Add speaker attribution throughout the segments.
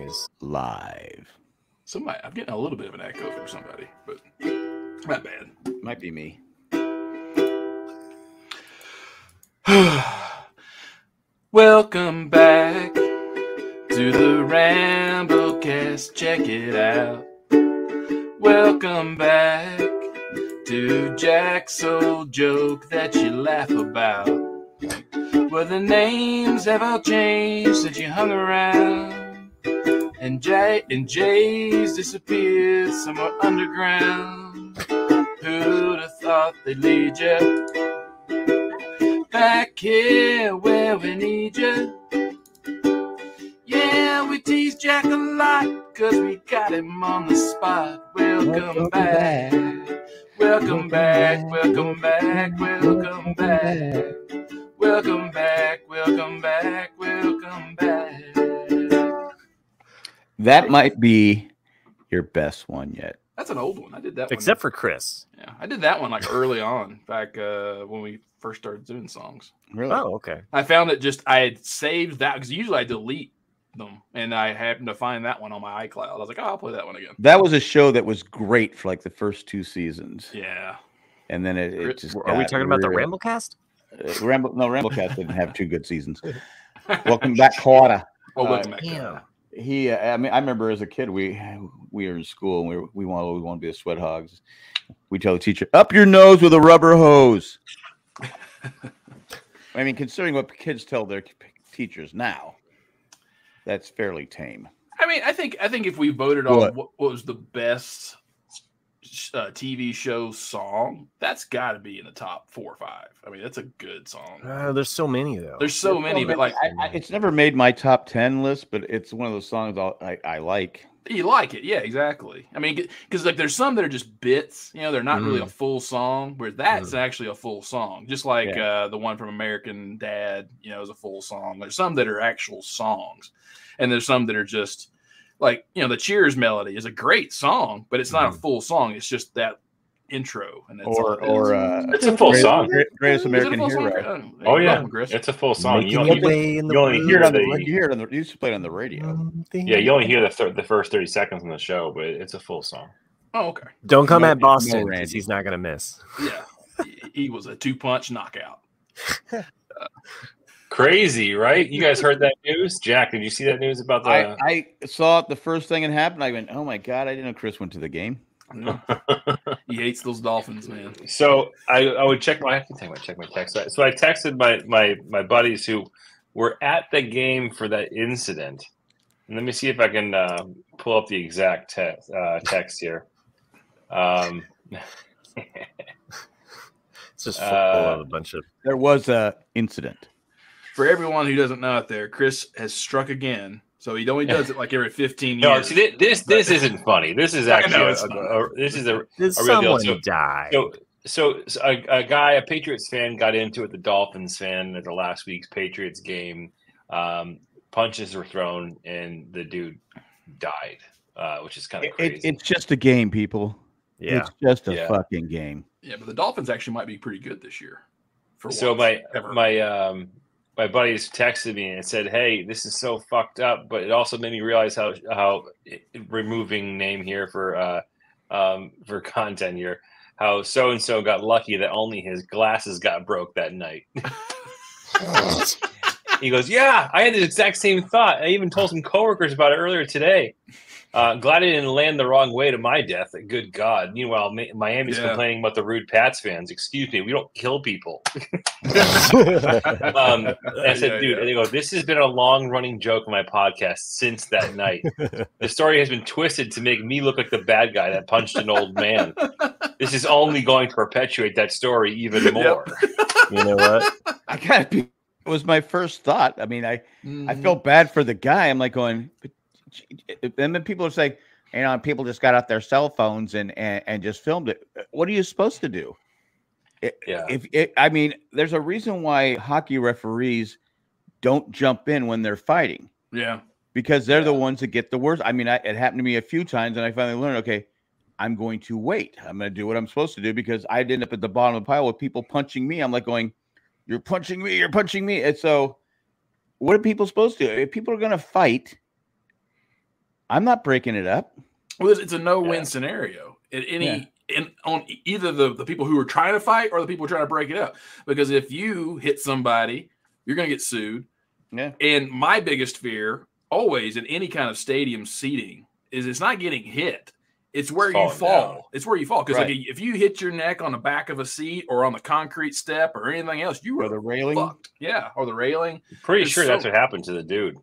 Speaker 1: is live.
Speaker 2: Somebody, I'm getting a little bit of an echo from somebody, but not bad.
Speaker 1: Might be me.
Speaker 2: Welcome back to the Ramblecast. Check it out. Welcome back to Jack's old joke that you laugh about. Well, the names have all changed since you hung around, and Jay and Jay's disappeared somewhere underground. Who'd have thought they'd lead you? back here where we need you. Yeah, we tease Jack a lot because we got him on the spot. Welcome,
Speaker 1: Welcome
Speaker 2: back.
Speaker 1: back. Welcome
Speaker 2: Welcome back.
Speaker 1: back.
Speaker 2: Welcome back. Welcome back. Welcome back. Welcome back. Welcome back.
Speaker 1: That might be your best one yet.
Speaker 2: That's an old one. I did that
Speaker 3: Except
Speaker 2: one.
Speaker 3: for Chris.
Speaker 2: Yeah, I did that one like early on back uh, when we first started doing songs.
Speaker 1: Really?
Speaker 3: Oh, okay.
Speaker 2: I found it just I had saved that because usually I delete them, and I happened to find that one on my iCloud. I was like, oh, I'll play that one again.
Speaker 1: That was a show that was great for like the first two seasons,
Speaker 2: Yeah,
Speaker 1: and then it, it
Speaker 2: Chris-
Speaker 1: just.
Speaker 3: Are we
Speaker 1: got
Speaker 3: talking about the
Speaker 1: real-
Speaker 3: Ramblecast?
Speaker 1: Uh, Ramble, no, Ramblecast didn't have two good seasons. Welcome back, Carter.
Speaker 2: well,
Speaker 1: Uh,
Speaker 2: welcome back. Kara.
Speaker 1: he uh, i mean i remember as a kid we we were in school and we were, we want always want to be a sweat hogs we tell the teacher up your nose with a rubber hose i mean considering what kids tell their k- teachers now that's fairly tame
Speaker 2: I mean, I think I think if we voted on
Speaker 1: What?
Speaker 2: what, what was the best sh- uh, TV show song, that's got to be in the top four or five. I mean, that's a good song.
Speaker 3: Uh, there's so many though.
Speaker 2: There's so many, but like
Speaker 1: I, I, it's never made my top 10 list but it's one of those songs I'll, I, I like
Speaker 2: you like it, yeah, exactly. I mean, because like there's some that are just bits, you know, they're not
Speaker 1: Mm.
Speaker 2: really a full song. Where that's actually a full song, just like
Speaker 1: Yeah.
Speaker 2: uh, the one from American Dad, you know, is a full song. There's some that are actual songs, and there's some that are just like you know, the Cheers melody is a great song, but it's not a full song. It's just that intro, and that's all
Speaker 1: Mm. or
Speaker 2: it is.
Speaker 1: or uh
Speaker 4: It's a full
Speaker 1: Great-
Speaker 4: song.
Speaker 1: Great- greatest
Speaker 2: Is it a
Speaker 1: american
Speaker 2: full song?
Speaker 1: hero
Speaker 2: there
Speaker 4: Oh
Speaker 2: you go,
Speaker 4: yeah,
Speaker 2: Chris.
Speaker 4: it's a full song.
Speaker 3: Making
Speaker 4: You only,
Speaker 3: your way in the Mm-hmm.
Speaker 4: you only
Speaker 1: you
Speaker 3: woods.
Speaker 4: hear
Speaker 1: hear it on
Speaker 4: the-
Speaker 1: the, you hear it on the you used to play it on the radio
Speaker 3: Something-
Speaker 4: yeah, you only hear the thir- the first thirty seconds on the show, but it's a full song.
Speaker 2: oh okay,
Speaker 3: Don't come
Speaker 1: No,
Speaker 3: at
Speaker 1: no,
Speaker 3: Boston 'cause
Speaker 1: Randy.
Speaker 3: he's not gonna miss.
Speaker 2: yeah, He- he was a two punch knockout.
Speaker 4: Crazy, right? You guys heard that news, Jack? Did you see that news about the?
Speaker 1: I, I saw it the first thing it happened. I went, oh my god, I didn't know Chris went to the game.
Speaker 2: No, he hates those dolphins, man.
Speaker 4: so I, I would check my I have to take my check my text. So I- So I texted my my my buddies who were at the game for that incident. And let me see if I can uh, pull up the exact te- uh, text here. Um,
Speaker 3: It's just full
Speaker 4: Uh,
Speaker 3: of a bunch of
Speaker 1: There was a incident.
Speaker 2: for everyone who doesn't know out there, Chris has struck again. So he only does it like every 15
Speaker 4: no,
Speaker 2: years.
Speaker 4: see, thi- this this isn't funny. This is actually
Speaker 2: know
Speaker 4: a-
Speaker 2: it's not.
Speaker 4: a- a- this is
Speaker 3: Did
Speaker 4: a Are we gonna be able
Speaker 3: someone
Speaker 4: to-
Speaker 3: die?
Speaker 4: So, so so a, a guy, a Patriots fan, got into it. The Dolphins fan at the last week's Patriots game. Um, punches were thrown, and the dude died, uh, which is kind of
Speaker 1: It-
Speaker 4: crazy.
Speaker 1: it- it's just a game, people.
Speaker 3: yeah.
Speaker 1: It's just a
Speaker 4: Yeah.
Speaker 1: fucking game.
Speaker 2: yeah, but the Dolphins actually might be pretty good this year. For
Speaker 4: so
Speaker 2: once,
Speaker 4: my
Speaker 2: ever.
Speaker 4: my um my buddies texted me and said, "Hey, this is so fucked up," but it also made me realize how how removing name here for uh um for content here. How so and so got lucky that only his glasses got broke that night. he goes, "Yeah, I had the exact same thought. I even told some coworkers about it earlier today. Uh, glad I didn't land the wrong way to my death. Good God! Meanwhile, Mi- Miami's
Speaker 2: Yeah.
Speaker 4: complaining about the rude Pats fans. Excuse me, we don't kill people." um, and I said,
Speaker 2: Yeah,
Speaker 4: dude,
Speaker 2: yeah.
Speaker 4: and they go, this has been a long running joke on my podcast since that night. the story has been twisted to make me look like the bad guy that punched an old man. This is only going to perpetuate that story even
Speaker 2: Yep.
Speaker 4: more.
Speaker 3: you know what?
Speaker 1: I gotta be. It was my first thought. I mean, I I
Speaker 4: Mm-hmm.
Speaker 2: Mhm.
Speaker 1: felt bad for the guy. I'm like going, but, and then people are saying, you know, people just got out their cell phones and and, and just filmed it. What are you supposed to do?
Speaker 4: Yeah.
Speaker 1: If it, I mean, there's a reason why hockey referees don't jump in when they're fighting.
Speaker 2: Yeah.
Speaker 1: because they're the ones that get the worst. I mean, I, it happened to me a few times, and I finally learned, okay, I'm going to wait. I'm going to do what I'm supposed to do because I end up at the bottom of the pile with people punching me. I'm like going, you're punching me, you're punching me, and so what are people supposed to do? If people are going to fight, I'm not breaking it up.
Speaker 2: Well, it's- it's a no-win
Speaker 4: Yeah.
Speaker 2: scenario. In any in on e- either the, the people who are trying to fight or the people trying to break it up. Because if you hit somebody, you're gonna get sued.
Speaker 1: Yeah.
Speaker 2: And my biggest fear always in any kind of stadium seating is it's not getting hit. It's where you
Speaker 4: falling
Speaker 2: fall.
Speaker 4: down.
Speaker 2: It's where you fall. Because
Speaker 1: Right.
Speaker 2: like if you hit your neck on the back of a seat or on the concrete step or anything else, you
Speaker 1: Or
Speaker 2: were
Speaker 1: the railing.
Speaker 2: fucked. Yeah. Or the railing.
Speaker 4: Pretty
Speaker 2: It's
Speaker 4: sure that's
Speaker 2: so-
Speaker 4: what happened to the dude.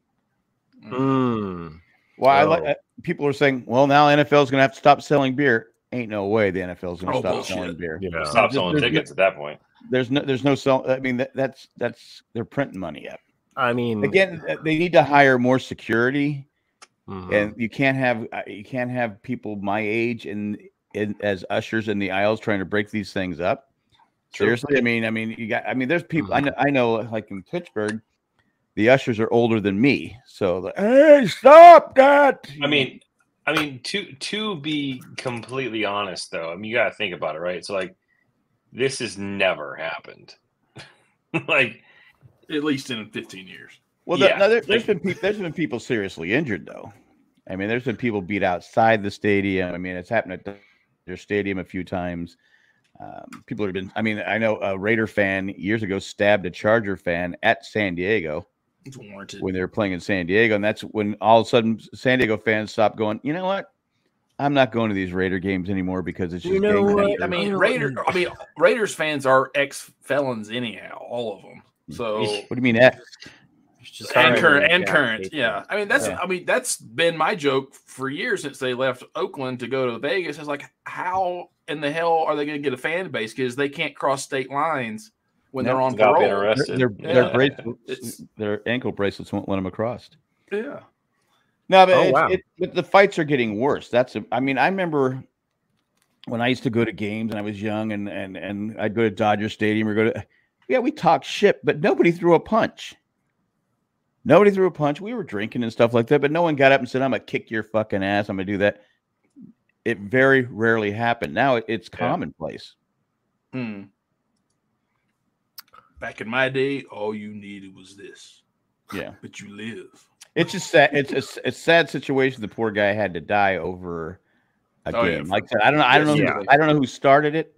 Speaker 3: Mm.
Speaker 1: Well, I
Speaker 3: Oh.
Speaker 1: like uh, people are saying, well, now NFL's going to have to stop selling beer. Ain't no way the NFL's going to
Speaker 2: Oh,
Speaker 1: stop
Speaker 2: bullshit.
Speaker 1: selling beer.
Speaker 3: Yeah.
Speaker 4: Stop
Speaker 1: Just-
Speaker 4: selling
Speaker 1: there's no-
Speaker 4: tickets at that point.
Speaker 1: There's no, there's no sell. I mean, that, that's that's they're printing money up
Speaker 3: I
Speaker 4: Mm-hmm.
Speaker 3: mean,
Speaker 1: again. uh, They need to hire more security,
Speaker 3: mhm.
Speaker 4: Mm-hmm.
Speaker 1: and you can't have uh, you can't have people my age and in, as ushers in the aisles trying to break these things up. Seriously, I mean, I mean, you got, I mean, there's people I
Speaker 4: Mm-hmm.
Speaker 1: know, I know, like in Pittsburgh, the ushers are older than me, so like, hey, stop that.
Speaker 4: I mean, I mean to to be completely honest though, I mean you got to think about it, right? So like this has never happened. like
Speaker 2: At least in 15 years.
Speaker 1: Well, the-
Speaker 4: Yeah,
Speaker 1: no, there, there's
Speaker 4: like-
Speaker 1: been people, there's been people seriously injured though. I mean, there's been people beat outside the stadium. I mean, it's happened at their stadium a few times. Um, people have been. I mean, I know a Raider fan years ago stabbed a Charger fan at San Diego
Speaker 2: It's warranted.
Speaker 1: when they were playing in San Diego, and that's when all of a sudden San Diego fans stopped going. You know what? I'm not going to these Raider games anymore because it's
Speaker 3: You
Speaker 1: just
Speaker 3: know
Speaker 1: gang
Speaker 3: what?
Speaker 1: members."
Speaker 2: I mean,
Speaker 3: Yeah.
Speaker 2: Raider. I mean, Raiders fans are ex felons anyhow, all of them. So
Speaker 1: What do you mean eh? that?
Speaker 3: It's just
Speaker 2: and
Speaker 3: hiring
Speaker 2: current,
Speaker 3: a
Speaker 2: and
Speaker 3: guy
Speaker 2: current,
Speaker 3: based on-
Speaker 2: yeah. I mean, that's.
Speaker 3: Yeah.
Speaker 2: I mean, that's been my joke for years since they left Oakland to go to Vegas. It's like, how in the hell are they going to get a fan base because they can't cross state lines when
Speaker 1: No,
Speaker 2: they're on
Speaker 4: without being
Speaker 2: parole?
Speaker 1: Their,
Speaker 4: arrested.
Speaker 1: their,
Speaker 2: Yeah.
Speaker 1: their, bracelets,
Speaker 2: It's-
Speaker 1: their ankle bracelets won't let them across.
Speaker 2: Yeah,
Speaker 1: No, but,
Speaker 3: Oh,
Speaker 1: it's,
Speaker 3: wow.
Speaker 1: it, but the fights are getting worse. That's a, I mean, I remember when I used to go to games and I was young and and and I'd go to Dodger Stadium or go to yeah, we talked shit, but nobody threw a punch. Nobody threw a punch. We were drinking and stuff like that, but no one got up and said, "I'm gonna kick your fucking ass. I'm gonna do that." It very rarely happened. Now it, it's
Speaker 4: Yeah.
Speaker 1: commonplace.
Speaker 2: Hmm. Back in my day, all you needed was this,
Speaker 1: Yeah,
Speaker 2: but you live.
Speaker 1: it's just sad. It's a, s- a sad situation. The poor guy had to die over a
Speaker 2: Oh, yeah,
Speaker 1: game.
Speaker 2: for-
Speaker 1: Like I said, I don't know. I don't know.
Speaker 2: Yeah.
Speaker 1: Who, I don't know who started it.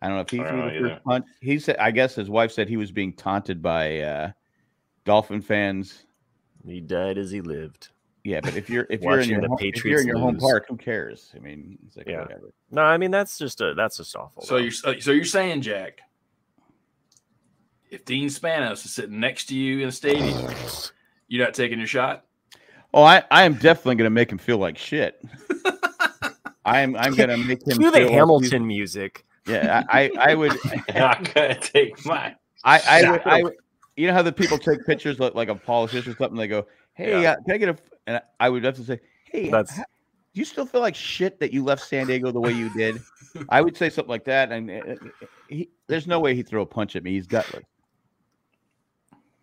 Speaker 1: I don't know if he
Speaker 4: I
Speaker 1: threw
Speaker 4: don't
Speaker 1: the
Speaker 4: know
Speaker 1: first punch. He said. I guess his wife said he was being taunted by uh, Dolphin fans.
Speaker 3: He died as he lived.
Speaker 1: Yeah, but if you're if you're in
Speaker 3: Watching
Speaker 1: your
Speaker 3: the
Speaker 1: home, if you're
Speaker 3: Patriots
Speaker 1: in your home
Speaker 3: lose.
Speaker 1: park, who cares? I mean, it's like
Speaker 3: Yeah.
Speaker 1: whatever.
Speaker 3: No, I mean that's just a that's just awful.
Speaker 2: So
Speaker 3: though.
Speaker 2: you're so so you're saying, Jack, if Dean Spanos is sitting next to you in the stadium, you're not taking your shot.
Speaker 1: Oh, I, I am definitely going to make him feel like shit. I am. I'm going to make him
Speaker 3: cue
Speaker 1: feel
Speaker 3: the
Speaker 1: like he's-
Speaker 3: Hamilton music.
Speaker 1: yeah, I, I, I would.
Speaker 4: not gonna take my
Speaker 1: I, I,
Speaker 4: Yeah.
Speaker 1: would, I would- you know how the people take pictures like, like a politician or something. They go, "Hey,
Speaker 3: Yeah.
Speaker 1: uh, can I get a?" f-" And I would have to say, "Hey,
Speaker 3: That's-
Speaker 1: ho- do you still feel like shit that you left San Diego the way you did?" I would say something like that, and uh, uh, he, there's no way he'd throw a punch at me. He's gutless.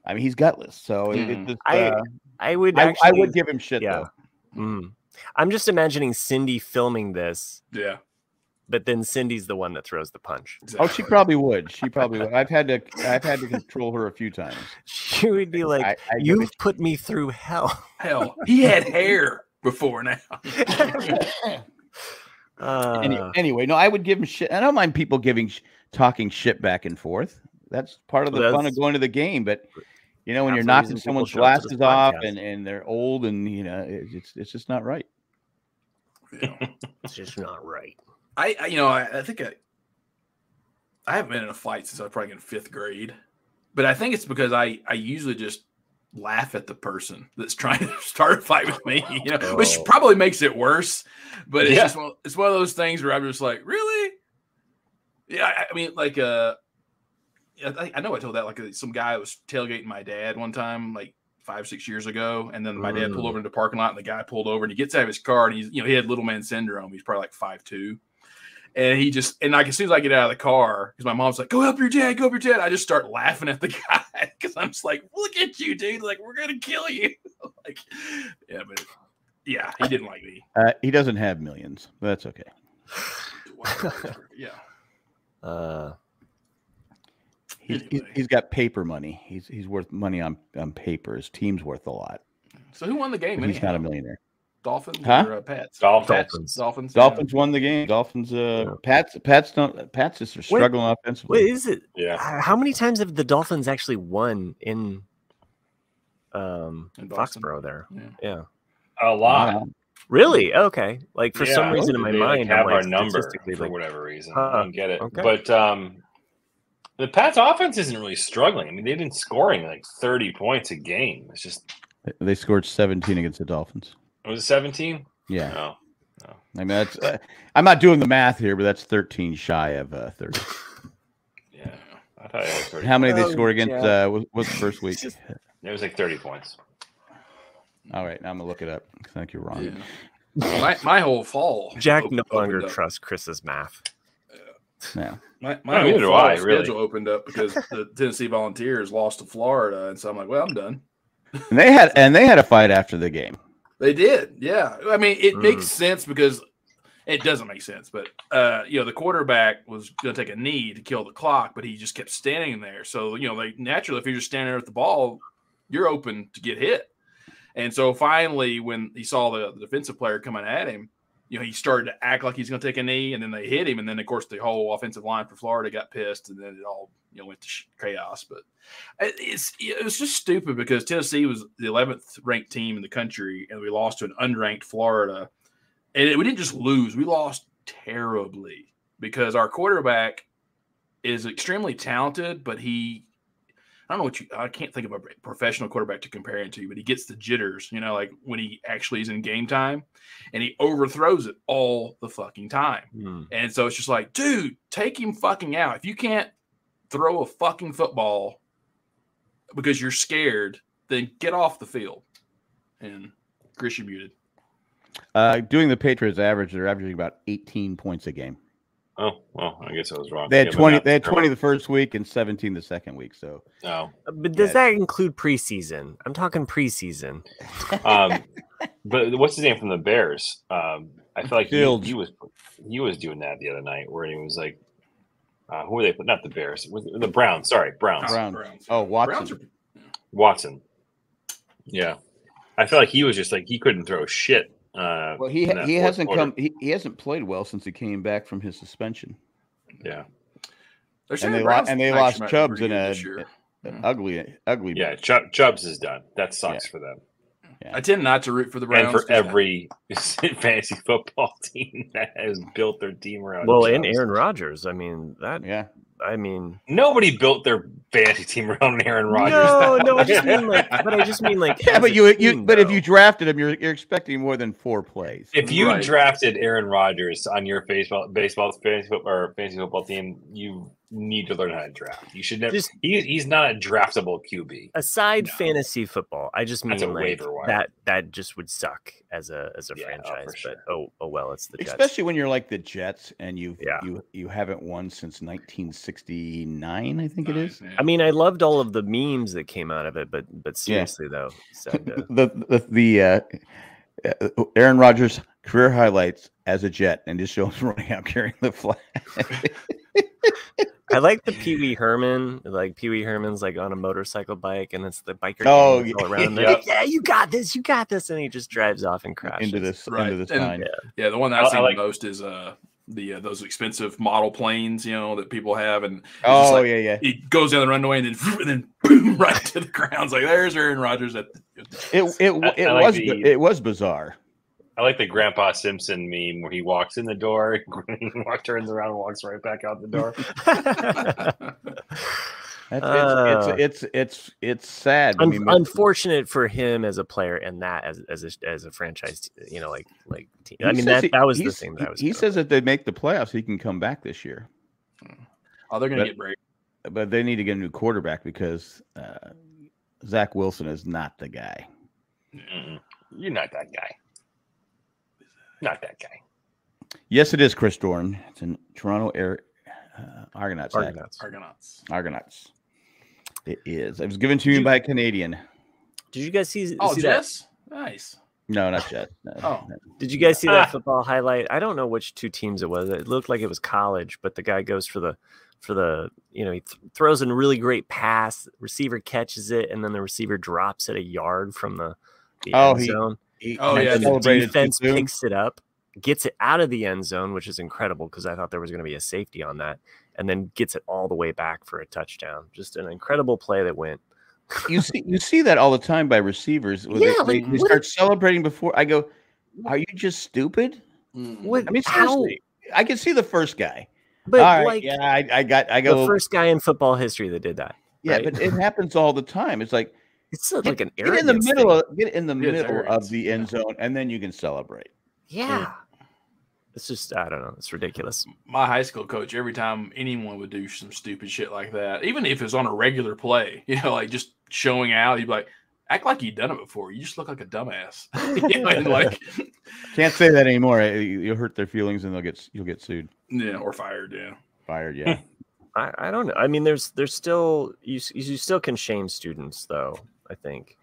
Speaker 1: I mean, he's gutless. So it,
Speaker 2: Mhm.
Speaker 1: it just,
Speaker 3: I
Speaker 1: uh,
Speaker 3: I would
Speaker 1: I,
Speaker 3: actually,
Speaker 1: I would give him shit
Speaker 3: yeah.
Speaker 1: though.
Speaker 3: Mm. I'm just imagining Cindy filming this,
Speaker 2: Yeah.
Speaker 3: but then Cindy's the one that throws the punch.
Speaker 1: Oh, she probably would. She probably would. I've had to. I've had to control her a few times.
Speaker 3: She would be like,
Speaker 1: I, I
Speaker 3: "You've put me through hell."
Speaker 2: Hell, he had hair before now.
Speaker 1: Any-
Speaker 3: Uh,
Speaker 1: anyway, no, I would give him shit. I don't mind people giving sh- talking shit back and forth. That's part of the fun
Speaker 3: That's-
Speaker 1: of going to the game. But you know, when you're
Speaker 3: That's the reason
Speaker 1: knocking
Speaker 3: people
Speaker 1: someone's
Speaker 3: show up
Speaker 1: glasses
Speaker 3: to this
Speaker 1: off
Speaker 3: podcast.
Speaker 1: and, and they're old and you know it- it's it's just not right.
Speaker 2: Yeah.
Speaker 3: it's just not right.
Speaker 2: I, I, you know, I, I think I, I haven't been in a fight since I was probably in fifth grade, but I think it's because I, I usually just laugh at the person that's trying to start a fight with me, you know, which
Speaker 3: Oh.
Speaker 2: probably makes it worse. But it's
Speaker 4: Yeah.
Speaker 2: just one, it's one of those things where I'm just like, really? Yeah, I, I mean, like, uh, yeah, I, think- I know I told that like uh, some guy was tailgating my dad one time, like five six years ago, and then my dad pulled
Speaker 3: Mm.
Speaker 2: over into the parking lot, and the guy pulled over, and he gets out of his car, and he's you know he had little man syndrome. He's probably like five two, and he just and like as soon as I get out of the car, because my mom's like, "Go help your dad, go help your dad," I just start laughing at the guy because I'm just like, "Look at you, dude! Like we're gonna kill you!" like, yeah, but yeah, he didn't like me.
Speaker 1: Uh, he doesn't have millions, but that's okay.
Speaker 2: yeah,
Speaker 3: Uh,
Speaker 1: He's, he's,
Speaker 2: Anyway.
Speaker 1: he's got paper money. He's he's worth money on on paper. His team's worth a lot.
Speaker 2: so who won the game?
Speaker 1: but He's
Speaker 2: anyhow?
Speaker 1: not a millionaire.
Speaker 2: Dolphins
Speaker 1: Huh?
Speaker 2: or uh, Pats?
Speaker 4: Dolphins.
Speaker 2: Pats, Dolphins. yeah.
Speaker 1: Dolphins won the game. Dolphins, uh, Pats, Pats don't. Pats just are struggling offensively.
Speaker 3: What is it?
Speaker 4: Yeah.
Speaker 3: Uh, How many times have the Dolphins actually won in um
Speaker 2: In Boston.
Speaker 3: Foxborough there?
Speaker 2: Yeah.
Speaker 3: Yeah.
Speaker 4: A lot.
Speaker 1: Wow.
Speaker 3: Really? Okay. Like for
Speaker 4: Yeah,
Speaker 3: some reason in my
Speaker 4: they, like,
Speaker 3: mind,
Speaker 4: have
Speaker 3: I'm
Speaker 4: our
Speaker 3: like,
Speaker 4: number
Speaker 3: statistically,
Speaker 4: for
Speaker 3: like,
Speaker 4: whatever reason.
Speaker 3: Huh,
Speaker 4: I don't get it.
Speaker 3: okay.
Speaker 4: But um, the Pats' offense isn't really struggling. I mean, they've been scoring like thirty points a game. It's just
Speaker 1: They scored 17 against the Dolphins.
Speaker 4: was it seventeen? Oh,
Speaker 1: Yeah,
Speaker 4: No.
Speaker 1: I mean that's. Uh, I'm not doing the math here, but that's 13 shy of uh, 30.
Speaker 4: Yeah. I thought it was thirty.
Speaker 1: How many they
Speaker 3: Oh,
Speaker 1: scored against?
Speaker 3: yeah.
Speaker 1: Uh, was, was the first week?
Speaker 4: It was like thirty points.
Speaker 1: All right, now I'm gonna look it up. 'cause I think you're wrong.
Speaker 2: Yeah. my, my whole fall.
Speaker 3: Jack
Speaker 2: op-
Speaker 3: no
Speaker 2: opened
Speaker 3: longer
Speaker 2: up.
Speaker 3: trusts Chris's math.
Speaker 1: Yeah.
Speaker 2: My,
Speaker 4: No,
Speaker 2: my whole
Speaker 4: Oh, neither do
Speaker 2: fall
Speaker 4: I,
Speaker 2: schedule
Speaker 4: really.
Speaker 2: opened up because the Tennessee Volunteers lost to Florida, and so I'm like, well, I'm done.
Speaker 1: And they had and they had a fight after the game.
Speaker 2: They did, yeah. I mean, it
Speaker 3: Mhm.
Speaker 2: makes sense because it doesn't make sense, but uh, you know, the quarterback was going to take a knee to kill the clock, but he just kept standing there. So you know, like naturally, if you're just standing there with the ball, you're open to get hit. And so finally, when he saw the, the defensive player coming at him, you know, he started to act like he's going to take a knee, and then they hit him, and then of course the whole offensive line for Florida got pissed, and then it all you know went to sh- chaos. But it- Uh, it's it was just stupid because Tennessee was the 11th ranked team in the country, and we lost to an unranked Florida, and it, we didn't just lose; we lost terribly because our quarterback is extremely talented, but he. I don't know what you. I can't think of a professional quarterback to compare him to, but he gets the jitters, you know, like when he actually is in game time, and he overthrows it all the fucking time.
Speaker 3: Hmm.
Speaker 2: And so it's just like, dude, take him fucking out. If you can't throw a fucking football because you're scared, then get off the field. And Chris, you muted.
Speaker 1: Uh, doing the Patriots average, they're averaging about 18 points a game.
Speaker 4: Oh well, I guess I was wrong.
Speaker 1: They had
Speaker 4: Yeah, but
Speaker 1: 20.
Speaker 4: not-
Speaker 1: They had 20 the first week and 17 the second week. So
Speaker 4: No.
Speaker 3: Uh, But does
Speaker 1: Yeah.
Speaker 3: that include preseason? I'm talking preseason.
Speaker 4: Um, but what's his name from the Bears? Um, I feel like he,
Speaker 1: Fields.
Speaker 4: he was he was doing that the other night where he was like, uh, who are they? Not the Bears, was it the Browns. Sorry, Browns.
Speaker 1: Browns. oh
Speaker 2: Browns
Speaker 1: Watson,
Speaker 2: are-
Speaker 4: Watson. Yeah, I feel like he was just like he couldn't throw shit. Uh,
Speaker 1: well he
Speaker 4: in that
Speaker 1: he
Speaker 4: fourth
Speaker 1: hasn't
Speaker 4: quarter.
Speaker 1: come he, he hasn't played well since he came back from his suspension.
Speaker 4: Yeah,
Speaker 2: they're
Speaker 1: And
Speaker 2: saying
Speaker 1: they,
Speaker 2: the
Speaker 1: lo-
Speaker 2: Browns
Speaker 1: and they
Speaker 2: actually
Speaker 1: lost
Speaker 2: might be
Speaker 1: Chubbs
Speaker 2: pretty
Speaker 1: in
Speaker 2: good
Speaker 1: a,
Speaker 2: this year.
Speaker 1: a-
Speaker 2: Yeah.
Speaker 1: ugly ugly.
Speaker 4: yeah. Chubb, Chubbs is done. That sucks for them
Speaker 1: yeah.
Speaker 2: I tend not to root for the Browns.
Speaker 4: and for
Speaker 2: 'cause I-
Speaker 4: every fantasy football team that has built their team around.
Speaker 3: Well, and
Speaker 4: Chubbs.
Speaker 3: Aaron Rodgers. I mean, that,
Speaker 1: yeah.
Speaker 3: I mean,
Speaker 4: Nobody built their fantasy team around Aaron Rodgers.
Speaker 3: no, no, I just mean like, but I just mean like,
Speaker 1: Yeah,
Speaker 3: as
Speaker 1: but
Speaker 3: a
Speaker 1: you you
Speaker 3: team,
Speaker 1: but if
Speaker 3: though.
Speaker 1: you drafted him, you're you're expecting more than four plays.
Speaker 4: If you
Speaker 2: Right.
Speaker 4: drafted Aaron Rodgers on your baseball baseball fantasy football or fantasy football team, you need to learn how to draft. You should never.
Speaker 3: Just-
Speaker 4: he, he's not a draftable QB.
Speaker 3: aside
Speaker 4: No.
Speaker 3: fantasy football, I just mean
Speaker 4: That's a
Speaker 3: like
Speaker 4: waiver wire.
Speaker 3: that that just would suck as a as a
Speaker 4: Yeah, oh, for
Speaker 3: franchise.
Speaker 4: sure.
Speaker 3: But oh oh well, it's the Jets.
Speaker 1: Especially when you're like the Jets and you
Speaker 3: Yeah.
Speaker 1: you you haven't won since 1969, I think it is.
Speaker 2: uh, Yeah.
Speaker 3: I mean, I loved all of the memes that came out of it, but but seriously though, sad to-
Speaker 1: the the, the uh, uh, Aaron Rodgers career highlights as a Jet and just shows him running out carrying the flag.
Speaker 3: I like the Pee Wee Herman, like Pee Wee Herman's like on a motorcycle bike, and it's the biker
Speaker 1: Oh,
Speaker 3: gangs all around.
Speaker 4: yeah.
Speaker 3: Like, yeah, you got this, you got this, and he just drives off and crashes.
Speaker 1: into this
Speaker 2: Right.
Speaker 1: into this
Speaker 2: And-
Speaker 1: line.
Speaker 2: Yeah, the one that
Speaker 4: I-
Speaker 2: I,
Speaker 4: I
Speaker 2: see
Speaker 4: like-
Speaker 2: the most is uh the uh, those expensive model planes, you know, that people have, and
Speaker 1: Oh
Speaker 2: like-
Speaker 1: yeah, yeah.
Speaker 2: it goes down the runway and then and then boom right to the ground. It's like there's Aaron Rodgers at the,
Speaker 1: It it,
Speaker 4: I-
Speaker 1: it
Speaker 4: I like
Speaker 1: was
Speaker 4: the-
Speaker 1: bi- it was bizarre.
Speaker 4: I like the Grandpa Simpson meme where he walks in the door, turns around, and walks right back out the door.
Speaker 3: Yeah.
Speaker 1: That's,
Speaker 3: Uh.
Speaker 1: it's, it's it's it's it's sad. I
Speaker 3: Un-
Speaker 1: mean, but-
Speaker 3: unfortunate for him as a player and that as as a, as a franchise, you know, like like team. I
Speaker 1: he says
Speaker 3: mean that,
Speaker 1: he-
Speaker 3: that was the
Speaker 1: he's-
Speaker 3: thing that I was.
Speaker 1: He, he
Speaker 3: gonna-
Speaker 1: says that they make the playoffs, he can come back this year,
Speaker 2: oh, they're gonna
Speaker 1: But-
Speaker 2: get break.
Speaker 1: but they need to get a new quarterback because uh, Zach Wilson is not the guy.
Speaker 4: Mm-mm. You're not that guy. Not that guy.
Speaker 1: Yes, it is Chris Dorn. It's in Toronto Air uh, Argonauts. hat.
Speaker 3: Argonauts.
Speaker 2: Argonauts.
Speaker 1: Argonauts. It is. It was given to me by a Canadian.
Speaker 3: Did you guys see?
Speaker 2: Oh,
Speaker 3: see
Speaker 2: Jess, nice.
Speaker 1: No, not yet. No.
Speaker 2: Oh.
Speaker 3: that? Did you guys see that
Speaker 4: Ah.
Speaker 3: football highlight? I don't know which two teams it was. It looked like it was college, but the guy goes for the for the you know he th- throws in a really great pass. Receiver catches it, and then the receiver drops it a yard from the, the
Speaker 1: Oh,
Speaker 3: end
Speaker 1: he-
Speaker 3: zone.
Speaker 1: He,
Speaker 2: Oh,
Speaker 1: he
Speaker 2: yeah,
Speaker 3: and the
Speaker 1: celebrated
Speaker 3: defense
Speaker 1: too soon.
Speaker 3: picks it up, gets it out of the end zone, which is incredible because I thought there was going to be a safety on that, and then gets it all the way back for a touchdown. Just an incredible play that went.
Speaker 1: you see you see that all the time by receivers. where
Speaker 3: Yeah,
Speaker 1: they,
Speaker 3: like,
Speaker 1: they, they
Speaker 3: what
Speaker 1: start celebrating before I go. Are you just stupid?
Speaker 2: Mm.
Speaker 3: What?
Speaker 1: I mean,
Speaker 3: how?
Speaker 1: seriously, I can see the first guy.
Speaker 3: But
Speaker 1: all right,
Speaker 3: like
Speaker 1: yeah, I, I got, I
Speaker 3: the
Speaker 1: go,
Speaker 3: first guy in football history that did that.
Speaker 1: yeah,
Speaker 3: right.
Speaker 1: but it happens all the time. It's like
Speaker 3: It's sort of like an
Speaker 1: get in the
Speaker 3: arrogance
Speaker 1: middle,
Speaker 3: thing.
Speaker 1: of, get in the
Speaker 2: Yeah, it's
Speaker 1: middle
Speaker 2: arrogance,
Speaker 1: of the end zone, and then you can celebrate.
Speaker 3: yeah. It's just I don't know. It's ridiculous.
Speaker 2: my high school coach every time anyone would do some stupid shit like that, even if it was on a regular play, you know, like just showing out, he'd be like, act like you'd done it before. You just look like a dumbass. you know, and like,
Speaker 1: Can't say that anymore. eh, you- You'll hurt their feelings, and they'll get s- you'll get sued,
Speaker 2: yeah, or fired. Yeah.
Speaker 1: fired. Yeah,
Speaker 3: I, I don't know. I mean, there's there's still you s- you still can shame students though. I think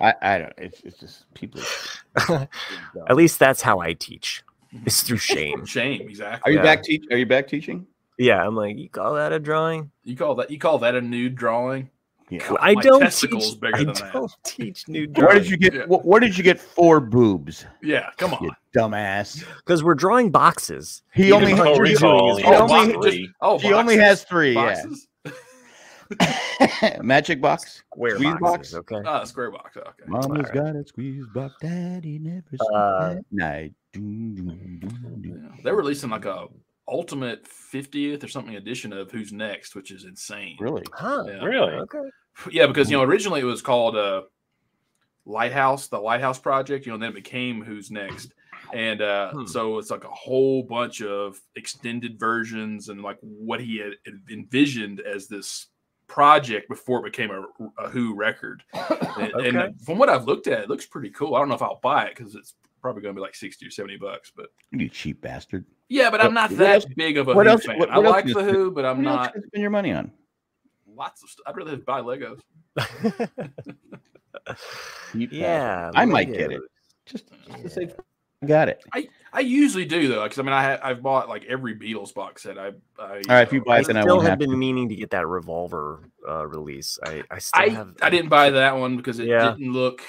Speaker 1: I, I don't. It's, it's just people.
Speaker 3: at least that's how I teach. It's through shame.
Speaker 2: Shame. Exactly.
Speaker 1: Are you
Speaker 3: Yeah.
Speaker 1: back teach? Are you back teaching?
Speaker 3: yeah, I'm like you call that a drawing?
Speaker 2: You call that, you call that a nude drawing?
Speaker 1: Yeah.
Speaker 3: I
Speaker 2: my
Speaker 3: don't
Speaker 2: testicle's
Speaker 3: teach.
Speaker 2: bigger
Speaker 3: I
Speaker 2: than that.
Speaker 3: don't teach
Speaker 1: Where
Speaker 3: new
Speaker 1: did
Speaker 3: drawing
Speaker 1: you get?
Speaker 2: Yeah.
Speaker 1: wh- where did you get four boobs?
Speaker 2: Yeah. Come on.
Speaker 1: You dumbass.
Speaker 3: because we're drawing boxes.
Speaker 1: He
Speaker 3: You
Speaker 1: only
Speaker 3: know,
Speaker 1: has,
Speaker 3: you're doing
Speaker 4: Recall, recall,
Speaker 3: is-
Speaker 1: he
Speaker 4: yeah,
Speaker 1: only-
Speaker 4: lottery.
Speaker 2: Oh,
Speaker 1: he only
Speaker 2: boxes?
Speaker 1: has three.
Speaker 2: boxes.
Speaker 1: Yeah, magic box.
Speaker 3: Square
Speaker 1: Squeeze
Speaker 3: boxes.
Speaker 1: box?
Speaker 3: Okay.
Speaker 2: Ah, square box. Okay.
Speaker 1: Mama's
Speaker 3: Alright.
Speaker 1: got a squeeze box. Daddy never sleep
Speaker 3: Uh,
Speaker 1: at night. Doo, doo, doo, doo.
Speaker 2: Yeah. They're releasing like a ultimate 50th or something edition of Who's Next, which is insane.
Speaker 1: Really?
Speaker 3: Huh.
Speaker 2: Yeah.
Speaker 4: Really?
Speaker 3: Okay.
Speaker 2: Yeah, because
Speaker 1: Mm-hmm.
Speaker 2: you know originally it was called uh, Lighthouse, the Lighthouse Project. You know, and then it became Who's Next, and uh,
Speaker 3: Hmm.
Speaker 2: so it's like a whole bunch of extended versions and like what he had envisioned as this project before it became a, a Who record. And, and
Speaker 3: Okay.
Speaker 2: from what I've looked at, it looks pretty cool. I don't know if I'll buy it because it's probably going to be like sixty or seventy bucks, but.
Speaker 1: You cheap bastard.
Speaker 2: Yeah, but I'm
Speaker 1: What-
Speaker 2: not
Speaker 1: what
Speaker 2: that
Speaker 1: else-
Speaker 2: big of a
Speaker 1: what
Speaker 2: Who
Speaker 1: else-
Speaker 2: fan.
Speaker 1: what-
Speaker 2: I
Speaker 1: what else
Speaker 2: like
Speaker 1: is
Speaker 2: the
Speaker 1: this-
Speaker 2: Who, but I'm
Speaker 1: What else
Speaker 2: not
Speaker 1: you spend your money on?
Speaker 2: lots of stuff. I'd rather buy Legos.
Speaker 1: You bastard.
Speaker 3: yeah.
Speaker 1: I might get it. Just, just to say, I got it.
Speaker 2: I usually do though, because I mean, I ha- I've bought like every Beatles box set. I, uh, I
Speaker 1: All right, if you buy
Speaker 3: I
Speaker 1: it, then I
Speaker 3: still
Speaker 1: won't
Speaker 3: have
Speaker 1: have.
Speaker 3: been meaning to get that revolver uh, release. I I still
Speaker 2: I,
Speaker 3: have.
Speaker 2: I didn't buy that one because it
Speaker 3: Yeah.
Speaker 2: didn't look,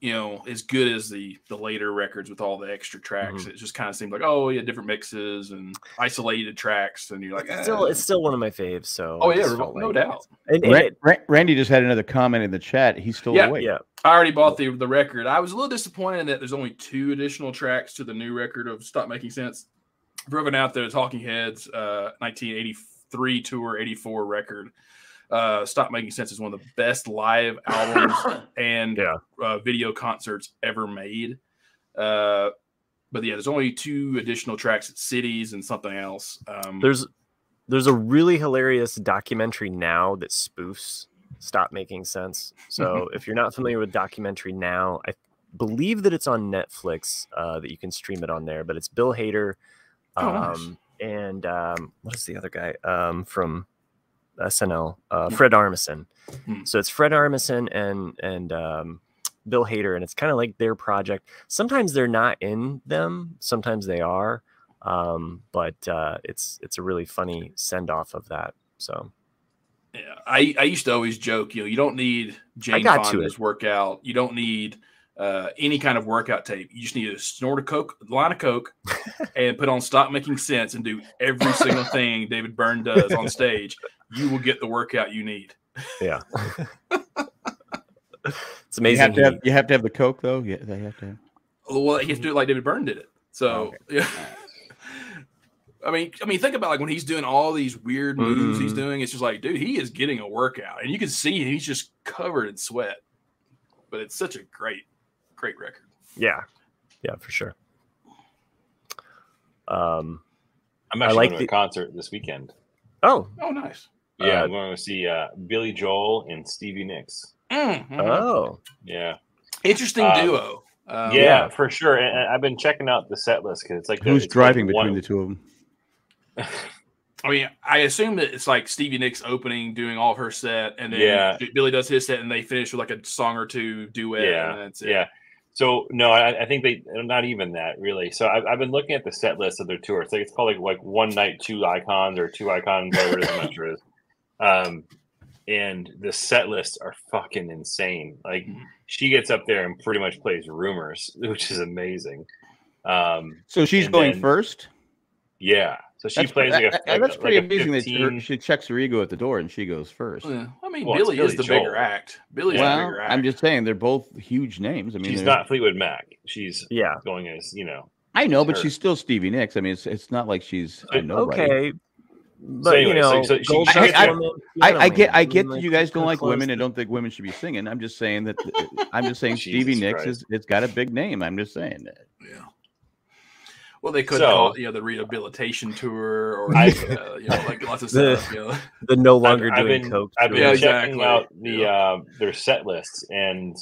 Speaker 2: you know, as good as the the later records with all the extra tracks.
Speaker 1: Mm-hmm.
Speaker 2: It just kind of seemed like oh yeah, different mixes and isolated tracks, and you're like
Speaker 3: It's still,
Speaker 2: "Eh."
Speaker 3: it's still one of my faves. So.
Speaker 2: oh
Speaker 3: I
Speaker 2: yeah,
Speaker 3: just felt
Speaker 2: Revol- no
Speaker 3: like-
Speaker 2: doubt.
Speaker 3: And, and
Speaker 1: Ra-
Speaker 3: it-
Speaker 1: Ra- Randy just had another comment in the chat. He's still
Speaker 2: Yeah,
Speaker 1: awake.
Speaker 3: yeah.
Speaker 2: I already bought the the record. I was a little disappointed that there's only two additional tracks to the new record of Stop Making Sense. For everyone out there, Talking Heads, uh, 1983 tour, 84 record. Uh, Stop Making Sense is one of the best live albums and
Speaker 3: Yeah.
Speaker 2: uh, video concerts ever made. Uh, but yeah, there's only two additional tracks at Cities and something else. Um,
Speaker 3: There's there's a really hilarious documentary now that spoofs Stop Making Sense. So if you're not familiar with documentary now, I believe that it's on Netflix uh, that you can stream it on there. But it's Bill Hader,
Speaker 2: Oh, nice.
Speaker 3: um, and um, what is the other guy um, from SNL? Uh, Fred Armisen.
Speaker 2: Hmm.
Speaker 3: So it's Fred Armisen and and um, Bill Hader, and it's kind of like their project. Sometimes they're not in them. Sometimes they are um, but uh, it's it's a really funny send off of that. So
Speaker 2: Yeah, I, I used to always joke, you know, you don't need Jane
Speaker 3: got to
Speaker 2: Fonda's workout. You don't need uh, any kind of workout tape. You just need to snort a coke, line of coke, and put on "Stop Making Sense" and do every single thing David Byrne does on stage. You will get the workout you need.
Speaker 3: yeah, it's
Speaker 1: You
Speaker 3: amazing.
Speaker 1: have, to have,
Speaker 3: he-
Speaker 1: you have to have the Coke, though. Yeah, they have to. Have.
Speaker 2: Well, you have to do it like David Byrne did it. So,
Speaker 1: Mm-hmm. Oh, Okay.
Speaker 2: yeah. I mean, I mean, think about like when he's doing all these weird moves
Speaker 1: Mm-hmm.
Speaker 2: he's
Speaker 3: Mhm.
Speaker 2: doing. It's just like, dude, he is getting a workout, and you can see he's just covered in sweat. But it's such a great, great record.
Speaker 3: yeah, yeah, for sure. Um.
Speaker 4: I'm
Speaker 3: I
Speaker 4: actually
Speaker 3: like
Speaker 4: going to
Speaker 3: the-
Speaker 4: a concert this weekend.
Speaker 3: Oh.
Speaker 2: Oh, nice.
Speaker 4: Yeah,
Speaker 3: Uh,
Speaker 4: I'm going to see uh, Billy Joel and Stevie Nicks.
Speaker 2: Mm, mhm.
Speaker 3: Oh.
Speaker 4: Yeah,
Speaker 2: Interesting
Speaker 4: um,
Speaker 2: duo. Um,
Speaker 4: yeah,
Speaker 3: yeah.
Speaker 4: for sure. And, and I've been checking out the set list because it's like
Speaker 1: Who's driving between the
Speaker 4: the
Speaker 1: two of them?
Speaker 2: I mean, I assume that it's like Stevie Nicks opening, doing all of her set, and then
Speaker 4: Yeah.
Speaker 2: B- Billy does his set, and they finish with like a song or two duet.
Speaker 4: Yeah,
Speaker 2: and that's it.
Speaker 4: yeah. So no, I, I think they not even that really. So I've, I've been looking at the set list of their tour. It's like it's called like, like one night two icons or two icons whatever the measure is. Um, and the set lists are fucking insane. Like
Speaker 1: Mm-hmm.
Speaker 4: she gets up there and pretty much plays rumors, which is amazing. Um,
Speaker 1: So she's
Speaker 4: And
Speaker 1: going
Speaker 4: then
Speaker 1: first.
Speaker 4: yeah, so she
Speaker 1: That's-
Speaker 4: plays like
Speaker 1: that-
Speaker 4: a, like,
Speaker 1: that's
Speaker 4: a-
Speaker 1: pretty
Speaker 4: like a
Speaker 1: amazing that
Speaker 4: 15,
Speaker 1: her, she checks her ego at the door and she goes first.
Speaker 2: Yeah. I mean,
Speaker 4: Well, it's
Speaker 2: Billy is
Speaker 4: Billy
Speaker 2: the
Speaker 4: Joel.
Speaker 2: bigger act. Billy's the
Speaker 1: well,
Speaker 2: bigger act.
Speaker 1: I'm just saying they're both huge names. I mean,
Speaker 4: she's
Speaker 1: they're-
Speaker 4: not Fleetwood Mac. She's
Speaker 3: Yeah.
Speaker 4: going as you know.
Speaker 1: I know, but
Speaker 4: her.
Speaker 1: she's still Stevie Nicks. I mean, it's it's not like she's a nobody.
Speaker 3: Okay. But
Speaker 4: anyway,
Speaker 3: you
Speaker 4: so-
Speaker 3: know,
Speaker 4: so she-
Speaker 3: Gold
Speaker 1: she
Speaker 3: Dust
Speaker 1: gets- I-
Speaker 3: Woman,
Speaker 1: I,
Speaker 3: Piano
Speaker 1: I get
Speaker 3: Man.
Speaker 1: I
Speaker 3: mean,
Speaker 1: get that you guys don't
Speaker 3: kinda
Speaker 1: like
Speaker 3: close
Speaker 1: women and
Speaker 3: to-
Speaker 1: don't think women should be singing. I'm just saying that uh, I'm just saying
Speaker 4: Jesus
Speaker 1: Stevie Nicks
Speaker 4: Christ.
Speaker 1: is it's got a big name. I'm just saying that.
Speaker 2: Yeah. Well, they could
Speaker 4: So-
Speaker 2: call it, you know, the rehabilitation tour or
Speaker 4: I-
Speaker 2: uh, you know, like lots of stuff. You know.
Speaker 3: the no longer
Speaker 4: I've, I've
Speaker 3: doing
Speaker 4: been,
Speaker 3: coke.
Speaker 4: I've been
Speaker 2: Yeah,
Speaker 3: tour.
Speaker 4: checking
Speaker 2: exactly.
Speaker 4: out the
Speaker 2: Yeah.
Speaker 4: uh, their set lists, and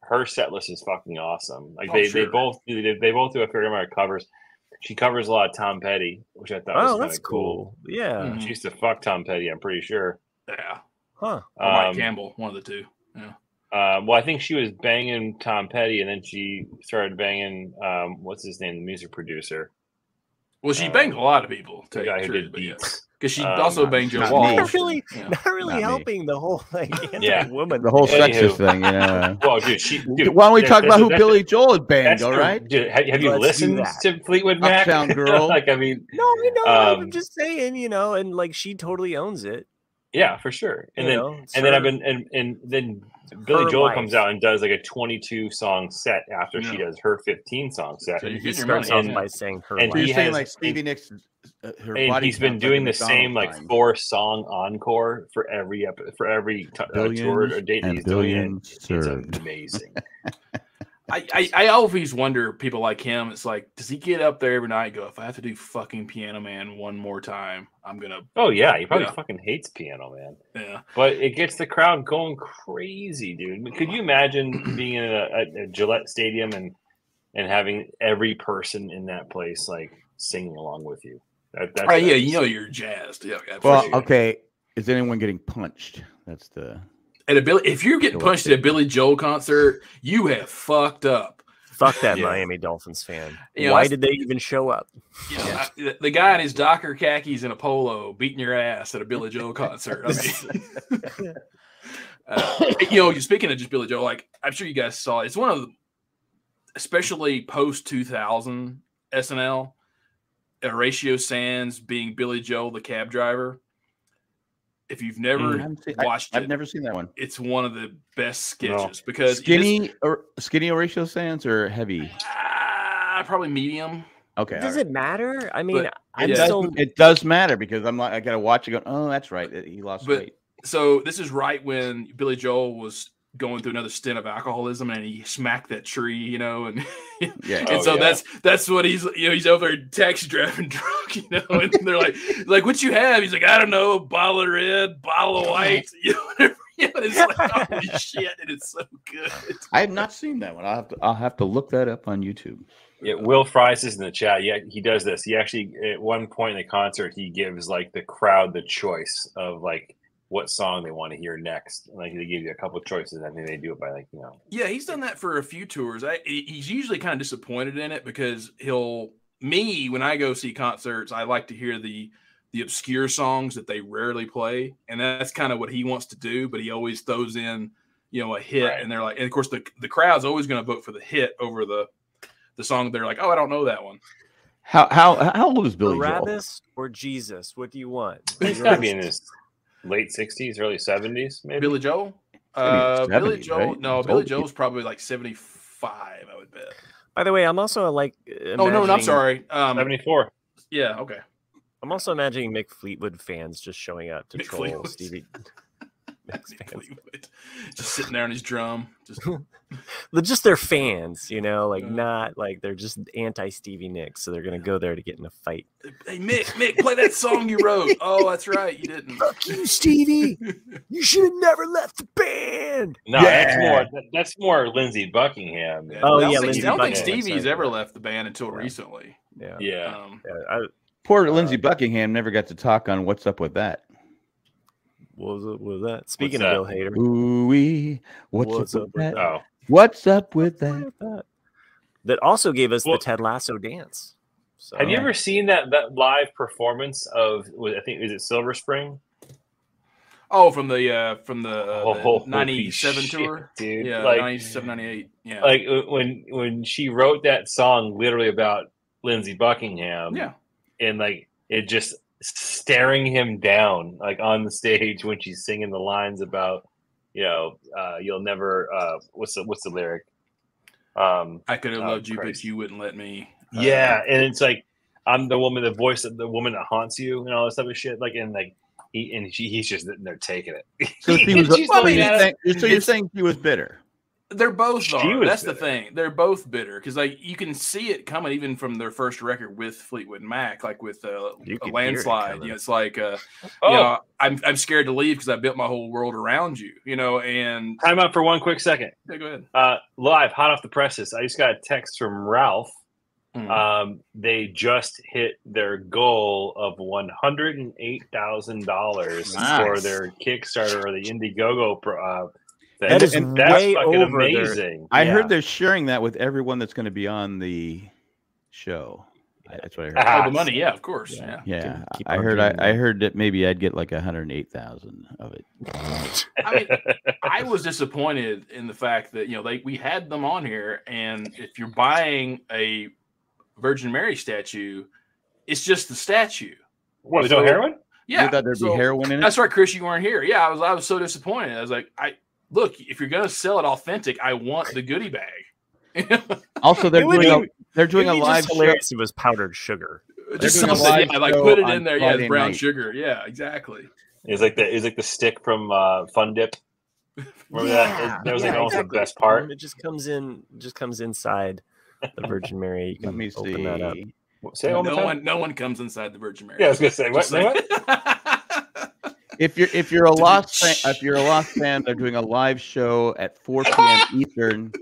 Speaker 4: her set list is fucking awesome. Like
Speaker 2: Oh,
Speaker 4: they,
Speaker 2: sure.
Speaker 4: they both do they, they both do a fair amount of covers. She covers a lot of Tom Petty, which I thought was
Speaker 3: Oh,
Speaker 4: kinda Mm.
Speaker 3: that's cool. Mm. Yeah.
Speaker 2: Mhm.
Speaker 4: She used to fuck Tom Petty, I'm pretty sure.
Speaker 2: Yeah.
Speaker 3: Huh.
Speaker 2: Or Mike
Speaker 4: Um,
Speaker 2: Campbell, one of the two. Yeah.
Speaker 4: uh, well, I think she was banging Tom Petty, and then she started banging um, what's his name, the music producer,
Speaker 2: Well, she
Speaker 4: uh,
Speaker 2: banged a lot of people.
Speaker 4: the
Speaker 2: To
Speaker 4: guy
Speaker 2: tell you
Speaker 4: who
Speaker 2: the
Speaker 4: did
Speaker 2: truth, but yeah.
Speaker 4: beats.
Speaker 2: Because she
Speaker 4: Um,
Speaker 2: also
Speaker 4: not-
Speaker 2: banged Joe
Speaker 1: not
Speaker 2: Walsh.
Speaker 1: me.
Speaker 3: Not really,
Speaker 2: Yeah.
Speaker 3: not really
Speaker 1: Not me.
Speaker 3: helping the whole like
Speaker 4: Yeah.
Speaker 3: woman.
Speaker 1: The whole
Speaker 4: Anywho.
Speaker 1: sexist thing, you know.
Speaker 4: Well, dude, she, dude
Speaker 1: Why don't we
Speaker 4: that-
Speaker 1: talk
Speaker 4: that's-
Speaker 1: about who
Speaker 4: that's-
Speaker 1: Billy Joel had
Speaker 4: that's
Speaker 1: banned? All
Speaker 4: the-
Speaker 1: right,
Speaker 4: dude, have, have you
Speaker 3: Let's do
Speaker 4: listened
Speaker 3: that.
Speaker 4: to Fleetwood Mac?
Speaker 1: Uptown Girl.
Speaker 4: like, I mean,
Speaker 3: No, you know,
Speaker 4: Um,
Speaker 3: I'm just saying, you know, and like she totally owns it.
Speaker 4: yeah, for sure. And
Speaker 3: you
Speaker 4: then
Speaker 3: know, it's
Speaker 4: and then I've
Speaker 3: her-
Speaker 4: been and and then Billy
Speaker 3: her
Speaker 4: Joel
Speaker 3: life.
Speaker 4: comes out and does like a 22 song set after she
Speaker 2: Yeah.
Speaker 4: does her 15 song set.
Speaker 2: So you
Speaker 3: He
Speaker 2: get your
Speaker 3: starts
Speaker 2: money,
Speaker 3: off
Speaker 2: yeah.
Speaker 3: by saying her
Speaker 4: And
Speaker 1: so
Speaker 3: life.
Speaker 1: you're
Speaker 4: he
Speaker 1: saying
Speaker 4: has-
Speaker 1: like Stevie Nicks, uh, her
Speaker 4: and
Speaker 1: body
Speaker 4: he's been
Speaker 1: sounds
Speaker 4: doing the
Speaker 1: like a
Speaker 4: same
Speaker 1: McDonald's
Speaker 4: like
Speaker 1: sign.
Speaker 4: four song encore for every ep- for every t- uh, tour or
Speaker 1: Billions
Speaker 4: date that
Speaker 1: and
Speaker 4: he's doing. it.
Speaker 1: billions
Speaker 4: It's
Speaker 1: served.
Speaker 4: amazing.
Speaker 2: I, I, I always wonder people like him. It's like, does he get up there every night and go, if I have to do fucking Piano Man one more time, I'm gonna
Speaker 4: oh yeah, he probably
Speaker 2: Yeah.
Speaker 4: fucking hates piano man,
Speaker 2: yeah.
Speaker 4: but it gets the crowd going crazy, dude. Could you imagine being in a, a, a Gillette Stadium and and having every person in that place like singing along with you? That, that's
Speaker 2: All right, yeah,
Speaker 4: that's-
Speaker 2: you know you're jazzed. Yeah, yeah, for
Speaker 1: Well,
Speaker 2: sure.
Speaker 1: okay. Is anyone getting punched? That's the
Speaker 2: At a Billy, if you're getting
Speaker 1: Go up
Speaker 2: punched at a
Speaker 1: there.
Speaker 2: Billy Joel concert, you have fucked up.
Speaker 3: Fuck that
Speaker 2: Yeah.
Speaker 3: Miami Dolphins fan.
Speaker 2: You know,
Speaker 3: Why
Speaker 2: that's-
Speaker 3: did they even show up?
Speaker 2: You know, I- the- the guy in his Docker khakis and a polo beating your ass at a Billy Joel concert. I mean, uh, you know, speaking of just Billy Joel, like I'm sure you guys saw, it. it's one of the, especially post 2000 SNL, Horatio Sands being Billy Joel, the cab driver. If you've never
Speaker 1: I haven't seen- I-
Speaker 2: watched
Speaker 1: I've
Speaker 2: it,
Speaker 1: never seen that one.
Speaker 2: it's one of the best
Speaker 4: No.
Speaker 2: sketches because it is-
Speaker 1: Skinny or skinny Horatio Sands or heavy?
Speaker 2: Ah, probably medium.
Speaker 1: Okay. all
Speaker 3: Does
Speaker 1: right.
Speaker 3: it matter? I mean,
Speaker 2: But
Speaker 3: I'm
Speaker 2: it
Speaker 1: it
Speaker 2: does-
Speaker 1: does,
Speaker 3: so
Speaker 1: it does matter because I'm like I gotta watch it. Go, oh, that's right. He lost
Speaker 2: But-
Speaker 1: weight.
Speaker 2: So this is right when Billy Joel was going through another stint of alcoholism, and he smacked that tree, you know, and
Speaker 1: Yeah.
Speaker 2: and
Speaker 4: Oh,
Speaker 2: so
Speaker 4: yeah.
Speaker 2: that's that's what he's you know he's over there text driving drunk, you know, and they're like like what you have? He's like I don't know, bottle of red, bottle of white, you know, whatever. You know, it's like holy shit, and it's so good.
Speaker 1: I have not seen that one. I'll have to I'll have to look that up on YouTube.
Speaker 4: Yeah, Will Fries is in the chat. Yeah, he does this. He actually, at one point in the concert, he gives like the crowd the choice of like what song they want to hear next. Like they give you a couple choices. I think they do it by like you know.
Speaker 2: Yeah, he's done that for a few tours. I he- he's usually kind of disappointed in it because he'll me when I go see concerts, I like to hear the the obscure songs that they rarely play, and that's kind of what he wants to do. But he always throws in you know a hit,
Speaker 4: Right.
Speaker 2: and they're like, and of course the the crowd's always going to vote for the hit over the the song. They're like, oh, I don't know that one.
Speaker 1: How how how old is Billy Joel?
Speaker 3: Barabbas or Jesus. What do you want?
Speaker 4: He's got to be in his late '60s, early '70s, maybe.
Speaker 2: Billy Joel. Uh,
Speaker 1: gotta be
Speaker 2: Billy
Speaker 1: 70s,
Speaker 2: Joel.
Speaker 1: right?
Speaker 2: No,
Speaker 1: He's
Speaker 2: Billy
Speaker 1: old.
Speaker 2: Joel's probably like seventy five. I would bet.
Speaker 3: By the way, I'm also like.
Speaker 2: Oh no, no, I'm
Speaker 3: imagining-
Speaker 2: sorry. Um,
Speaker 4: '74.
Speaker 2: yeah, okay.
Speaker 3: I'm also imagining Mick Fleetwood fans just showing up to
Speaker 2: Mick
Speaker 3: troll
Speaker 2: Fleetwood.
Speaker 3: Stevie. Mick's fans.
Speaker 2: Fleetwood. Just sitting there on his drum. Just
Speaker 3: They're just their fans, you know, like
Speaker 2: Yeah.
Speaker 3: not like they're just anti Stevie Nicks, so they're gonna go there to get in a fight.
Speaker 2: hey Mick, Mick, play that song you wrote. Oh, that's right, you didn't.
Speaker 3: Fuck you, Stevie! you should have never left the band.
Speaker 4: No, that's
Speaker 1: Yeah.
Speaker 4: more. that- that's more Lindsey Buckingham. man.
Speaker 3: Oh,
Speaker 2: I don't
Speaker 3: yeah,
Speaker 2: think,
Speaker 3: Lindsey
Speaker 2: I don't think
Speaker 3: Buckingham,
Speaker 2: Stevie's
Speaker 3: sorry.
Speaker 2: ever left the band until
Speaker 3: Yeah.
Speaker 2: recently.
Speaker 3: Yeah,
Speaker 4: Yeah.
Speaker 2: Um,
Speaker 3: yeah I,
Speaker 1: Poor
Speaker 3: uh,
Speaker 1: Lindsey Buckingham never got to talk on what's up with that.
Speaker 3: what was, it, what was that? Speaking
Speaker 4: that?
Speaker 3: of Bill Hader,
Speaker 1: Ooh wee. What's,
Speaker 3: What's
Speaker 1: up,
Speaker 3: up
Speaker 1: with that?
Speaker 4: Oh,
Speaker 1: What's up with
Speaker 3: Look
Speaker 1: that?
Speaker 3: at that. that also gave us
Speaker 4: Well-
Speaker 3: the Ted Lasso dance. So,
Speaker 4: have you
Speaker 1: Oh.
Speaker 4: ever seen that that live performance of? was- I think is it Silver Spring?
Speaker 2: Oh, from the uh, from the,
Speaker 3: Oh,
Speaker 2: uh, the
Speaker 4: Holy
Speaker 2: 97
Speaker 4: shit,
Speaker 2: tour.
Speaker 4: dude.
Speaker 2: Yeah,
Speaker 4: like,
Speaker 2: 97, 98. Yeah.
Speaker 4: like uh, when when she wrote that song, literally about Lindsey
Speaker 3: um,
Speaker 4: Buckingham.
Speaker 2: yeah.
Speaker 4: and like it just staring him down like on the stage when she's singing the lines about you know uh you'll never uh what's the what's the lyric um
Speaker 2: I could have
Speaker 4: Oh,
Speaker 2: loved you, but
Speaker 4: Christ.
Speaker 2: you wouldn't let me. Uh,
Speaker 4: yeah and it's like i'm the woman the voice of the woman that haunts you and all this type of shit like and like he and she, he's just sitting there taking it
Speaker 1: So she was.
Speaker 4: She's
Speaker 1: so
Speaker 4: looking
Speaker 1: you're
Speaker 4: at him.
Speaker 1: saying- so you're saying she was bitter.
Speaker 2: They're both
Speaker 4: She
Speaker 2: are.
Speaker 4: was
Speaker 2: That's the
Speaker 4: bitter.
Speaker 2: thing. They're both bitter because like you can see it coming even from their first record with Fleetwood Mac, like with uh,
Speaker 3: You could
Speaker 2: a
Speaker 3: hear it
Speaker 2: landslide.
Speaker 3: coming.
Speaker 2: You know, it's like uh,
Speaker 4: oh
Speaker 2: you know, I'm I'm scared to leave because I built my whole world around you. You know, and
Speaker 4: time out for one quick second
Speaker 2: yeah, go ahead.
Speaker 4: uh live hot off the presses i just got a text from ralph
Speaker 3: Mm-hmm.
Speaker 1: Hmm.
Speaker 2: Uh,
Speaker 4: Um, they just hit their goal of one hundred and eight thousand dollars
Speaker 1: Nice.
Speaker 4: for their Kickstarter or the Indiegogo pro. Uh, thing.
Speaker 3: That is
Speaker 4: And that's
Speaker 3: way
Speaker 4: fucking
Speaker 3: over their-
Speaker 4: amazing.
Speaker 1: I
Speaker 4: Yeah.
Speaker 1: heard they're sharing that with everyone that's going to be on the show. I- That's what I heard.
Speaker 4: Ah,
Speaker 2: oh, the money, yeah, of course, yeah.
Speaker 1: Yeah,
Speaker 3: Keep- keep
Speaker 1: I
Speaker 3: on
Speaker 1: heard. I,
Speaker 3: doing
Speaker 1: I
Speaker 3: that.
Speaker 1: heard that maybe I'd get like 108,000 of it.
Speaker 2: I mean, I was disappointed in the fact that you know they we had them on here, and if you're buying a Virgin Mary statue, it's just the statue.
Speaker 4: What, there's no
Speaker 2: So-
Speaker 4: heroin?
Speaker 2: Yeah,
Speaker 1: you thought there'd
Speaker 2: so-
Speaker 1: be heroin in it.
Speaker 2: That's right, Chris. You weren't here. Yeah, I was. I was so disappointed. I was like, I look. If you're gonna sell it authentic, I want the goodie bag.
Speaker 1: Also, they're
Speaker 3: It would
Speaker 1: doing a,
Speaker 3: be-
Speaker 1: they're doing a live show.
Speaker 3: hilarious. It was powdered sugar.
Speaker 2: Just
Speaker 1: doing a
Speaker 2: something,
Speaker 1: live
Speaker 2: yeah, like
Speaker 1: show
Speaker 2: put it
Speaker 1: on
Speaker 2: in there. Yeah,
Speaker 1: Friday
Speaker 2: it's brown
Speaker 1: night.
Speaker 2: sugar. Yeah, exactly.
Speaker 4: Is like the is like the stick from uh, Fun Dip. Remember
Speaker 3: Yeah,
Speaker 4: that? That was like
Speaker 3: yeah,
Speaker 4: almost
Speaker 3: exactly.
Speaker 4: the best part.
Speaker 3: Um, It just comes in, just comes inside the Virgin Mary. You can
Speaker 1: Let me
Speaker 3: open that up.
Speaker 1: see.
Speaker 4: Say it
Speaker 2: No
Speaker 4: one more time.
Speaker 2: one, no one comes inside the Virgin Mary.
Speaker 4: Yeah, I was gonna say what?
Speaker 2: Just like-
Speaker 4: what?
Speaker 1: If you're if you're a
Speaker 2: Dude,
Speaker 1: Lost fan,
Speaker 2: shh.
Speaker 1: if you're a Lost fan, they're doing a live show at 4 p.m. Eastern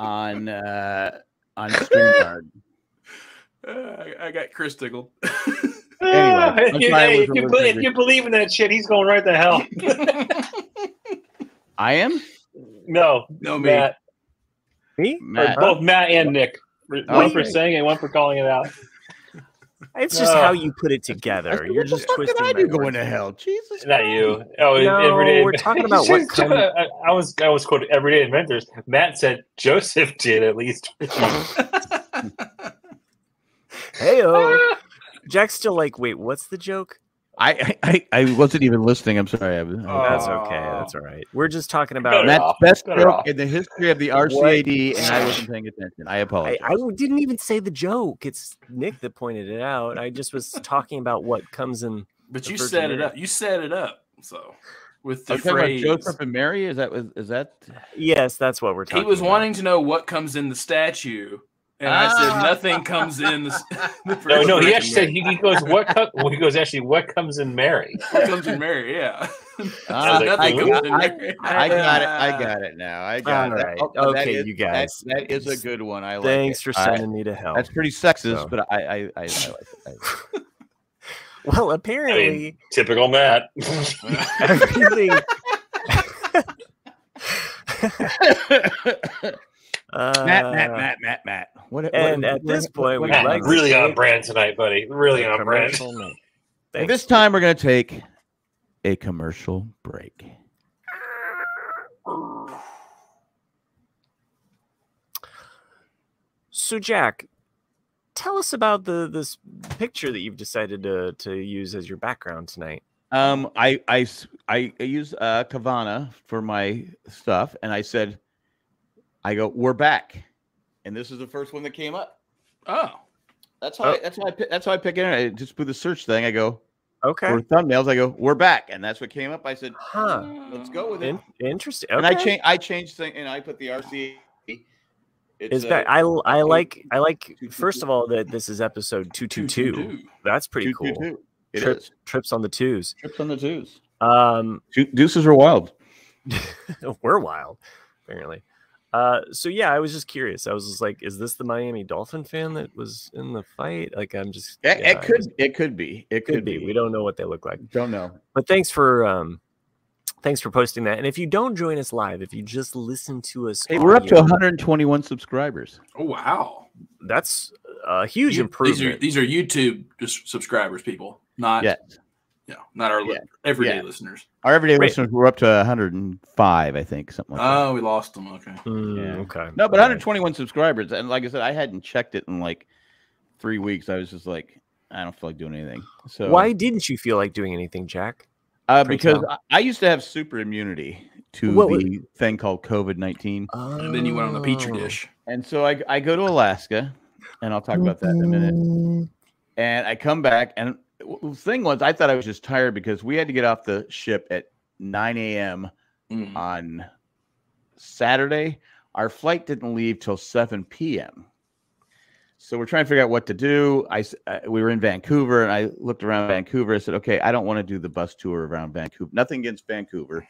Speaker 1: on uh, on Streamyard.
Speaker 2: Uh, I, I got Chris tickled.
Speaker 4: Ah,
Speaker 1: Anyway, I'm
Speaker 4: if you-
Speaker 1: sorry, I
Speaker 4: hey, if
Speaker 1: wasn't
Speaker 4: you
Speaker 1: listening
Speaker 4: believe-
Speaker 1: to
Speaker 4: if you believe in that shit, he's going right to hell.
Speaker 1: I am
Speaker 4: No,
Speaker 2: no me.
Speaker 4: Matt.
Speaker 3: Me?
Speaker 4: Or
Speaker 1: Matt.
Speaker 4: both Matt and Nick. One
Speaker 1: Oh,
Speaker 4: for
Speaker 1: okay.
Speaker 4: saying it, one for calling it out.
Speaker 3: It's just
Speaker 4: Uh,
Speaker 3: how you put it together. You're just twisting
Speaker 1: I
Speaker 3: my
Speaker 1: do going
Speaker 3: words.
Speaker 1: to hell? Jesus,
Speaker 4: Not you. Oh, it-
Speaker 3: No,
Speaker 4: everyday.
Speaker 3: we're talking about
Speaker 4: Just- uh,
Speaker 3: what kind of-
Speaker 4: I, I was. I was quoted everyday inventors. Matt said Joseph did at least.
Speaker 3: Hey, oh. Jack's still like, wait, what's the joke?
Speaker 1: I, I I I wasn't even listening. I'm sorry. I was, I-
Speaker 2: Oh,
Speaker 3: That's okay. That's all right. We're just talking
Speaker 4: better
Speaker 3: about.
Speaker 1: Matt's
Speaker 4: off.
Speaker 1: best
Speaker 4: Better
Speaker 1: joke
Speaker 4: off.
Speaker 1: in the history of the RCAD, and I wasn't paying attention. I
Speaker 3: I,
Speaker 1: apologize.
Speaker 3: I didn't even say the joke. It's Nick that pointed it out. I just was talking about what comes in.
Speaker 2: But
Speaker 3: The
Speaker 2: you
Speaker 3: Virgin
Speaker 2: set it
Speaker 3: Mary.
Speaker 2: up. You set it up. So with the
Speaker 1: Are you talking
Speaker 2: phrase,
Speaker 1: about Joseph and Mary? Is that was- is that?
Speaker 3: Yes, that's what we're talking.
Speaker 2: he was
Speaker 3: about.
Speaker 2: wanting to know what comes in the statue, and I
Speaker 1: Ah.
Speaker 2: said nothing comes in the. s- the
Speaker 4: No,
Speaker 2: Virgin
Speaker 4: no. He
Speaker 2: Mary.
Speaker 4: actually said he, he goes. What co- well, he goes? Actually, what comes in Mary?
Speaker 2: What comes in Mary. Yeah,
Speaker 1: Ah,
Speaker 4: like,
Speaker 1: I,
Speaker 2: nothing comes in
Speaker 1: I-
Speaker 2: Mary.
Speaker 1: I got it. I got it now. I got
Speaker 3: All
Speaker 1: it.
Speaker 3: right.
Speaker 1: Oh, that
Speaker 3: Okay,
Speaker 1: is-
Speaker 3: you
Speaker 1: that-
Speaker 3: guys.
Speaker 1: that is a good one. I like
Speaker 3: Thanks
Speaker 1: it.
Speaker 3: for
Speaker 1: All right.
Speaker 3: sending me to hell.
Speaker 1: That's pretty sexist,
Speaker 3: So.
Speaker 1: but I I, I, I like it. I like it.
Speaker 3: Well, apparently
Speaker 4: Typical Matt.
Speaker 3: everything. uh,
Speaker 1: Matt, Matt, Matt, Matt, Matt. What, what-
Speaker 3: and at this point, we'd
Speaker 4: Matt,
Speaker 3: like to
Speaker 4: really on
Speaker 3: take
Speaker 4: brand tonight, buddy. Really
Speaker 3: the
Speaker 4: on brand.
Speaker 3: commercial note.
Speaker 1: at
Speaker 3: Thanks.
Speaker 1: this time we're gonna take a commercial break.
Speaker 3: So, Jack, tell us about the this picture that you've decided to to use as your background tonight.
Speaker 1: Um, I I s- I- I use uh Kavana for my stuff, and I said, I go, we're back, and this is the first one that came up.
Speaker 2: Oh,
Speaker 1: That's how
Speaker 3: Oh.
Speaker 1: I, that's how I pi- that's how I pick it. I just do the search thing. I go
Speaker 3: Okay.
Speaker 1: for thumbnails. I go, we're back, and that's what came up. I said,
Speaker 3: Huh.
Speaker 1: let's go with it.
Speaker 3: In- interesting.
Speaker 1: And I
Speaker 3: Okay.
Speaker 1: change I changed thing, and I put the RC. It's
Speaker 3: It's
Speaker 1: uh,
Speaker 3: back. I l- I
Speaker 1: two-
Speaker 3: like I like
Speaker 1: two- two-
Speaker 3: first
Speaker 1: two.
Speaker 3: of all that this is episode two two two. That's pretty
Speaker 1: two, two,
Speaker 3: cool.
Speaker 1: two. It
Speaker 3: Trip-
Speaker 1: is.
Speaker 3: Trips on the twos.
Speaker 1: trips on the twos.
Speaker 3: Um,
Speaker 1: Two, deuces are wild.
Speaker 3: we're wild, apparently. Uh, so yeah, I was just curious. I was just like, is this the Miami Dolphin fan that was in the fight? Like, I'm just
Speaker 1: It,
Speaker 3: yeah,
Speaker 1: it
Speaker 3: I
Speaker 1: could
Speaker 3: just-
Speaker 1: it could be it
Speaker 3: could be. We don't know what they look like.
Speaker 1: don't know.
Speaker 3: But thanks for um, thanks for posting that. And if you don't join us live, if you just listen to us,
Speaker 1: Hey, we're up to
Speaker 3: audio,
Speaker 1: 121 subscribers.
Speaker 2: Oh wow,
Speaker 3: that's a huge
Speaker 2: You-
Speaker 3: improvement.
Speaker 2: These are these are YouTube just subscribers, people. Not
Speaker 1: Yeah.
Speaker 2: Yeah, not our li-
Speaker 1: Yeah.
Speaker 2: everyday
Speaker 1: Yeah.
Speaker 2: listeners.
Speaker 1: Our everyday
Speaker 3: Wait.
Speaker 1: listeners were up to 105, I think, something like that.
Speaker 2: Oh, we lost them. Okay.
Speaker 3: Hmm,
Speaker 1: Yeah.
Speaker 3: Okay.
Speaker 1: No, but
Speaker 3: All right.
Speaker 1: 121 subscribers, and like I said, I hadn't checked it in like three weeks. I was just like, I don't feel like doing anything. So
Speaker 3: Why didn't you feel like doing anything, Jack?
Speaker 1: Uh,
Speaker 3: Prince
Speaker 1: because
Speaker 3: now?
Speaker 1: I, I used to have super immunity to
Speaker 3: What was-
Speaker 1: the thing called COVID 19.
Speaker 2: And then you went on the
Speaker 3: Oh.
Speaker 2: petri dish.
Speaker 1: And so I, I go to Alaska, and I'll talk about that in a minute.
Speaker 3: Mm,
Speaker 1: And I come back, and w- w- the thing was, I thought I was just tired because we had to get off the ship at 9 a.m.
Speaker 2: Mm.
Speaker 3: Mm-hmm.
Speaker 1: on Saturday. Our flight didn't leave till 7 p.m. So we're trying to figure out what to do. I s- uh, we were in Vancouver and I looked around Vancouver. I said, "Okay, I don't want to do the bus tour around Vancouver. Nothing against Vancouver,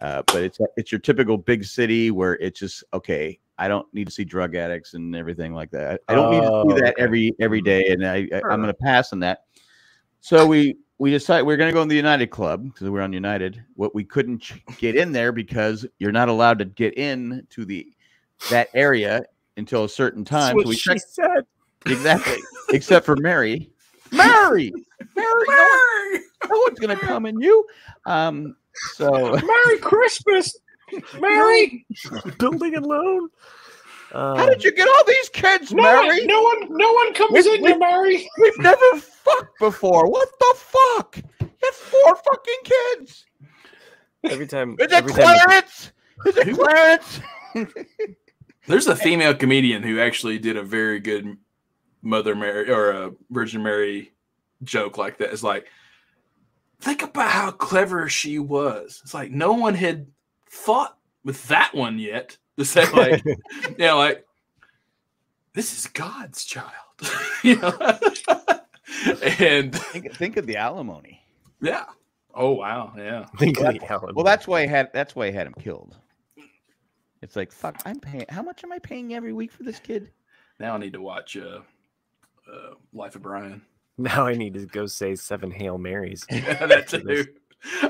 Speaker 1: uh, but it's it's your typical big city where it's just okay. I don't need to see drug addicts and everything like that. I don't need to
Speaker 3: Oh,
Speaker 1: see that
Speaker 3: okay.
Speaker 1: every every day, and I, I
Speaker 3: Sure.
Speaker 1: I'm going to pass on that. So we we decided we are going to go in the United Club because we're on United. What we couldn't ch- get in there because you're not allowed to get in to the that area until a certain
Speaker 3: That's
Speaker 1: time.
Speaker 3: what
Speaker 1: So we
Speaker 3: she
Speaker 1: checked
Speaker 3: said.
Speaker 1: exactly, except for Mary. Mary, Mary, no, one- no one's going to come in you. Um, so
Speaker 4: Merry Christmas, Mary.
Speaker 3: Building a loan. Uh,
Speaker 1: how did you get all these kids,
Speaker 4: No
Speaker 1: Mary?
Speaker 4: one, no one, no one comes
Speaker 1: Wait,
Speaker 4: in here, Mary.
Speaker 1: We've never fucked before. What the fuck? That's four fucking kids.
Speaker 3: every time?
Speaker 1: Is it
Speaker 3: every time
Speaker 1: Clarence? Is it Clarence?
Speaker 2: There's a female comedian who actually did a very good Mother Mary or a Virgin Mary joke like that. It's like, think about how clever she was. It's like no one had thought with that one yet to say like, you know, like this is God's child. you know? and
Speaker 1: Think, think of the alimony.
Speaker 2: yeah. Oh wow, yeah.
Speaker 3: think
Speaker 1: Well,
Speaker 3: of the Alamo.
Speaker 1: Well, that's why I had. That's why I had him killed. It's like fuck. I'm paying. How much am I paying every week for this kid?
Speaker 2: Now I need to watch uh, uh Life of Brian.
Speaker 3: now I need to go say seven Hail Marys.
Speaker 2: Yeah, that too.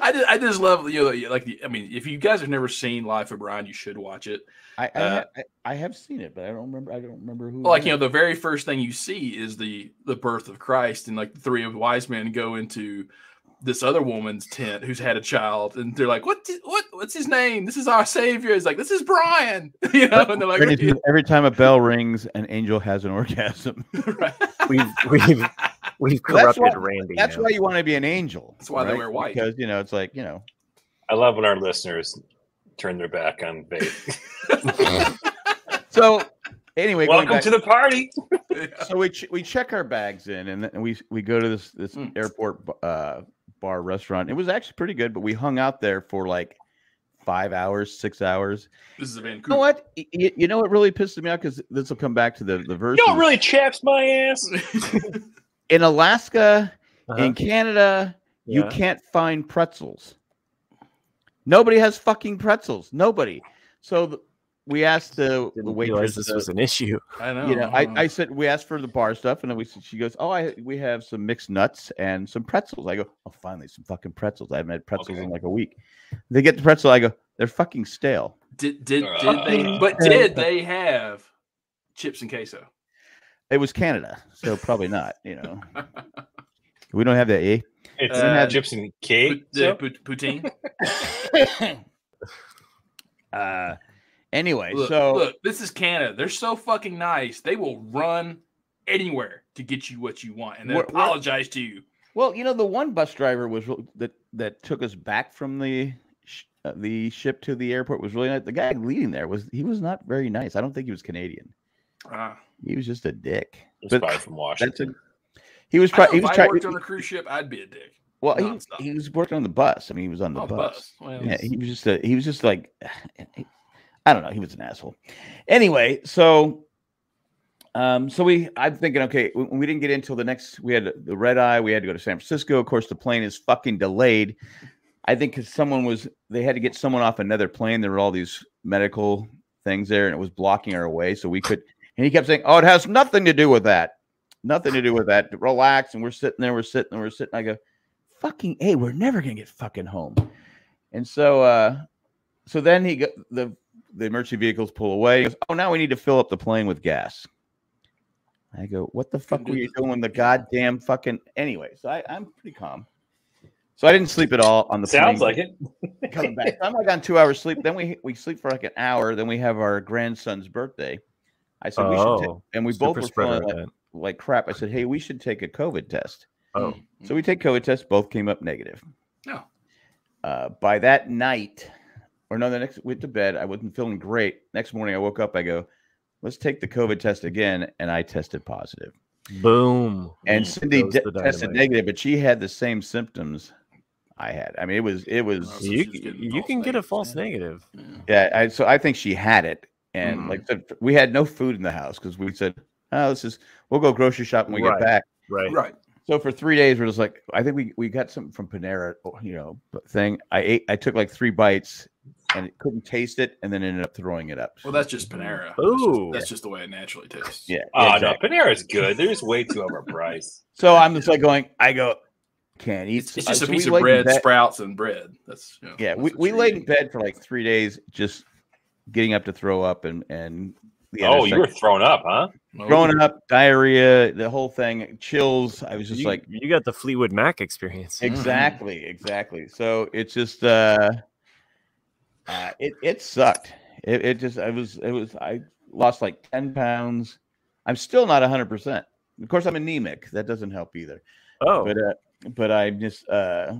Speaker 2: I just, I just love you know like- like the, I mean if you guys have never seen Life of Brian you should watch it.
Speaker 1: I I,
Speaker 2: Uh, Oh,
Speaker 1: ha- I I have seen it, but I don't remember. I don't remember who.
Speaker 2: Like
Speaker 1: did
Speaker 2: you know
Speaker 1: it.
Speaker 2: the very first thing you see is the the birth of Christ and like the three of wise men go into this other woman's tent who's had a child and they're like what di- what what's his name this is our savior It's like this is Brian you know and they're like
Speaker 1: every, time- every time a bell rings, an angel has an orgasm.
Speaker 2: Right.
Speaker 3: We've we've we've
Speaker 1: Well, that's
Speaker 3: corrupted
Speaker 1: why-
Speaker 3: Randy.
Speaker 1: That's
Speaker 3: now.
Speaker 1: why you want to be an angel.
Speaker 2: That's why they wear white.
Speaker 1: because you know it's like you know.
Speaker 4: I love when our listeners turn their back on faith.
Speaker 1: So anyway, going
Speaker 4: Welcome
Speaker 1: back,
Speaker 4: to the party.
Speaker 2: Yeah.
Speaker 1: so we ch- we check our bags in, and then we we go to this this
Speaker 2: Mm.
Speaker 1: airport b- uh, bar restaurant. It was actually pretty good, but we hung out there for like five hours, six hours.
Speaker 2: this is a Vancouver
Speaker 1: You know what? Y- y- You know what really pisses me off because this will come back to the the verse.
Speaker 4: Y'all really chaps my ass.
Speaker 1: in Alaska,
Speaker 3: Uh-huh.
Speaker 1: in Canada, you
Speaker 3: Yeah.
Speaker 1: can't find pretzels. Nobody has fucking pretzels. Nobody. So th- we asked the, the
Speaker 3: didn't realize
Speaker 1: waitress.
Speaker 3: this
Speaker 1: uh,
Speaker 3: was Oh, an issue.
Speaker 2: I know
Speaker 1: you know, I,
Speaker 2: don't
Speaker 1: I said we asked for the bar stuff, and then we said, she goes, "Oh, I we have some mixed nuts and some pretzels." I go, "Oh, finally, some fucking pretzels. I haven't had pretzels
Speaker 4: Okay.
Speaker 1: in like a week." They get the pretzel. I go, "They're fucking stale."
Speaker 2: did did, did
Speaker 4: Uh,
Speaker 2: they but did they have chips and queso
Speaker 1: It was Canada, so probably not. You know, we don't have that. Eh?
Speaker 4: It's
Speaker 2: Uh,
Speaker 4: uh, chips and cake.
Speaker 2: Put- uh, put- poutine.
Speaker 1: Uh, anyway,
Speaker 2: Look,
Speaker 1: so
Speaker 2: look, this is Canada. They're so fucking nice. They will run anywhere to get you what you want, and they
Speaker 1: We're- we're-
Speaker 2: apologize to you.
Speaker 1: well, you know, the one bus driver was real- that that took us back from the sh- uh, the ship to the airport was really nice. The guy leading there was he was not very nice. I don't think he was Canadian.
Speaker 2: Ah.
Speaker 1: He was just a dick.
Speaker 4: It's
Speaker 1: But
Speaker 4: probably from
Speaker 1: that's a,
Speaker 4: Washington.
Speaker 1: he was
Speaker 2: I know
Speaker 1: probably he
Speaker 2: if
Speaker 1: was
Speaker 2: I
Speaker 1: trying.
Speaker 2: worked on a cruise ship, I'd be a dick.
Speaker 1: Well,
Speaker 2: nonstop.
Speaker 1: he, he was working on the bus. I mean, he was on the
Speaker 2: Oh,
Speaker 1: bus.
Speaker 2: bus. Well,
Speaker 1: Yeah, he was just a, he was just like I don't know, he was an asshole. Anyway, so um so we I'm thinking okay, we, we didn't get in till the next we had the red eye, we had to go to San Francisco. Of course, the plane is fucking delayed. I think cuz someone was they had to get someone off another plane. There were all these medical things there and it was blocking our way so we could and he kept saying, "Oh, it has nothing to do with that. Nothing to do with that. Relax." And we're sitting there, we're sitting there, we're sitting. I go, "Fucking hey, we're never gonna get fucking home." And so, uh, so then he go, the the emergency vehicles pull away. He goes, "Oh, now we need to fill up the plane with gas." I go, "What the fuck
Speaker 2: Couldn't
Speaker 1: were
Speaker 2: do
Speaker 1: you
Speaker 2: this.
Speaker 1: doing? The goddamn fucking anyway." So I, I'm pretty calm. So I didn't sleep at all on the
Speaker 4: Sounds
Speaker 1: plane
Speaker 4: like it.
Speaker 1: coming back. I'm like on two hours sleep. Then we we sleep for like an hour. Then we have our grandson's birthday. I said we should, ta-
Speaker 3: Oh,
Speaker 1: and we both
Speaker 3: Super
Speaker 1: were
Speaker 3: spreader
Speaker 1: feeling like,
Speaker 3: event.
Speaker 1: like crap. I said, hey, we should take a COVID test.
Speaker 3: Oh,
Speaker 2: mm,
Speaker 1: So we take COVID tests. Both came up negative.
Speaker 2: No.
Speaker 1: Uh, by that night, or no, the next went to bed. I wasn't feeling great. Next morning, I woke up. I go, let's take the COVID test again, and I tested positive.
Speaker 3: boom.
Speaker 1: And
Speaker 4: Mm,
Speaker 1: Cindy
Speaker 3: goes
Speaker 1: de-
Speaker 3: the
Speaker 1: tested
Speaker 3: dynamite.
Speaker 1: negative, but she had the same symptoms I had. I mean, it was it was
Speaker 2: Wow. So
Speaker 3: You,
Speaker 2: she's getting
Speaker 3: you
Speaker 2: false
Speaker 3: can get a
Speaker 2: negatives,
Speaker 3: false
Speaker 2: yeah.
Speaker 3: negative.
Speaker 2: Yeah.
Speaker 1: Yeah, I, so I think she had it, and
Speaker 3: Mm.
Speaker 2: Mhm.
Speaker 1: like I said, we had no food in the house because we said, "Oh, this is we'll go grocery shop when we
Speaker 3: Right.
Speaker 1: get back."
Speaker 3: Right.
Speaker 2: Right.
Speaker 1: So for three days, we're just like, I think we we got something from Panera, oh, you know, but thing. I ate, I took like three bites, and it couldn't taste it, and then ended up throwing it up.
Speaker 2: Well, that's just Panera. That's just-
Speaker 3: Ooh.
Speaker 2: That's just, the way it naturally tastes.
Speaker 1: yeah,
Speaker 4: Oh,
Speaker 1: exactly.
Speaker 4: no, Panera's good. They're just way too overpriced.
Speaker 1: So I'm just like going, I go, can't eat.
Speaker 2: It's, it's just
Speaker 1: Uh, so
Speaker 2: a
Speaker 1: we
Speaker 2: piece of
Speaker 1: laid in
Speaker 2: bread,
Speaker 1: bed-
Speaker 2: sprouts, and bread. That's you know,
Speaker 1: Yeah,
Speaker 2: that's
Speaker 1: we,
Speaker 2: what
Speaker 1: we
Speaker 2: you're
Speaker 1: laid in
Speaker 2: eating.
Speaker 1: bed for like three days, just getting up to throw up, and and yeah,
Speaker 4: oh,
Speaker 1: there's,
Speaker 4: you
Speaker 1: like,
Speaker 4: were thrown up, huh?
Speaker 2: Well,
Speaker 1: Growing up, diarrhea, the whole thing, chills. I was just
Speaker 3: you,
Speaker 1: like,
Speaker 3: you got the Fleetwood Mac experience.
Speaker 2: Mhm.
Speaker 1: exactly, exactly. So it's just, uh, uh it, it sucked. It, it just, I was, it was, I lost like 10 pounds. I'm still not 100%. Of course, I'm anemic. That doesn't help either.
Speaker 3: Oh,
Speaker 1: But, uh, but I just, uh,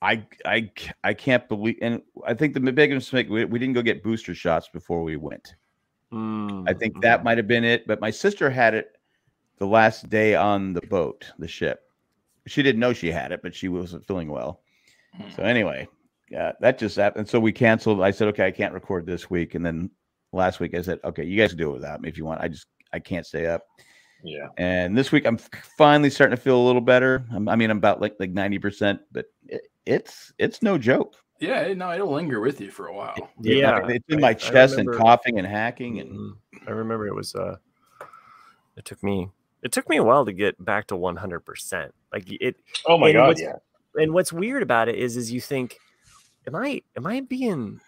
Speaker 1: I, I, c- I can't believe, and I think the big mistake, we, we didn't go get booster shots before we went.
Speaker 3: mm,
Speaker 1: I
Speaker 3: Mm-hmm,
Speaker 1: think that might have been it. But my sister had it the last day on the boat, the ship. She didn't know she had it, but she wasn't feeling well.
Speaker 2: Hmm.
Speaker 1: So anyway, yeah, that just happened. So we canceled. I said, okay, I can't record this week. And then last week I said, okay, you guys can do it without me if you want. I just I can't stay up.
Speaker 4: Yeah.
Speaker 1: And this week I'm f- finally starting to feel a little better. I'm, I mean, I'm about like like ninety percent, but it, it's it's no joke.
Speaker 2: yeah, it- no, it'll linger with you for a while.
Speaker 3: Yeah,
Speaker 1: it's in
Speaker 3: I-
Speaker 1: my
Speaker 3: I
Speaker 1: chest and
Speaker 3: remember-
Speaker 1: coughing and hacking and
Speaker 3: Mhm. I remember it was uh it took me it took me a while to get back to 100%. Like it
Speaker 4: Oh my
Speaker 3: And
Speaker 4: god,
Speaker 3: what's-
Speaker 4: yeah.
Speaker 3: and what's weird about it is is you think am I am I being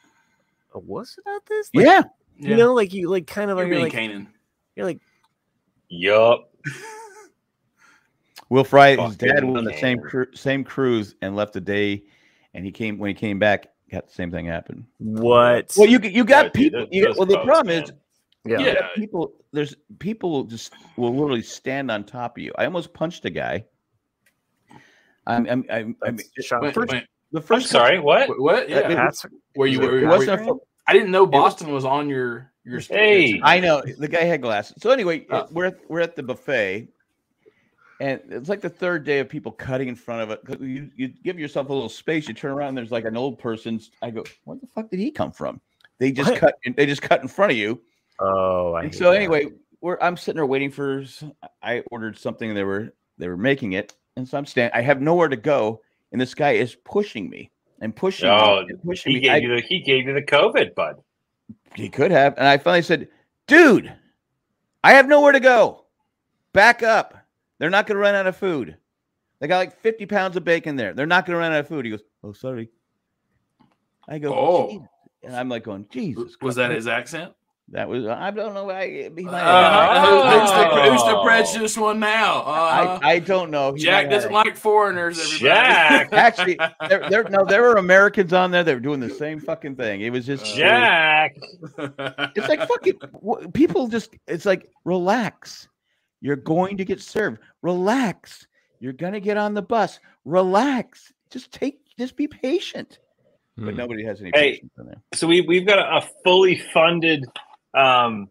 Speaker 3: a wuss about this? Like,
Speaker 1: yeah,
Speaker 2: Yeah.
Speaker 3: You know like you like kind of
Speaker 2: you're
Speaker 3: like you're
Speaker 2: being
Speaker 3: like,
Speaker 2: Canaan.
Speaker 3: you're like
Speaker 4: Yup.
Speaker 1: Will Fry, his dad
Speaker 4: Fucking
Speaker 1: was on the same
Speaker 4: man.
Speaker 1: cru- same cruise and left the day, and he came when he came back. Got the same thing happen.
Speaker 3: what?
Speaker 1: Well, you g- you got
Speaker 4: Yeah, dude,
Speaker 1: people.
Speaker 4: those-
Speaker 1: You got,
Speaker 4: those
Speaker 1: well, the
Speaker 4: folks,
Speaker 1: problem is
Speaker 4: man.
Speaker 3: yeah.
Speaker 1: you got
Speaker 2: Yeah.
Speaker 1: people. There's people will just will literally stand on top of you. I almost punched a guy. I'm I'm, I'm, I'm
Speaker 3: That's shocking.
Speaker 2: Wait, wait,
Speaker 1: the
Speaker 4: I'm
Speaker 1: first.
Speaker 4: sorry, what?
Speaker 2: wait, Uh,
Speaker 1: That
Speaker 2: what? Yeah.
Speaker 1: means-
Speaker 3: That's
Speaker 2: Where you
Speaker 3: is it
Speaker 2: were?
Speaker 1: It
Speaker 3: Were
Speaker 1: wasn't a.
Speaker 3: you-
Speaker 1: fo-
Speaker 2: I didn't know
Speaker 1: was-
Speaker 2: Boston was on your your.
Speaker 4: Hey.
Speaker 2: your-
Speaker 1: I know the guy had glasses. So anyway,
Speaker 2: Oh.
Speaker 1: we're at, we're at the buffet, and it's like the third day of people cutting in front of it. 'Cause You you give yourself a little space. You turn around, and there's like an old person's. I go, where the fuck did he come from? They just
Speaker 3: What?
Speaker 1: cut. They just cut in front of you.
Speaker 3: oh, I
Speaker 1: And
Speaker 3: hate
Speaker 1: so
Speaker 3: that.
Speaker 1: anyway, we're I'm sitting there waiting for. s- I ordered something. And they were they were making it, and so I'm standing. I have nowhere to go, and this guy is pushing me and pushing
Speaker 4: Oh,
Speaker 1: me and pushing
Speaker 4: He
Speaker 1: me. I-
Speaker 4: gave you the he gave you the COVID, bud.
Speaker 1: he could have. And I finally said, dude, I have nowhere to go. Back up. They're not going to run out of food. They got like 50 pounds of bacon there. They're not going to run out of food. He goes, oh, sorry. I go,
Speaker 2: Oh.
Speaker 1: "Jesus." And I'm like going, Jesus.
Speaker 2: was
Speaker 1: Christ."
Speaker 2: that his accent?
Speaker 1: That was, I don't know. I, he might
Speaker 2: Uh,
Speaker 1: have-
Speaker 2: who's, the, who's the
Speaker 4: Oh.
Speaker 2: prejudiced one now? Uh,
Speaker 1: I, I don't know. He
Speaker 2: Jack
Speaker 1: might have-
Speaker 2: doesn't like foreigners. Everybody.
Speaker 4: Jack.
Speaker 1: Actually, there, there, no, there were Americans on there that were doing the same fucking thing. It was just,
Speaker 2: Uh,
Speaker 4: Jack.
Speaker 1: It's like fucking wh- people just. It's like relax. You're going to get served. Relax. You're gonna get on the bus. Relax. Just take. Just be patient. But
Speaker 3: Hmm.
Speaker 1: nobody has any
Speaker 4: Hey.
Speaker 1: patience in there.
Speaker 4: So we we've got a, a fully funded um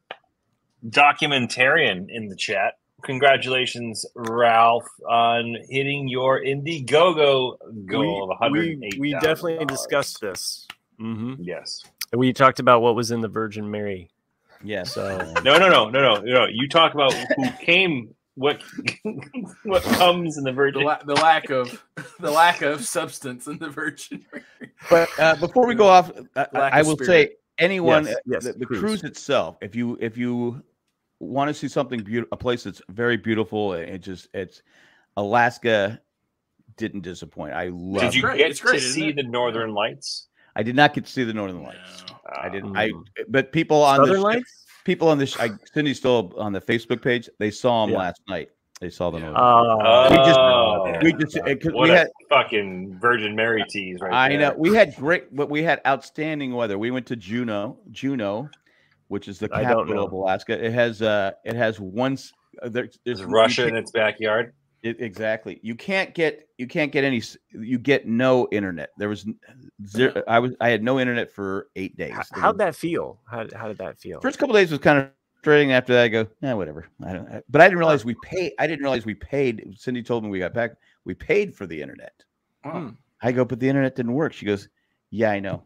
Speaker 4: documentarian in the chat. Congratulations, Ralph, on hitting your Indiegogo goal of 108.
Speaker 3: we definitely discussed this. Mm-hmm.
Speaker 4: Yes.
Speaker 3: We talked about what was in the Virgin Mary.
Speaker 1: Yes.
Speaker 3: So
Speaker 4: No, no, no, no, no, no. You talk about who came, what, what comes in the
Speaker 2: the,
Speaker 4: Virgin.
Speaker 2: la- the lack of the lack of substance in the Virgin.
Speaker 1: But uh, before we go off, uh, I,
Speaker 2: Lack
Speaker 1: I
Speaker 2: of
Speaker 1: will say
Speaker 2: spirit.
Speaker 1: anyone
Speaker 3: Yes,
Speaker 1: uh,
Speaker 3: yes,
Speaker 1: the, the
Speaker 3: cruise.
Speaker 1: cruise. itself. If you if you want to see something beautiful, a place that's very beautiful, it it just it's Alaska didn't disappoint. I love.
Speaker 4: Did you
Speaker 2: great.
Speaker 4: get
Speaker 2: It's great,
Speaker 4: to
Speaker 2: isn't
Speaker 4: see
Speaker 2: it?
Speaker 4: the Northern Lights?
Speaker 1: I did not get to see the Northern Lights.
Speaker 2: No.
Speaker 1: I
Speaker 4: Uh,
Speaker 1: didn't. I
Speaker 3: Mm.
Speaker 1: but people on the
Speaker 3: Southern
Speaker 1: ship-
Speaker 3: Lights.
Speaker 1: people on the sh- I, Cindy's still on the Facebook page. They saw him
Speaker 3: Yeah.
Speaker 1: last night. They saw the movie.
Speaker 3: Uh,
Speaker 1: we just-
Speaker 4: Oh,
Speaker 1: we just it- 'cause we
Speaker 4: what a
Speaker 1: had
Speaker 4: fucking Virgin Mary tease right
Speaker 1: I
Speaker 4: there.
Speaker 1: know we had great, but we had outstanding weather. We went to Juneau, Juneau, which is the
Speaker 3: I don't
Speaker 1: capital of
Speaker 3: know.
Speaker 1: Alaska. It has uh, it has one. s- uh, There,
Speaker 4: Is
Speaker 1: there's
Speaker 4: Russia
Speaker 1: you
Speaker 4: in
Speaker 1: can't-
Speaker 4: its backyard?
Speaker 1: it- exactly. You can't get you can't get any. s- You get no internet. There was n- zero. I was I had no internet for eight days.
Speaker 3: h-
Speaker 1: There
Speaker 3: how'd
Speaker 1: was-
Speaker 3: that feel? How, how did that feel?
Speaker 1: first couple days was kind of frustrating. After that, I go, yeah, whatever. I don't. I- but I didn't realize we paid. I didn't realize we paid. Cindy told me we got back. We paid for the internet.
Speaker 2: Hmm.
Speaker 1: I go, but the internet didn't work. She goes, yeah, I know.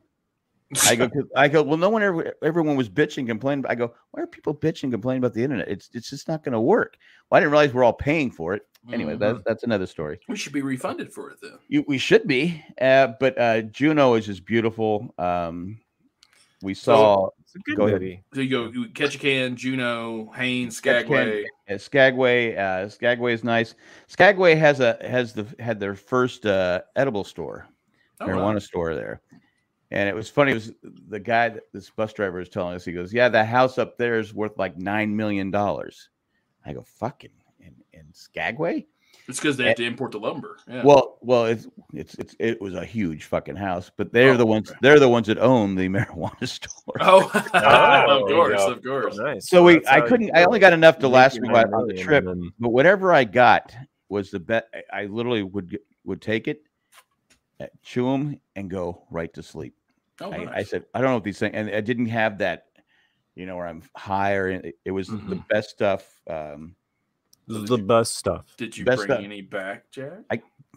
Speaker 1: I go, 'cause- I go. Well, no one ever. Everyone was bitching, complaining. I go, why are people bitching, complaining about the internet? It's it's just not going to work. Well, I didn't realize we're all paying for it.
Speaker 2: Hmm. Mm-hmm.
Speaker 1: Anyway, that's that's another story.
Speaker 2: we should be refunded for it though.
Speaker 1: You, we should be, uh, but uh, Juno is just beautiful. Um, we saw
Speaker 3: It's a good
Speaker 1: Go ahead.
Speaker 3: movie.
Speaker 2: So you go you Ketchikan, Juneau, Haines,
Speaker 1: Ketchikan.
Speaker 2: Skagway.
Speaker 1: uh, Skagway. Uh, Skagway is nice. Skagway has a has the had their first uh, edible store.
Speaker 2: Oh, wow.
Speaker 1: marijuana store there. And it was funny. It was the guy that this bus driver was telling us. He goes, "Yeah, the house up there is worth like nine million dollars." I go, "Fucking in, in Skagway?"
Speaker 2: It's because they have to import the lumber. Yeah.
Speaker 1: Well, well, it's it's it's it was a huge fucking house, but they're
Speaker 2: Oh,
Speaker 1: the ones
Speaker 2: okay.
Speaker 1: they're the ones that own the marijuana store.
Speaker 2: oh, of
Speaker 4: there you
Speaker 2: course,
Speaker 4: go.
Speaker 2: of course.
Speaker 3: Nice.
Speaker 1: so we,
Speaker 3: That's
Speaker 1: I
Speaker 3: how
Speaker 1: couldn't.
Speaker 3: you
Speaker 1: I only got enough to
Speaker 3: make
Speaker 1: last
Speaker 3: your
Speaker 1: me
Speaker 3: nine
Speaker 1: on the
Speaker 3: million,
Speaker 1: trip,
Speaker 3: and then-
Speaker 1: but whatever I got was the bet. I, I literally would get- would take it, uh, chew them, and go right to sleep.
Speaker 2: Oh,
Speaker 1: I, I
Speaker 2: nice.
Speaker 1: said, I don't know if these things, and I didn't have that, you know, where I'm higher. And it, it was the
Speaker 2: Mhm.
Speaker 1: best stuff. Um,
Speaker 3: the best stuff.
Speaker 2: Did you
Speaker 1: Best
Speaker 2: bring
Speaker 1: of-
Speaker 2: any back, Jack?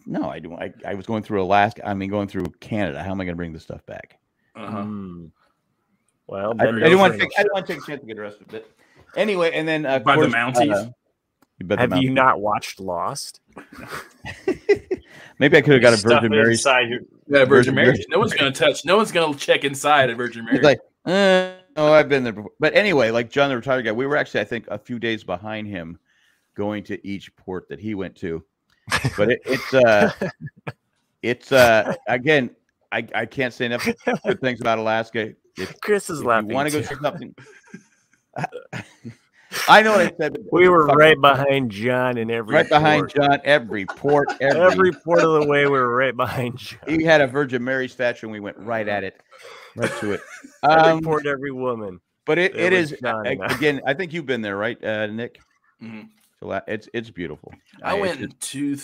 Speaker 1: no, I don't. I, I was going through Alaska. I mean, going through Canada. How am I going to bring this stuff back?
Speaker 2: Uh-huh.
Speaker 3: Mm. Well,
Speaker 1: I, I
Speaker 3: Ben
Speaker 1: didn't want to
Speaker 3: Goodman,
Speaker 1: take. I didn't want to take a chance to get arrested. But anyway, and then uh, of
Speaker 2: By the
Speaker 1: course,
Speaker 2: Mounties?
Speaker 1: uh, you bet the
Speaker 3: have you
Speaker 1: Mounties.
Speaker 3: not watched Lost?
Speaker 1: Maybe I could have got a
Speaker 4: Stuff
Speaker 1: Virgin
Speaker 4: it
Speaker 1: Mary.
Speaker 4: inside your-
Speaker 2: Yeah, Virgin
Speaker 1: Virgin
Speaker 2: Mary.
Speaker 1: Mary.
Speaker 2: No one's gonna touch. No one's gonna check inside a Virgin Mary.
Speaker 1: It's like, uh, oh, I've been there before. But anyway, like John the retired guy, we were actually, I think, a few days behind him going to each port that he went to. But it, it's uh it's uh again, I, I can't say enough good things about Alaska. If,
Speaker 3: Chris
Speaker 1: if
Speaker 3: is
Speaker 1: you
Speaker 3: laughing.
Speaker 1: want to go
Speaker 3: too.
Speaker 1: see something I know what I said. but
Speaker 3: We were
Speaker 1: fuck,
Speaker 3: right behind John in every
Speaker 1: right behind
Speaker 3: port.
Speaker 1: John, every port, every,
Speaker 3: Every port of the way, we were right behind John.
Speaker 1: he had a Virgin Mary statue and we went right at it, right to it.
Speaker 3: Every
Speaker 1: Um,
Speaker 3: port, every woman.
Speaker 1: but it,
Speaker 3: There
Speaker 1: it
Speaker 3: was
Speaker 1: is
Speaker 3: John
Speaker 1: I-
Speaker 3: and I.
Speaker 1: again. I think you've been there, right, uh, Nick?
Speaker 2: Mhm.
Speaker 1: So uh, it's it's beautiful.
Speaker 2: I
Speaker 1: it's
Speaker 2: went
Speaker 1: just-
Speaker 2: in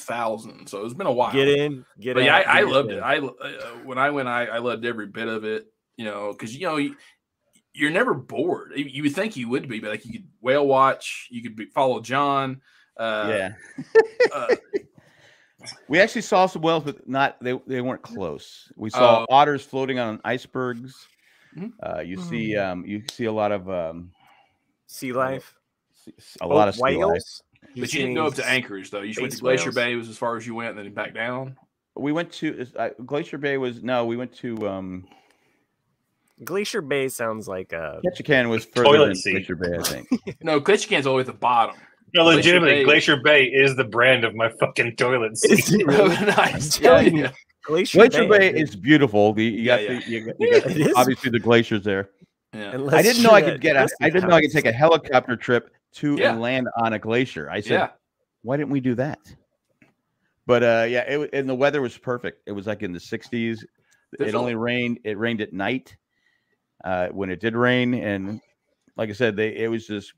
Speaker 2: 2000, so it's been a while.
Speaker 3: Get in, get
Speaker 2: But
Speaker 3: out.
Speaker 2: yeah, I, I
Speaker 3: get
Speaker 2: loved it.
Speaker 3: in.
Speaker 2: I uh, when I went, I, I loved every bit of it. You know, because you know you, you're never bored. You- You would think you would be, but like you could whale watch, you could be, follow John. Uh,
Speaker 1: yeah,
Speaker 2: uh,
Speaker 1: we actually saw some whales, but not they they weren't close. We saw
Speaker 2: Oh.
Speaker 1: otters floating on icebergs.
Speaker 2: Mhm.
Speaker 1: Uh, you see, um, you see a lot of um,
Speaker 3: sea life.
Speaker 1: s- s- a lot
Speaker 3: Oh,
Speaker 1: of sea life.
Speaker 3: whales.
Speaker 2: but you didn't go up to Anchorage though. You just went to
Speaker 3: space
Speaker 2: Glacier
Speaker 3: whales?
Speaker 2: Bay was as far as you went, and then back down.
Speaker 1: We went to is- uh, Glacier Bay. Was no, we went to um,
Speaker 3: Glacier Bay sounds like a
Speaker 1: Ketchikan was further
Speaker 4: Toilet
Speaker 1: than
Speaker 4: seat.
Speaker 1: Glacier Bay, I think.
Speaker 2: No, Ketchikan's all the way at the bottom.
Speaker 4: No,
Speaker 2: Glacier Bay.
Speaker 4: legitimately, Glacier Bay is the brand of my fucking toilet seat.
Speaker 2: nice. Yeah,
Speaker 3: telling you.
Speaker 2: yeah.
Speaker 3: Glacier,
Speaker 1: Glacier Bay
Speaker 3: dude.
Speaker 1: is beautiful. The, you
Speaker 2: Yeah,
Speaker 1: got
Speaker 2: yeah.
Speaker 1: the, you got, you got
Speaker 3: It
Speaker 1: the-
Speaker 3: is.
Speaker 1: obviously the glaciers there.
Speaker 2: Yeah.
Speaker 3: Unless
Speaker 1: I didn't know I
Speaker 3: you're
Speaker 1: could
Speaker 3: at
Speaker 1: get a, I
Speaker 3: Chris's
Speaker 1: didn't know I could
Speaker 3: house.
Speaker 1: take a helicopter trip to
Speaker 2: Yeah.
Speaker 1: and land on a glacier. I said,
Speaker 2: yeah.
Speaker 1: why didn't we do that? But uh, yeah, it, wa- and the weather was perfect. It was like in the 60s.
Speaker 2: There's
Speaker 1: it
Speaker 2: a-
Speaker 1: only rained. It rained at night uh, when it did rain, and like I said, they it was just.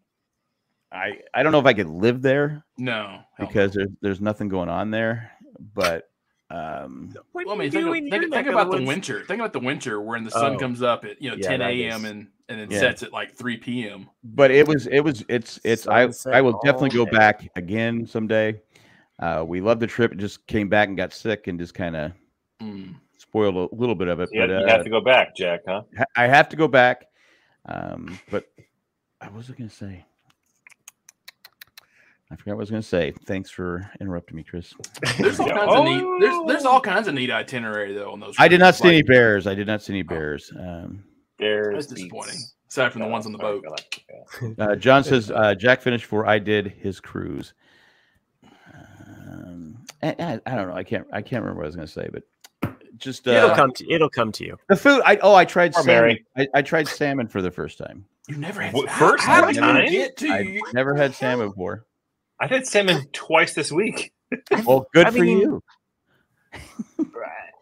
Speaker 1: I I don't know if I could live there
Speaker 2: No. hell
Speaker 1: because there's there's nothing going on there, but um,
Speaker 3: What
Speaker 2: Well, I
Speaker 3: do you
Speaker 2: mean, think,
Speaker 3: do when
Speaker 2: think,
Speaker 3: you're
Speaker 2: think
Speaker 3: not gonna
Speaker 2: about the
Speaker 3: win-
Speaker 2: winter. Think about the winter when the sun
Speaker 3: Oh.
Speaker 2: comes up at you know
Speaker 3: Yeah,
Speaker 2: 10
Speaker 3: that
Speaker 2: a.m.
Speaker 3: is-
Speaker 2: and and it
Speaker 1: Yeah.
Speaker 2: sets at like 3 p.m.
Speaker 1: but it was it was it's it's I I
Speaker 3: Sunset
Speaker 1: will definitely
Speaker 3: all
Speaker 1: go
Speaker 3: day.
Speaker 1: back again someday. Uh, we loved the trip. Just came back and got sick and just kind of
Speaker 2: Mm.
Speaker 1: spoiled a little bit of it.
Speaker 4: You,
Speaker 1: but
Speaker 4: had- you
Speaker 1: uh,
Speaker 4: have to go back, Jack, huh?
Speaker 1: ha- I have to go back. Um, but I was going to say, I forgot what I was going to say. Thanks for interrupting me, Chris.
Speaker 2: There's all
Speaker 4: Yeah.
Speaker 2: kinds of neat. There's there's
Speaker 3: Oh.
Speaker 2: all kinds of neat itinerary though on those.
Speaker 1: I did not
Speaker 2: trips,
Speaker 1: see any
Speaker 2: like-
Speaker 1: bears. I did not see
Speaker 4: Oh.
Speaker 1: any bears. Um,
Speaker 4: There's
Speaker 2: That's disappointing. Aside from the ones on
Speaker 4: Oh,
Speaker 2: the boat.
Speaker 1: uh, John says uh, Jack finished before I did his cruise. Um, and- and I, I don't know. I can't. I can't remember what I was going to say, but just
Speaker 3: It'll
Speaker 1: uh,
Speaker 3: come to it'll come to you.
Speaker 1: the food. I oh, I tried
Speaker 4: Poor
Speaker 1: salmon.
Speaker 4: Mary.
Speaker 1: I, I tried salmon for the first time.
Speaker 2: You never had
Speaker 4: What,
Speaker 2: how-
Speaker 4: first
Speaker 2: how, did you
Speaker 1: time?
Speaker 2: get to
Speaker 1: I've never had salmon before.
Speaker 4: I've had salmon twice this week.
Speaker 1: Well, good
Speaker 3: I
Speaker 1: for
Speaker 3: mean-
Speaker 1: you.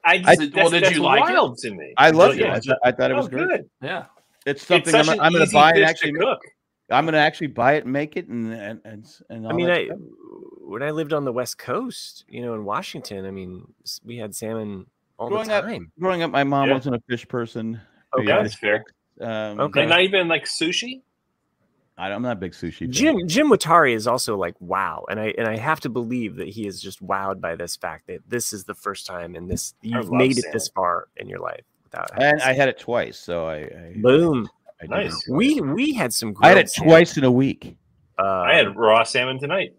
Speaker 4: I
Speaker 1: I-
Speaker 4: just, that's,
Speaker 2: Well, did
Speaker 4: that's
Speaker 2: you like it?
Speaker 4: wild to me.
Speaker 1: I loved
Speaker 4: Oh, yeah,
Speaker 1: it. I,
Speaker 4: it's
Speaker 1: th- I thought it
Speaker 4: so
Speaker 1: was great.
Speaker 4: good.
Speaker 2: Yeah.
Speaker 1: It's
Speaker 4: It's
Speaker 1: something
Speaker 4: such
Speaker 1: I'm,
Speaker 4: an
Speaker 1: I'm going to
Speaker 4: easy
Speaker 1: buy and
Speaker 4: fish
Speaker 1: actually.
Speaker 4: to
Speaker 1: make-
Speaker 4: cook.
Speaker 1: I'm going to actually buy it and make it and and and. and all
Speaker 3: I mean,
Speaker 1: that
Speaker 3: I
Speaker 1: stuff.
Speaker 3: when I lived on the West Coast, you know, in Washington, I mean, s- we had salmon all
Speaker 1: Growing
Speaker 3: the
Speaker 1: up-
Speaker 3: time.
Speaker 1: growing up, my mom
Speaker 4: Yeah.
Speaker 1: wasn't a fish person.
Speaker 3: Okay.
Speaker 4: Yeah, that's fair.
Speaker 1: Um,
Speaker 3: Okay.
Speaker 4: And not even like sushi.
Speaker 1: I don't- I'm not a big sushi. fan.
Speaker 3: Jim Jim Watari is also like wow, and I and I have to believe that he is just wowed by this fact that this is the first time and this you've
Speaker 4: love
Speaker 3: made it
Speaker 4: salmon.
Speaker 3: this far in your life without. having
Speaker 1: and I had it twice, so I. I
Speaker 3: salmon. boom.
Speaker 1: I did
Speaker 4: Nice.
Speaker 1: it.
Speaker 3: We we had some.
Speaker 1: I had
Speaker 3: grilled
Speaker 1: it
Speaker 3: salmon.
Speaker 1: twice in a week.
Speaker 3: Uh,
Speaker 4: I had raw salmon tonight.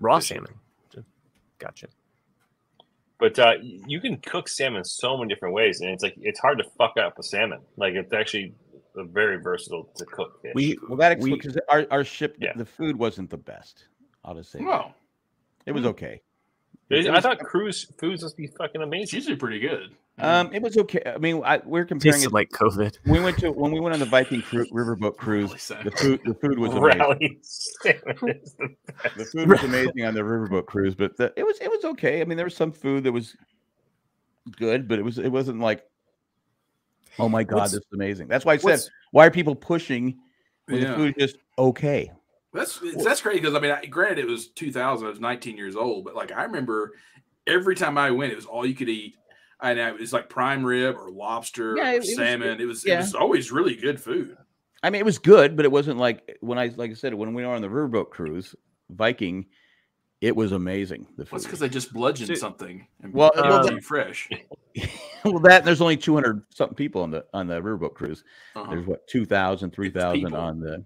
Speaker 3: raw salmon. Gotcha.
Speaker 4: But uh, you can cook salmon so many different ways, and it's like it's hard to fuck up with salmon. Like it's actually a very versatile to cook fish.
Speaker 3: We
Speaker 1: Well, that
Speaker 3: We-
Speaker 1: because our our ship
Speaker 4: Yeah.
Speaker 1: the food wasn't the best. I'll just say that.
Speaker 2: Well,
Speaker 1: it was okay.
Speaker 4: It-
Speaker 1: It
Speaker 4: I
Speaker 1: was-
Speaker 4: thought cruise foods must be fucking
Speaker 2: it's
Speaker 4: amazing.
Speaker 2: usually pretty good.
Speaker 1: um, it was okay. I mean, I, we're comparing
Speaker 3: tasted
Speaker 1: it.
Speaker 3: like COVID.
Speaker 1: we went to when we went on the Viking cru- riverboat cruise.
Speaker 2: Holy sack.
Speaker 1: The food, the food was amazing.
Speaker 4: Rally salmon is the best.
Speaker 1: The food was amazing on the riverboat cruise, but the, it was it was okay. I mean, there was some food that was good, but it was it wasn't like, oh my god,
Speaker 3: What's-
Speaker 1: this is amazing. That's why I said,
Speaker 3: what's-
Speaker 1: why are people pushing when the
Speaker 2: yeah.
Speaker 1: food is just okay?
Speaker 2: That's it's that's crazy because I mean, I, granted, it was 2000. I was 19 years old, but like I remember every time I went, it was all you could eat. I know it was like prime rib or lobster
Speaker 1: Yeah,
Speaker 2: or
Speaker 1: it- it was-
Speaker 2: salmon. it was
Speaker 1: yeah.
Speaker 2: it was always really good food.
Speaker 1: I mean, it was good, but it wasn't like when I like I said when we were on the riverboat cruise Viking, it was amazing. The
Speaker 2: Well,
Speaker 1: food.
Speaker 2: it's because they just bludgeoned
Speaker 3: So-
Speaker 2: something and
Speaker 1: Well, uh,
Speaker 2: well,
Speaker 3: well,
Speaker 2: it
Speaker 3: the-
Speaker 2: you fresh.
Speaker 1: well, that there's only 200 something people on the on the riverboat cruise.
Speaker 2: Uh-huh.
Speaker 1: There's what 2,000, 3,000
Speaker 2: people.
Speaker 1: on the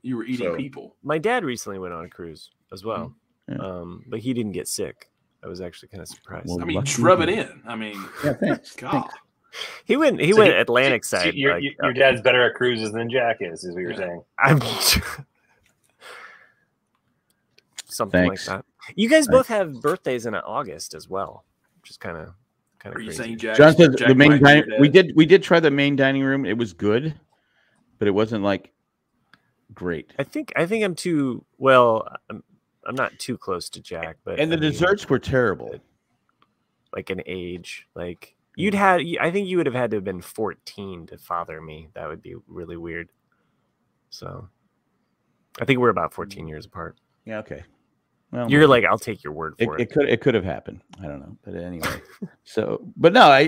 Speaker 2: You were eating
Speaker 1: So-
Speaker 2: people.
Speaker 3: My dad recently went on a cruise as well,
Speaker 1: Yeah.
Speaker 3: um, but he didn't get sick. I was actually kind of surprised.
Speaker 1: Well,
Speaker 2: I mean,
Speaker 1: lucky
Speaker 2: just rub it
Speaker 1: you.
Speaker 2: in. I mean,
Speaker 1: yeah, thanks.
Speaker 2: God,
Speaker 3: He went. He
Speaker 4: So
Speaker 3: went
Speaker 4: he-
Speaker 3: Atlantic
Speaker 4: So
Speaker 3: side.
Speaker 4: your,
Speaker 3: like,
Speaker 4: your-
Speaker 3: uh,
Speaker 4: your dad's better at cruises than Jack is, is what you're
Speaker 2: Yeah.
Speaker 4: saying.
Speaker 3: I'm something
Speaker 1: Thanks.
Speaker 3: like that. You guys both have birthdays in August as well, which is kind of kind
Speaker 2: are
Speaker 3: of
Speaker 2: you
Speaker 3: crazy.
Speaker 2: saying Jack?
Speaker 1: John says
Speaker 2: Jack
Speaker 1: the main
Speaker 2: might be your
Speaker 1: dining we
Speaker 2: dad?
Speaker 1: did we did try the main dining room. It was good, but it wasn't like great.
Speaker 3: I think I think I'm too well. I'm, I'm not too close to Jack, but
Speaker 1: And
Speaker 3: I
Speaker 1: the
Speaker 3: mean,
Speaker 1: desserts were terrible.
Speaker 3: like an age, like
Speaker 1: Mm.
Speaker 3: you'd had. I think you would have had to have been 14 to father me. That would be really weird. So, I think we're about 14
Speaker 1: Mm.
Speaker 3: years apart.
Speaker 1: Yeah, okay. Well,
Speaker 3: You're like, I'll take your word
Speaker 1: it,
Speaker 3: for it.
Speaker 1: it could it could have happened. I don't know, but anyway. so, but no, I, I,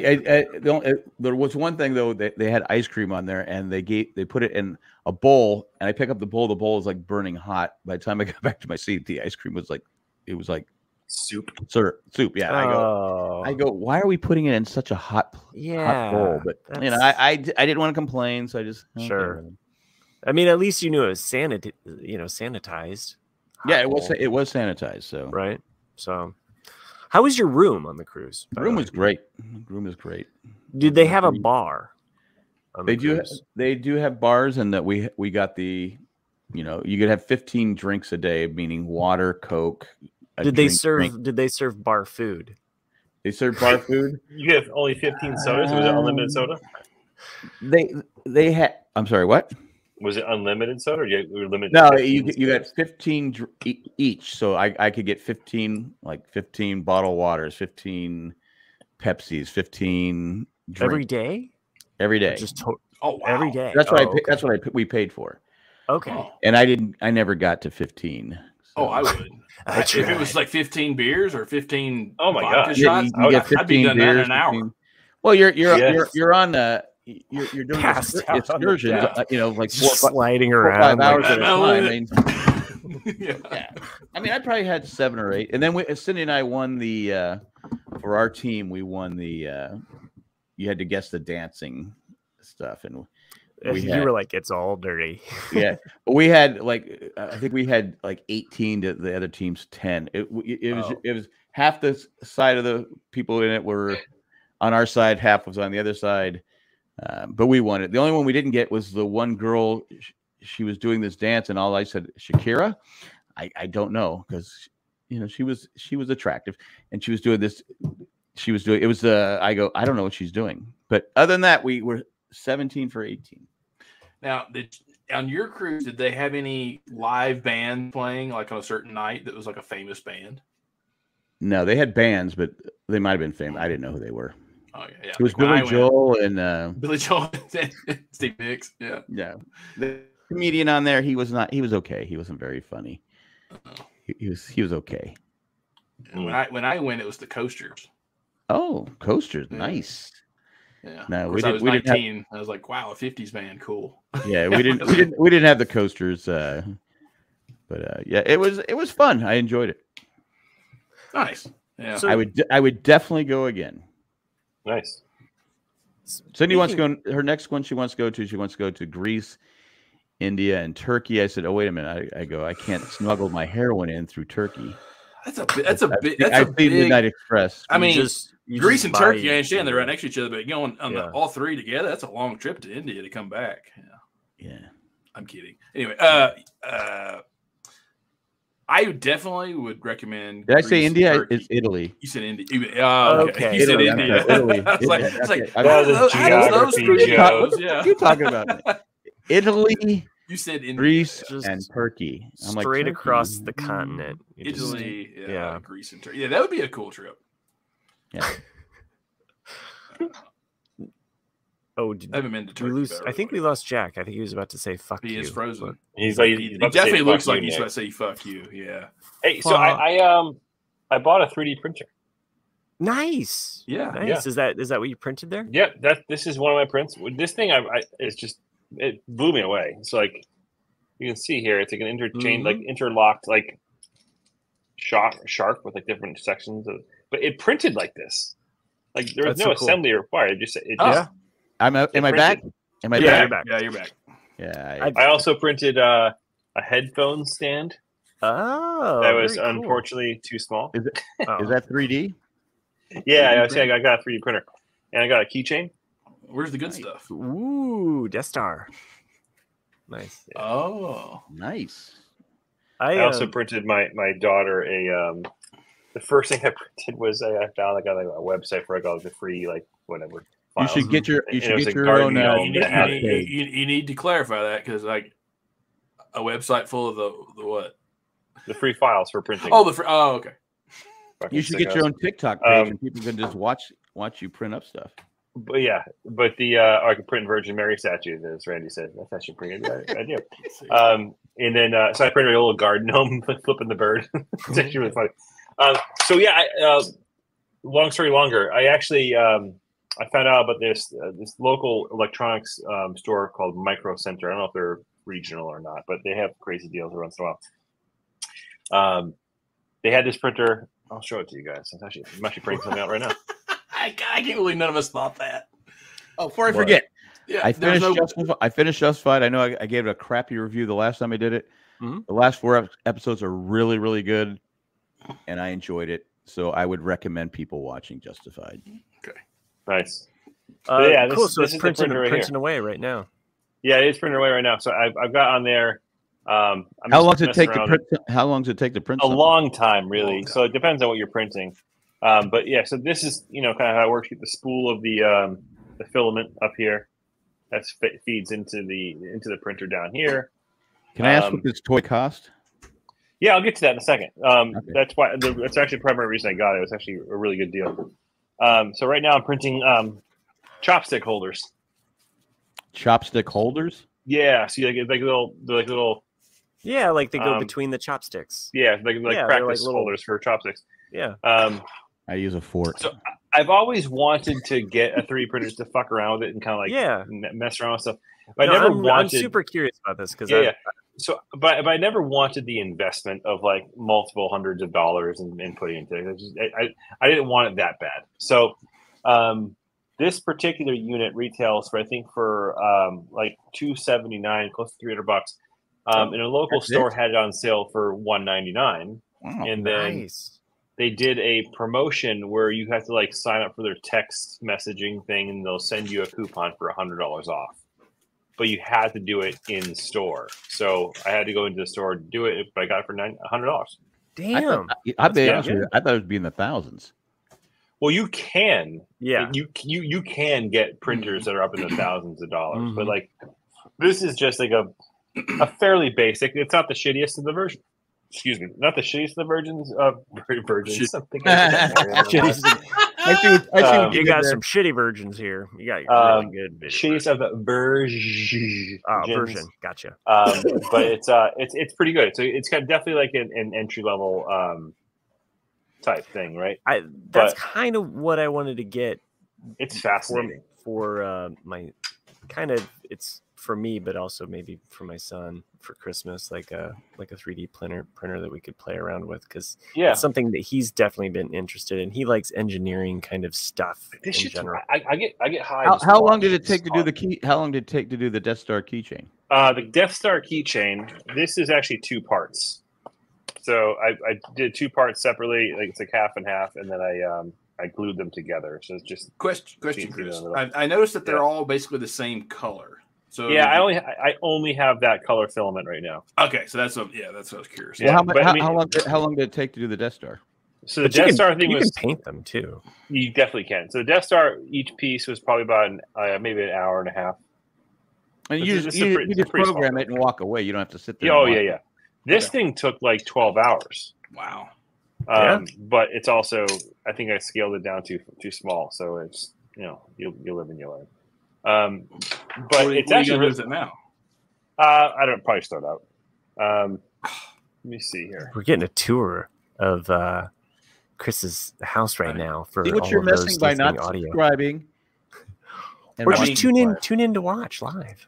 Speaker 1: I the only, uh, there was one thing though that they had ice cream on there, and they gave they put it in a bowl, and I pick up the bowl. The bowl is like burning hot. By the time I got back to my seat, the ice cream was like it was like
Speaker 4: Soup.
Speaker 1: sir soup. Yeah, I go.
Speaker 3: oh,
Speaker 1: I go. Why are we putting it in such a hot
Speaker 3: yeah.
Speaker 1: hot bowl, but you know,
Speaker 3: that's-
Speaker 1: I, I d- I didn't want to complain, so I just okay,
Speaker 3: Sure.
Speaker 1: whatever.
Speaker 3: I mean, at least you knew it was sanit, you know, sanitized.
Speaker 1: Yeah,
Speaker 3: hot
Speaker 1: it was
Speaker 3: bowl,
Speaker 1: it was sanitized, so
Speaker 3: right. So, how was your room on the cruise?
Speaker 1: the
Speaker 3: by
Speaker 1: room
Speaker 3: the way?
Speaker 1: was great. The room is great.
Speaker 3: Did they have a
Speaker 1: pretty-
Speaker 3: bar? on the
Speaker 1: They do ha-
Speaker 3: cruise?
Speaker 1: they do have bars, and that we we got the, you know, you could have fifteen drinks a day, meaning water, coke. a
Speaker 3: Did they
Speaker 1: drink-
Speaker 3: serve?
Speaker 1: drink.
Speaker 3: Did they serve bar food?
Speaker 1: They serve bar food.
Speaker 4: You have only 15 sodas. Was it unlimited soda?
Speaker 1: They they had. I'm sorry, what?
Speaker 4: Was it unlimited soda? Or you were limited?
Speaker 1: No,
Speaker 4: to
Speaker 1: you
Speaker 4: 15
Speaker 1: get- you got
Speaker 4: sodas?
Speaker 1: fifteen dr- e- each, so I I could get fifteen like fifteen bottle waters, fifteen Pepsis, fifteen drinks
Speaker 3: Every day?
Speaker 1: every
Speaker 3: Or
Speaker 1: day.
Speaker 3: Just to-
Speaker 2: Oh, wow.
Speaker 3: every day.
Speaker 1: That's what I.
Speaker 3: Oh,
Speaker 1: pa- That's what I. pa- We paid for,
Speaker 3: Okay.
Speaker 2: Oh,
Speaker 1: and I didn't. I never got to fifteen.
Speaker 2: oh, I
Speaker 1: so-
Speaker 2: would. I- if it was like 15 beers or 15
Speaker 4: Oh my
Speaker 2: vodka
Speaker 4: God.
Speaker 1: Yeah,
Speaker 2: shots,
Speaker 1: you
Speaker 4: I
Speaker 1: can
Speaker 4: would-
Speaker 1: get
Speaker 2: I'd be
Speaker 1: fifteen
Speaker 2: done that in
Speaker 1: beers.
Speaker 2: an hour.
Speaker 1: 15 Well, you're you're you're
Speaker 4: Yes.
Speaker 1: you're on the you're you're doing
Speaker 3: Passed
Speaker 1: excur-
Speaker 3: out on the
Speaker 1: excursions,
Speaker 2: deck.
Speaker 1: uh, you know, like four,
Speaker 3: Just
Speaker 1: fi- four
Speaker 3: sliding
Speaker 1: or five
Speaker 3: around. like-
Speaker 1: hours at a
Speaker 2: that.
Speaker 1: time. I mean,
Speaker 2: yeah.
Speaker 1: yeah. I mean, I probably had seven or eight, and then we, Cindy and I won the uh, for our team. We won the uh, you had to guess the dancing stuff, and we
Speaker 3: you
Speaker 1: had-
Speaker 3: were like, it's all dirty.
Speaker 1: yeah, we had like uh, I think we had like eighteen to the other team's ten. It w- it, it was
Speaker 3: Oh.
Speaker 1: it was half the s- side of the people in it were on our side, half was on the other side. Um, but we won it. The only one we didn't get was the one girl. sh- She was doing this dance, and all I said, Shakira. I I don't know because you know she was she was attractive, and she was doing this. She was doing it was uh I go I don't know what she's doing, but other than that we were seventeen for eighteen.
Speaker 2: Now, did on your cruise, did they have any live band playing like on a certain night that was like a famous band?
Speaker 1: No, they had bands, but they might have been famous. I didn't know who they were.
Speaker 2: Oh yeah, yeah.
Speaker 1: It was
Speaker 2: Like, when
Speaker 1: Billy
Speaker 2: I went-
Speaker 1: Joel and uh,
Speaker 2: Billy Joel, and Steve Nicks. Yeah.
Speaker 1: yeah, the comedian on there. He was not. He was okay. He wasn't very funny.
Speaker 2: Uh-oh.
Speaker 1: He, he was. He was okay.
Speaker 2: And when I when I went, it was the coasters.
Speaker 1: Oh, coasters,
Speaker 2: Yeah.
Speaker 1: nice.
Speaker 2: Yeah.
Speaker 1: No,
Speaker 2: Of
Speaker 1: we
Speaker 2: course, I
Speaker 1: didn't-
Speaker 2: was
Speaker 1: we didn't have-
Speaker 2: 19. I was like, wow, a 50s band, cool.
Speaker 1: Yeah, we didn't. We didn't. We didn't have the coasters. Uh, but uh, yeah, it was. It was fun. I enjoyed it.
Speaker 2: Nice. Yeah.
Speaker 3: So-
Speaker 1: I would. de- I would definitely go again.
Speaker 4: Nice.
Speaker 1: Cindy wants to go. Her next one she wants to go to. She wants to go to Greece, India, and Turkey. I said, "Oh wait a minute." I, I go. I can't snuggle my heroin in through Turkey.
Speaker 2: that's a bi- that's a big
Speaker 1: I-
Speaker 2: that's
Speaker 1: I've
Speaker 2: a
Speaker 1: seen
Speaker 2: big.
Speaker 1: Midnight Express.
Speaker 2: I mean,
Speaker 3: just, you
Speaker 2: Greece
Speaker 3: just
Speaker 2: and
Speaker 3: buy-
Speaker 2: Turkey, I understand they're right next to each other, but going on the,
Speaker 3: Yeah.
Speaker 2: all three together, that's a long trip to India to come back. Yeah.
Speaker 1: Yeah.
Speaker 2: I'm kidding. Anyway, uh, uh, I definitely would recommend.
Speaker 1: Did I say
Speaker 2: Greece,
Speaker 1: India?
Speaker 2: Turkey.
Speaker 1: It's Italy.
Speaker 2: you said India. You- Oh, okay.
Speaker 3: Okay.
Speaker 2: You said
Speaker 1: Italy. I'm
Speaker 2: India.
Speaker 1: sorry, Italy.
Speaker 2: I was like,
Speaker 1: Italy.
Speaker 2: it's like
Speaker 1: Okay.
Speaker 2: how
Speaker 4: That
Speaker 2: do
Speaker 4: was
Speaker 2: those, how do those
Speaker 4: geography,
Speaker 2: three
Speaker 4: Joe.
Speaker 2: goes?
Speaker 1: What
Speaker 2: Yeah.
Speaker 1: are you talking about? Italy
Speaker 2: You said India.
Speaker 1: Greece
Speaker 3: Just
Speaker 1: and Turkey. I'm like,
Speaker 3: straight
Speaker 1: Turkey? mm-hmm." mm,
Speaker 3: across the continent. You just-
Speaker 2: Italy, yeah,
Speaker 3: yeah.
Speaker 2: Greece, and Turkey. Yeah, that would be a cool trip.
Speaker 3: Oh, did,
Speaker 2: I haven't been to
Speaker 3: we
Speaker 2: Turkey.
Speaker 3: lose.
Speaker 2: but
Speaker 3: I think we
Speaker 2: really
Speaker 3: lost Jack. I think he was about to say "fuck
Speaker 2: would. He
Speaker 3: you."
Speaker 2: is frozen.
Speaker 4: He's like,
Speaker 2: He,
Speaker 4: he's
Speaker 2: he
Speaker 4: about to say,
Speaker 2: definitely
Speaker 4: "Fuck
Speaker 2: looks
Speaker 4: you,
Speaker 2: like he's
Speaker 4: Nick."
Speaker 2: about to say "fuck you." Yeah,
Speaker 4: Hey, so I, I um, I bought a 3D printer.
Speaker 3: Nice.
Speaker 2: yeah.
Speaker 3: Nice. Is that is that what you printed there?
Speaker 4: Yep, that this is one of my prints. This thing, I, I it's just it blew me away. It's like you can see here, it's like an interchange,
Speaker 3: Mm-hmm.
Speaker 4: like interlocked, like shark shark with like different sections of. But it printed like this. Like there was
Speaker 3: That's
Speaker 4: no
Speaker 3: so cool.
Speaker 4: assembly required. It just it
Speaker 2: Oh,
Speaker 4: just.
Speaker 1: I'm. out- Am I back? Am I
Speaker 3: Yeah,
Speaker 1: back?
Speaker 3: you're back.
Speaker 2: Yeah, you're back.
Speaker 1: Yeah. I-
Speaker 3: I-
Speaker 4: I also printed uh, a headphone stand
Speaker 3: Oh,
Speaker 4: that was
Speaker 3: very cool.
Speaker 4: unfortunately too small.
Speaker 3: Oh.
Speaker 1: is that 3D?
Speaker 4: Yeah,
Speaker 2: 3D
Speaker 4: I was saying I got a 3D printer, and I got a keychain.
Speaker 2: Where's the good stuff?
Speaker 3: Ooh, Death Star. Nice.
Speaker 2: Oh,
Speaker 1: Nice.
Speaker 3: I,
Speaker 4: I also
Speaker 3: um,
Speaker 4: printed my my daughter a um the first thing I printed was I I found like on a website for like all the free like whatever. files.
Speaker 1: You should get your.
Speaker 4: And
Speaker 1: You
Speaker 4: it
Speaker 1: should
Speaker 4: was
Speaker 1: get
Speaker 4: a
Speaker 1: your own.
Speaker 4: garden
Speaker 1: Uh,
Speaker 4: gnome
Speaker 2: Oh, you,
Speaker 4: that
Speaker 1: app
Speaker 4: had
Speaker 2: need, you,
Speaker 1: page.
Speaker 2: you- you need to clarify that because like a website full of the, the what?
Speaker 4: the free files for printing.
Speaker 2: Oh, the fr- oh okay.
Speaker 4: Fucking
Speaker 1: You should
Speaker 4: sick
Speaker 1: get your
Speaker 4: ass.
Speaker 1: own TikTok page,
Speaker 4: Um,
Speaker 1: and people can just watch watch you print up stuff.
Speaker 4: But yeah, but the uh, I could print Virgin Mary statues as Randy said. That's actually a pretty good idea. Um, and then uh, so I printed a little garden gnome flipping the bird. it's actually really funny. Um, so yeah, I, uh, long story longer. I actually um, I found out about this uh, this local electronics um, store called Micro Center. I don't know if they're regional or not, but they have crazy deals every once in a while. Um, they had this printer. I'll show it to you guys. I'm actually, I'm actually printing something out right now.
Speaker 2: I, ca- I can't believe none of us thought that.
Speaker 1: Oh, before I
Speaker 4: What?
Speaker 1: forget,
Speaker 2: Yeah,
Speaker 1: I
Speaker 2: there's
Speaker 1: finished.
Speaker 2: no-
Speaker 1: Justifi- I finished Justified. I know I, I gave it a crappy review the last time I did it.
Speaker 3: Mhm.
Speaker 1: The last four ep- episodes are really, really good, and I enjoyed it. So I would recommend people watching Justified.
Speaker 4: Nice.
Speaker 3: uh,
Speaker 4: yeah, this
Speaker 3: cool.
Speaker 4: is-
Speaker 3: So
Speaker 4: this
Speaker 3: it's
Speaker 4: is the
Speaker 3: printing,
Speaker 4: printer right here.
Speaker 3: printing away right now.
Speaker 4: Yeah, it's printed away right now. So I've, I've got on there. Um, I'm
Speaker 1: how
Speaker 4: just
Speaker 1: long does it
Speaker 4: messing
Speaker 1: take to
Speaker 4: around.
Speaker 1: print? How long does it take to print?
Speaker 4: a
Speaker 1: something?
Speaker 4: long time really
Speaker 2: Long
Speaker 4: so it depends on what you're printing um, but yeah so this is you know kind of how it works you get the spool of the um, the filament up here that feeds into the into the printer down here
Speaker 1: Can I ask
Speaker 4: um,
Speaker 1: what this toy cost?
Speaker 4: yeah i'll get to that in a second um,
Speaker 1: Okay.
Speaker 4: that's why the, that's actually the primary reason i got it it was actually a really good deal um, so right now i'm printing um, chopstick holders
Speaker 1: Chopstick holders.
Speaker 4: yeah so you like, like little they're like little
Speaker 3: Yeah, like they go
Speaker 4: Um,
Speaker 3: between the chopsticks.
Speaker 4: yeah like, like
Speaker 3: Yeah, they're like
Speaker 4: practice
Speaker 3: little-
Speaker 4: holders for chopsticks
Speaker 3: Yeah.
Speaker 4: um,
Speaker 1: I use a fork.
Speaker 4: So- I've always wanted to get a 3D printer just to fuck around with it and kind of like
Speaker 3: yeah.
Speaker 4: m- mess around with stuff. But
Speaker 3: No,
Speaker 4: I never
Speaker 3: I'm, I'm
Speaker 4: wanted.
Speaker 3: super curious about this because
Speaker 4: yeah, yeah. So, but, but I never wanted the investment of like multiple hundreds of dollars and, and putting into it. I, just, I, I, I didn't want it that bad. So, um, this particular unit retails for I think for um, like two seventy nine, close to three hundred bucks. Um, and a local
Speaker 1: That's it? Oh,
Speaker 4: store had it on sale for one ninety nine,
Speaker 1: Wow.
Speaker 4: and then
Speaker 3: nice.
Speaker 4: they did a promotion where you have to like sign up for their text messaging thing and they'll send you a coupon for $100 off but you had to do it in store so i had to go into the store to do it but i got it for nine- $100
Speaker 1: I
Speaker 3: Damn.
Speaker 1: thought, I, will be
Speaker 4: That's
Speaker 1: honest with you, I thought it would be in the thousands.
Speaker 4: well you can
Speaker 3: yeah. Mm-hmm.
Speaker 4: you you you can get printers that are up in the thousands of dollars but
Speaker 3: Mhm.
Speaker 4: like this is just like a a fairly basic. It's not the shittiest of the versions. Excuse me, not the shittiest of the virgins. Uh, vir- virgins.
Speaker 3: Shit.
Speaker 4: Something I said there.
Speaker 3: Shittiest of-
Speaker 1: I see. What, I see
Speaker 4: Um,
Speaker 1: what
Speaker 3: you
Speaker 1: did
Speaker 3: got
Speaker 1: there.
Speaker 3: some shitty virgins here. You got your
Speaker 4: Um,
Speaker 3: really good video
Speaker 4: shittiest of the virgins.
Speaker 3: Ah, version. Gotcha.
Speaker 4: um, but it's uh, it's it's pretty good. So it's kind of definitely like an, an entry level um, type thing, right?
Speaker 3: I that's kind of what I wanted to get
Speaker 4: It's fascinating.
Speaker 3: for uh, my kind of it's for me, but also maybe for my son for Christmas, like a like a 3D printer printer that we could play around with because
Speaker 4: Yeah,
Speaker 3: it's something that he's definitely been interested in. He likes engineering kind of stuff
Speaker 4: this
Speaker 3: in
Speaker 4: shit's,
Speaker 3: general.
Speaker 4: I, I get I get high.
Speaker 1: How,
Speaker 4: just
Speaker 1: how long
Speaker 4: watching
Speaker 1: did it
Speaker 4: this
Speaker 1: take to do
Speaker 4: on-
Speaker 1: the key? How long did it take to do the Death Star keychain?
Speaker 4: Uh, the Death Star keychain. This is actually two parts. So I, I did two parts separately. Like it's like half and half, and then I um, I glued them together. So it's just
Speaker 2: Question, question,
Speaker 4: Jeans, you
Speaker 2: Chris.
Speaker 4: know,
Speaker 2: I, I noticed that they're
Speaker 4: yeah.
Speaker 2: all basically the same color. So
Speaker 4: yeah. I only I I only have that color filament right now.
Speaker 2: okay. So that's a, yeah. That's what I was curious.
Speaker 4: Yeah,
Speaker 1: well, how, mu-
Speaker 4: but I
Speaker 1: how,
Speaker 4: mean-
Speaker 1: how long? Did, how long did it take to do the Death Star?
Speaker 4: So the
Speaker 3: But you
Speaker 4: Death
Speaker 3: can-
Speaker 4: Star thing
Speaker 3: you
Speaker 4: was
Speaker 3: can paint them too.
Speaker 4: You definitely can. So the Death Star, each piece was probably about an, uh, maybe an hour and a half.
Speaker 1: And
Speaker 4: It's
Speaker 1: you
Speaker 4: a-
Speaker 1: just,
Speaker 4: it's a
Speaker 1: you,
Speaker 4: pretty-
Speaker 1: you
Speaker 4: it's a
Speaker 1: just
Speaker 4: pretty small
Speaker 1: program it
Speaker 4: thing.
Speaker 1: and walk away. You don't have to sit there. and
Speaker 4: oh
Speaker 1: watch.
Speaker 4: yeah, yeah. This thing took like twelve hours,
Speaker 2: Wow.
Speaker 4: um,
Speaker 3: Yeah.
Speaker 4: but it's also I think I scaled it down too too small. So it's you know you you live and you learn. Um, but
Speaker 2: What are-
Speaker 4: it's
Speaker 2: what are you
Speaker 4: actually
Speaker 2: gonna do
Speaker 4: really,
Speaker 2: with it now.
Speaker 4: uh, I don't probably start out. Um, let me see here.
Speaker 3: We're getting a tour of uh, Chris's house right now for
Speaker 1: See
Speaker 3: all
Speaker 1: what you're
Speaker 3: of those
Speaker 1: missing by
Speaker 3: listening
Speaker 1: not
Speaker 3: audio.
Speaker 1: subscribing. and
Speaker 3: Or
Speaker 2: I
Speaker 1: watching
Speaker 3: just tune in,
Speaker 1: live.
Speaker 3: tune in to watch live.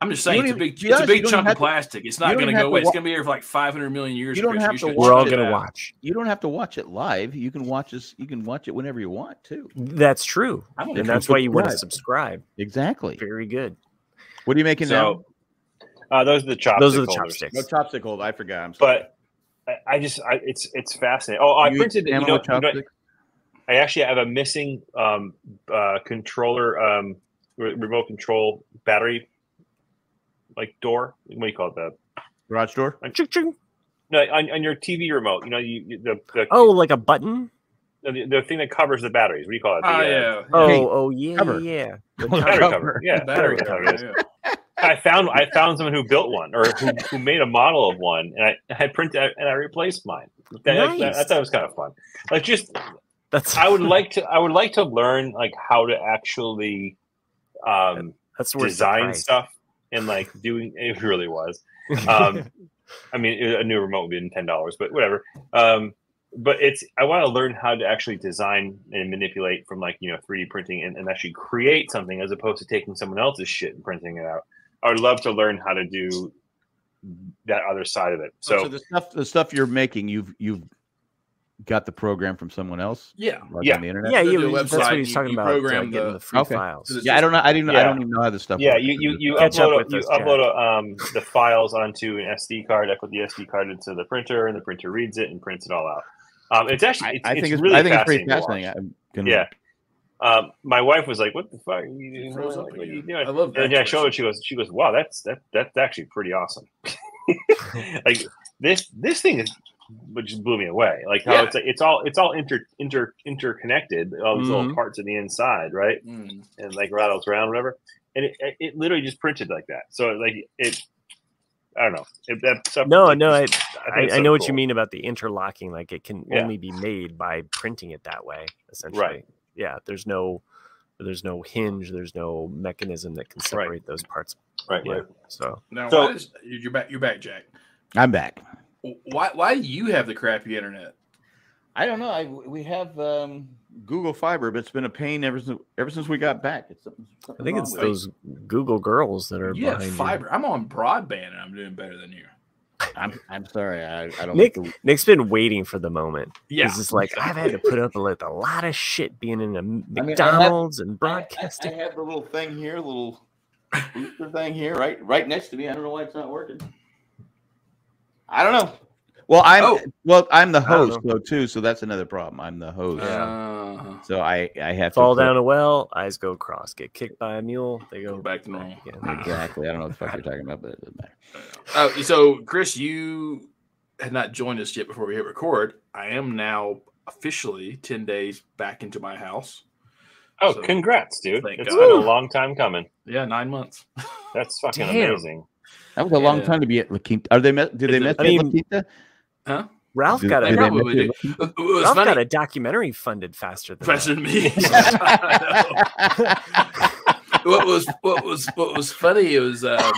Speaker 2: I'm just saying,
Speaker 1: don't
Speaker 2: it's a
Speaker 1: even-
Speaker 2: big,
Speaker 1: to be
Speaker 2: it's a
Speaker 1: honest, you
Speaker 2: big
Speaker 1: don't
Speaker 2: chunk
Speaker 1: have
Speaker 2: of
Speaker 1: to-
Speaker 2: plastic. It's
Speaker 1: you
Speaker 2: not
Speaker 1: don't
Speaker 2: going to
Speaker 1: have
Speaker 2: go
Speaker 1: to
Speaker 2: away.
Speaker 1: wa-
Speaker 2: It's going to be here for like 500 million years.
Speaker 1: You don't
Speaker 2: Chris.
Speaker 1: have
Speaker 2: You're
Speaker 1: to
Speaker 2: just
Speaker 1: watch
Speaker 3: We're all
Speaker 2: check it
Speaker 3: gonna
Speaker 2: out.
Speaker 3: watch.
Speaker 1: You don't have to watch it live. You can watch us. You can watch it whenever you want to.
Speaker 3: That's true,
Speaker 2: I don't
Speaker 3: and
Speaker 2: know.
Speaker 3: that's why you want to
Speaker 1: subscribe.
Speaker 3: subscribe.
Speaker 1: Exactly.
Speaker 3: Very good.
Speaker 1: What are you making
Speaker 4: So uh, those are the chopsticks.
Speaker 3: Those are the
Speaker 4: holders.
Speaker 1: now? No
Speaker 3: chopsticks.
Speaker 1: chopstick hold. I forgot. I'm sorry.
Speaker 4: But I, I just I, it's it's fascinating. Oh, I
Speaker 1: You
Speaker 4: printed it. You
Speaker 1: examine
Speaker 4: know,
Speaker 1: with
Speaker 4: you know,
Speaker 1: chopstick?
Speaker 4: I actually have a missing um, uh, controller, um, re- remote control battery, like door. What do you call it? The
Speaker 1: garage door.
Speaker 3: Ching, ching.
Speaker 4: no, on, on your TV remote. You know, you, you the, the,
Speaker 3: Oh, like a button.
Speaker 4: the the thing that covers the batteries. What do you call it? The,
Speaker 2: Oh,
Speaker 4: uh,
Speaker 2: yeah.
Speaker 3: Oh,
Speaker 1: Hey,
Speaker 3: oh yeah,
Speaker 1: cover.
Speaker 3: yeah. The
Speaker 1: Cover.
Speaker 4: Battery
Speaker 3: cover.
Speaker 4: cover. Yeah,
Speaker 2: Battery
Speaker 4: battery cover.
Speaker 2: cover,
Speaker 4: yes.
Speaker 2: yeah.
Speaker 4: I found I found someone who built one or who, who made a model of one, and I, I printed and I replaced mine. That,
Speaker 3: Nice.
Speaker 4: I, thought it was kind of fun. Like just
Speaker 3: That's
Speaker 4: I would like to I would like to learn like how to actually um,
Speaker 3: that's worth the
Speaker 4: design
Speaker 3: price.
Speaker 4: stuff and like doing it really was um i mean a new remote would be ten dollars but whatever um but it's i want to learn how to actually design and manipulate from like you know 3d printing and, and actually create something as opposed to taking someone else's shit and printing it out i would love to learn how to do that other side of it so,
Speaker 1: So, the stuff the stuff you're making, you've you've got the program from someone else,
Speaker 2: Yeah.
Speaker 1: like
Speaker 4: Yeah.
Speaker 1: on the internet.
Speaker 3: yeah,
Speaker 2: Go to
Speaker 3: you,
Speaker 2: the
Speaker 3: that's
Speaker 2: website,
Speaker 3: what he's
Speaker 2: you-
Speaker 3: talking
Speaker 2: you
Speaker 3: about.
Speaker 2: program
Speaker 3: like, getting
Speaker 2: the-
Speaker 3: the free
Speaker 1: Okay.
Speaker 3: files.
Speaker 2: So
Speaker 1: Yeah, I don't know. I didn't. I
Speaker 4: Yeah.
Speaker 1: don't even know how this stuff.
Speaker 4: yeah
Speaker 1: works.
Speaker 4: you you, you
Speaker 3: Catch up
Speaker 4: upload
Speaker 3: with
Speaker 4: you
Speaker 3: us, Jack.
Speaker 4: upload um, the files onto an sd card i put the sd card into the printer and the printer reads it and prints it all out um, it's actually
Speaker 1: I,
Speaker 4: it's,
Speaker 1: I
Speaker 4: it's
Speaker 1: think it's.
Speaker 4: really
Speaker 1: I think it's pretty
Speaker 4: to watch.
Speaker 1: fascinating. I'm gonna-
Speaker 4: Yeah. Um, my wife was like, "What the fuck? Are you doing?
Speaker 2: It froze up
Speaker 4: What are you
Speaker 2: again.
Speaker 4: doing?"
Speaker 2: I love that.
Speaker 4: And then I
Speaker 2: Chris.
Speaker 4: showed her. She goes, "She goes, wow, that's that that's actually pretty awesome. like this this thing is, which just blew me away. Like how
Speaker 2: Yeah.
Speaker 4: it's like it's all it's all inter inter interconnected. All these little
Speaker 1: Mm-hmm.
Speaker 3: Mhm.
Speaker 4: parts of the inside, right?
Speaker 2: Mm.
Speaker 4: And like rattles around, whatever. And it, it- it literally just printed like that. So like it, I don't know. It, that stuff,
Speaker 3: No,
Speaker 4: it
Speaker 3: no, I,
Speaker 4: just- think
Speaker 3: I,
Speaker 4: it's
Speaker 3: I
Speaker 4: so
Speaker 3: know what you
Speaker 4: cool.
Speaker 3: mean about the interlocking. Like it can
Speaker 4: Yeah.
Speaker 3: only be made by printing it that way, essentially. Yeah. There's no, there's no hinge. There's no mechanism that can separate those parts.
Speaker 4: Right,
Speaker 3: Yeah.
Speaker 4: right.
Speaker 3: So
Speaker 2: Now,
Speaker 4: So-
Speaker 2: why does, you're back. You're back, Jack.
Speaker 1: I'm back.
Speaker 2: Why? Why do you have the crappy internet?
Speaker 1: I don't know. I we have um, Google Fiber, but it's been a pain ever since ever since we got back. It's something,
Speaker 3: I
Speaker 1: something
Speaker 3: think
Speaker 1: wrong
Speaker 3: it's
Speaker 1: with it.
Speaker 3: those Google girls that are
Speaker 2: You have
Speaker 3: behind you.
Speaker 2: fiber. I'm on broadband and I'm doing better than you.
Speaker 1: I'm I'm sorry. I, I don't.
Speaker 3: Nick-
Speaker 1: like the-
Speaker 3: Nick's been waiting for the moment.
Speaker 2: Yeah.
Speaker 3: He's just like, I've had to put up with a lot of shit being in a
Speaker 1: have-
Speaker 3: McDonald's and
Speaker 1: I- I- I,
Speaker 3: broadcasting.
Speaker 1: have the little thing here, little booster thing here, right, right next to me. I don't know why it's not working. I don't know. Well, I'm
Speaker 2: Oh.
Speaker 1: well, I'm the
Speaker 3: I don't
Speaker 1: host though too, so that's another problem. I'm the
Speaker 2: Oh.
Speaker 1: host,
Speaker 2: Uh,
Speaker 1: so I I have
Speaker 3: Fall
Speaker 1: to
Speaker 3: down a well, eyes go cross, get kicked by a mule, they go
Speaker 2: Go back to normal.
Speaker 3: again.
Speaker 1: Exactly. I don't know what the fuck you're talking about, but it doesn't matter.
Speaker 2: oh, so Chris, you had not joined us yet before we hit record. I am now officially ten days back into my house.
Speaker 4: Oh,
Speaker 2: So-
Speaker 4: congrats, dude!
Speaker 2: Thank
Speaker 4: It's
Speaker 2: God.
Speaker 4: been
Speaker 2: Woo.
Speaker 4: a long time coming.
Speaker 2: Yeah, nine months.
Speaker 4: That's fucking
Speaker 3: Damn.
Speaker 4: amazing.
Speaker 1: That was a long
Speaker 2: Yeah.
Speaker 1: time to be at La Quinta. Are they? Met, did they
Speaker 2: Is
Speaker 1: mess
Speaker 2: it-
Speaker 3: I
Speaker 1: with La
Speaker 3: mean,
Speaker 1: Quinta?
Speaker 2: Huh?
Speaker 3: Ralph
Speaker 1: Did-
Speaker 3: got
Speaker 1: did
Speaker 2: They
Speaker 1: they
Speaker 3: a
Speaker 2: probably
Speaker 1: mess
Speaker 2: do.
Speaker 1: with La Quinta?
Speaker 2: Uh, It was
Speaker 3: Ralph got
Speaker 2: funny.
Speaker 3: a documentary funded faster than
Speaker 2: Faster
Speaker 3: that.
Speaker 2: than me. I know. what was what was what was funny was uh,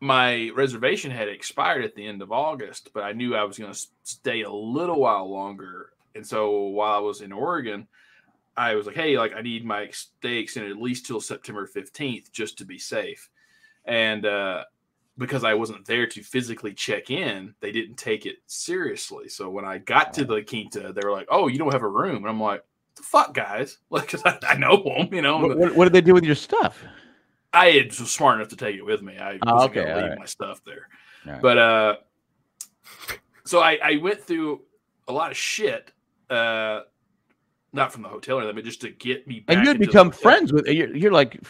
Speaker 2: my reservation had expired at the end of August, but I knew I was going to stay a little while longer. And so while I was in Oregon, I was like, "Hey, like I need my ex- stay extended at least till September fifteenth, just to be safe." And uh, because I wasn't there to physically check in, they didn't take it seriously. So when I got to the Quinta, they were like, "Oh, you don't have a room," and I'm like, "The fuck, guys!" Like, 'cause I, I know them, you know.
Speaker 1: What, what, what did they do with your stuff?
Speaker 2: I had- was smart enough to take it with me. I
Speaker 1: Oh,
Speaker 2: wasn't
Speaker 1: okay,
Speaker 2: gonna
Speaker 1: all
Speaker 2: leave
Speaker 1: right.
Speaker 2: my stuff there.
Speaker 1: All right.
Speaker 2: But uh so I, I went through a lot of shit, uh not from the hotel or anything, but just to get me back.
Speaker 1: And you had
Speaker 2: into the
Speaker 1: become
Speaker 2: hotel.
Speaker 1: friends with. You're, you're like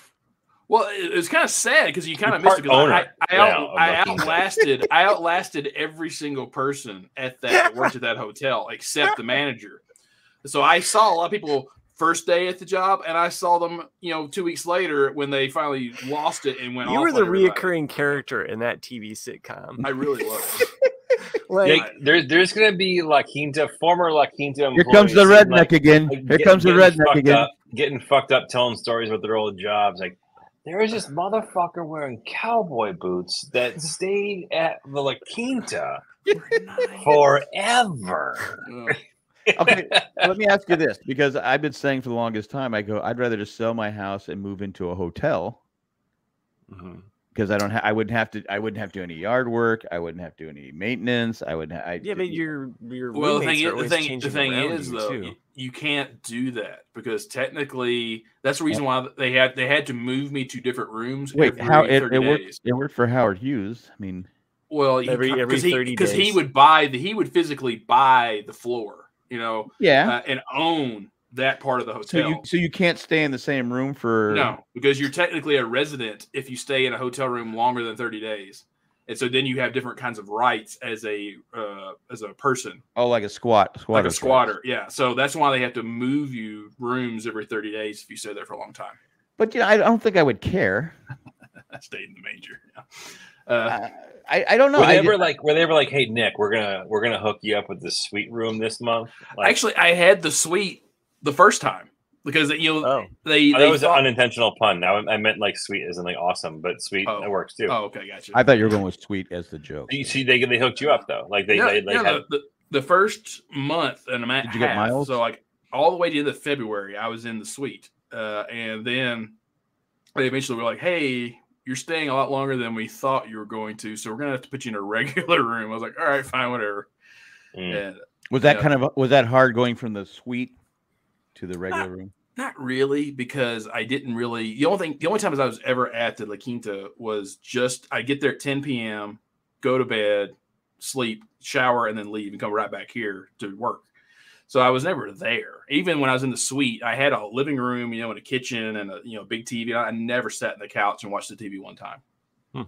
Speaker 2: Well, it, it's kind of sad because you kind
Speaker 4: You're
Speaker 2: of missed it.
Speaker 4: part
Speaker 2: 'cause I,
Speaker 4: owner
Speaker 2: I, I,
Speaker 4: now
Speaker 2: out,
Speaker 4: of
Speaker 2: I
Speaker 4: Buckingham.
Speaker 2: outlasted I outlasted every single person at that that worked at that hotel except the manager. So I saw a lot of people first day at the job, and I saw them, you know, two weeks later when they finally lost it and went.
Speaker 3: You
Speaker 2: off
Speaker 3: were
Speaker 2: on
Speaker 3: the
Speaker 2: everybody.
Speaker 3: reoccurring character in that TV sitcom.
Speaker 2: I really was.
Speaker 3: Like,
Speaker 4: Like, there, there's gonna be La Quinta, former La Quinta.
Speaker 1: here comes the
Speaker 4: employees,
Speaker 1: redneck
Speaker 4: like,
Speaker 1: again.
Speaker 4: like,
Speaker 1: Here
Speaker 4: get-
Speaker 1: comes the
Speaker 4: getting
Speaker 1: redneck
Speaker 4: fucked
Speaker 1: again.
Speaker 4: up- getting fucked up, telling stories about their old jobs. Like there was this motherfucker wearing cowboy boots that stayed at the La Quinta forever.
Speaker 2: Yeah.
Speaker 1: okay, let me ask you this because I've been saying for the longest time, I go, I'd rather just sell my house and move into a hotel
Speaker 3: mhm.
Speaker 1: because I don't, ha- I wouldn't have to, I wouldn't have to do any yard work, I wouldn't have to do any maintenance, I wouldn't. Ha- I,
Speaker 3: yeah, but your your
Speaker 2: well, the thing
Speaker 3: roommates are
Speaker 2: is, the
Speaker 3: always
Speaker 2: thing, the
Speaker 3: changing
Speaker 2: thing
Speaker 3: around
Speaker 2: is
Speaker 3: you,
Speaker 2: though,
Speaker 3: too.
Speaker 2: you, you can't do that because technically that's the reason why they had they had to move me to different rooms.
Speaker 1: wait,
Speaker 2: every
Speaker 1: how it,
Speaker 2: 30
Speaker 1: it worked?
Speaker 2: days.
Speaker 1: It worked for Howard Hughes. I mean,
Speaker 2: Well, he
Speaker 3: Every-
Speaker 2: ki-
Speaker 3: every
Speaker 2: 'cause he-
Speaker 3: 30
Speaker 2: 'cause he
Speaker 3: days.
Speaker 2: would buy the he would physically buy the floor, you know,
Speaker 1: yeah.
Speaker 2: uh, and own that part of the
Speaker 1: so
Speaker 2: hotel.
Speaker 1: you, so you can't stay in the same room for
Speaker 2: No, because you're technically a resident if you stay in a hotel room longer than 30 days. And so then you have different kinds of rights as a uh, as a person,
Speaker 1: oh, like a squat, squatter
Speaker 2: like a squatter. Yeah. So that's why they have to move you rooms every 30 days if you stay there for a long time.
Speaker 1: But you know, I don't think I would care.
Speaker 2: I stayed in the major. Yeah. Uh,
Speaker 1: I, I, I don't know.
Speaker 4: were they
Speaker 1: I
Speaker 4: ever
Speaker 1: just-
Speaker 4: like, were they ever like, hey Nick, we're gonna we're gonna hook you up with this suite room this month? Like,
Speaker 2: actually, I had the suite the first time because you know
Speaker 3: Oh,
Speaker 2: they,
Speaker 4: oh,
Speaker 2: they
Speaker 4: that was
Speaker 2: thought-
Speaker 4: an unintentional pun. I, I meant like sweet isn't like awesome, but sweet
Speaker 2: Oh.
Speaker 4: it works too.
Speaker 2: Oh, okay, gotcha.
Speaker 1: I thought you were going with sweet as the joke.
Speaker 4: You see, they they hooked you up though. Like they,
Speaker 2: No,
Speaker 4: they like
Speaker 2: no,
Speaker 4: had,
Speaker 2: the, the, the first month and a month
Speaker 1: Did you get
Speaker 2: half,
Speaker 1: miles?
Speaker 2: So like all the way to the end of February, I was in the suite, uh, and then they eventually were like, "Hey, you're staying a lot longer than we thought you were going to, so we're gonna have to put you in a regular room." I was like, "All right, fine, whatever."
Speaker 4: mm.
Speaker 2: And
Speaker 1: Was that
Speaker 2: Yeah.
Speaker 1: kind of was that hard going from the suite to the regular room?
Speaker 2: Not really, because I didn't really. The only thing, the only times I was ever at the La Quinta was just I get there at 10 p.m., go to bed, sleep, shower, and then leave and come right back here to work. So I was never there. Even when I was in the suite, I had a living room, you know, and a kitchen and a you know big TV. And I never sat on the couch and watched the TV one time.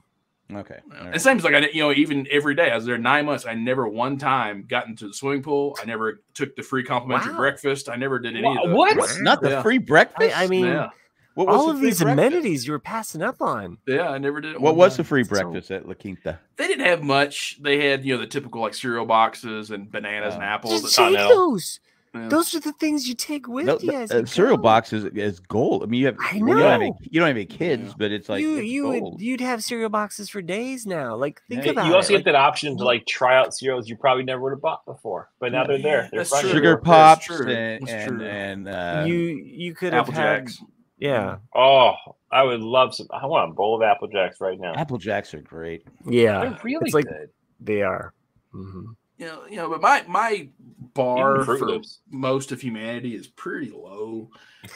Speaker 1: Okay. all right.
Speaker 2: It seems like I, didn't- you know, even every day I was there nine months. I never one time got into the swimming pool. I never took the free complimentary
Speaker 3: Wow.
Speaker 2: breakfast. I never did any
Speaker 4: Wha-
Speaker 2: of those.
Speaker 4: what?
Speaker 1: What? Not the
Speaker 2: Yeah.
Speaker 1: free breakfast?
Speaker 3: I, I mean,
Speaker 2: Yeah.
Speaker 1: what
Speaker 3: all
Speaker 1: the
Speaker 3: of
Speaker 1: free
Speaker 3: these
Speaker 1: breakfast?
Speaker 3: amenities you were passing up on.
Speaker 2: Yeah, I never did. it
Speaker 1: What
Speaker 2: one
Speaker 1: was
Speaker 2: time.
Speaker 1: the free
Speaker 3: So-
Speaker 1: breakfast at La Quinta?
Speaker 2: They didn't have much. They had you know the typical like cereal boxes and bananas and
Speaker 1: Oh.
Speaker 2: apples.
Speaker 3: Just
Speaker 4: I
Speaker 3: take
Speaker 4: know.
Speaker 3: those.
Speaker 2: Yeah.
Speaker 3: Those are the things you take with
Speaker 1: No,
Speaker 3: you.
Speaker 1: the-
Speaker 3: As
Speaker 1: uh,
Speaker 3: you
Speaker 1: cereal
Speaker 3: go.
Speaker 1: box is, is gold. I mean, you have
Speaker 3: I
Speaker 1: well, you, don't have any,
Speaker 3: know.
Speaker 1: you don't have any kids,
Speaker 2: Yeah.
Speaker 1: but it's like
Speaker 3: you
Speaker 1: it's
Speaker 3: you
Speaker 1: gold.
Speaker 3: would you'd have cereal boxes for days now. Like think
Speaker 1: Yeah.
Speaker 3: about
Speaker 4: you also
Speaker 3: it.
Speaker 4: get that option to like try out cereals you probably never would have bought before, but now
Speaker 1: Yeah.
Speaker 4: they're there. They're
Speaker 2: That's
Speaker 4: front
Speaker 2: true.
Speaker 4: of
Speaker 1: Sugar
Speaker 4: your-
Speaker 2: That's
Speaker 1: pops
Speaker 2: true.
Speaker 1: and
Speaker 2: That's
Speaker 1: and,
Speaker 2: true.
Speaker 1: and
Speaker 3: Like,
Speaker 1: uh,
Speaker 3: you you could have
Speaker 2: Apple
Speaker 3: had
Speaker 2: Jacks.
Speaker 3: yeah
Speaker 4: Oh, I would love some. I want a bowl of apple jacks right now.
Speaker 1: apple jacks are great.
Speaker 3: yeah
Speaker 4: They're really
Speaker 3: it's like-
Speaker 4: good.
Speaker 3: they are. Mhm.
Speaker 2: You know, you know, but my my bar
Speaker 4: Even Fruit
Speaker 2: for
Speaker 4: Loops.
Speaker 2: most of humanity is pretty low,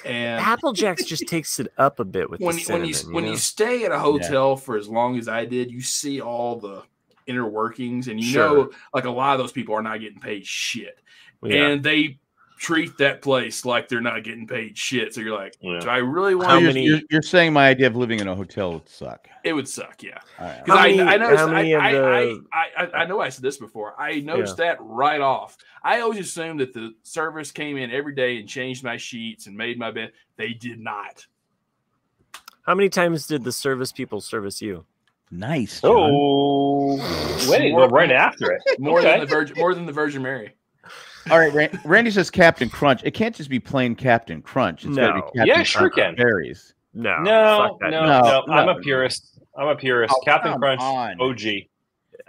Speaker 2: and
Speaker 3: Apple Jacks just takes it up a bit with
Speaker 2: when
Speaker 3: the
Speaker 2: you- when you
Speaker 3: cinnamon,
Speaker 2: when
Speaker 3: know?
Speaker 2: you stay at a hotel for as long as I did, you see all the inner workings, and you know,
Speaker 3: Sure.
Speaker 2: like a lot of those people are not getting paid shit,
Speaker 3: yeah.
Speaker 2: and they treat that place like they're not getting paid shit. So you're like,
Speaker 4: Yeah.
Speaker 2: do I really want?
Speaker 3: How
Speaker 1: you're,
Speaker 3: many-
Speaker 1: you're, you're saying my idea of living in a hotel would suck.
Speaker 2: It would suck, yeah.
Speaker 1: All right.
Speaker 2: Because
Speaker 3: How
Speaker 2: I,
Speaker 3: many-
Speaker 2: I
Speaker 3: how
Speaker 2: noticed, I,
Speaker 3: many of
Speaker 2: I,
Speaker 3: the-
Speaker 2: I, I, I know I said this before. I noticed that right off. I always assumed that the service came in every day and changed my sheets and made my bed. They did not.
Speaker 3: How many times did the service people service you?
Speaker 1: Nice. John.
Speaker 4: Oh, wait,
Speaker 2: More-
Speaker 4: well, right after it.
Speaker 2: More
Speaker 4: Okay.
Speaker 2: than the Virgin, more than the Virgin Mary.
Speaker 1: All right, Ran- Randy says Captain Crunch. It can't just be plain Captain Crunch. It's got to be
Speaker 3: No.
Speaker 1: Captain
Speaker 4: Yeah, sure
Speaker 1: Crunch
Speaker 4: can.
Speaker 1: Berries.
Speaker 3: No,
Speaker 4: No,
Speaker 3: fuck that.
Speaker 4: no, no,
Speaker 1: No,
Speaker 4: I'm
Speaker 1: no.
Speaker 4: a purist. I'm a purist.
Speaker 1: Oh,
Speaker 4: Captain
Speaker 1: come
Speaker 4: Crunch,
Speaker 1: on.
Speaker 4: OG.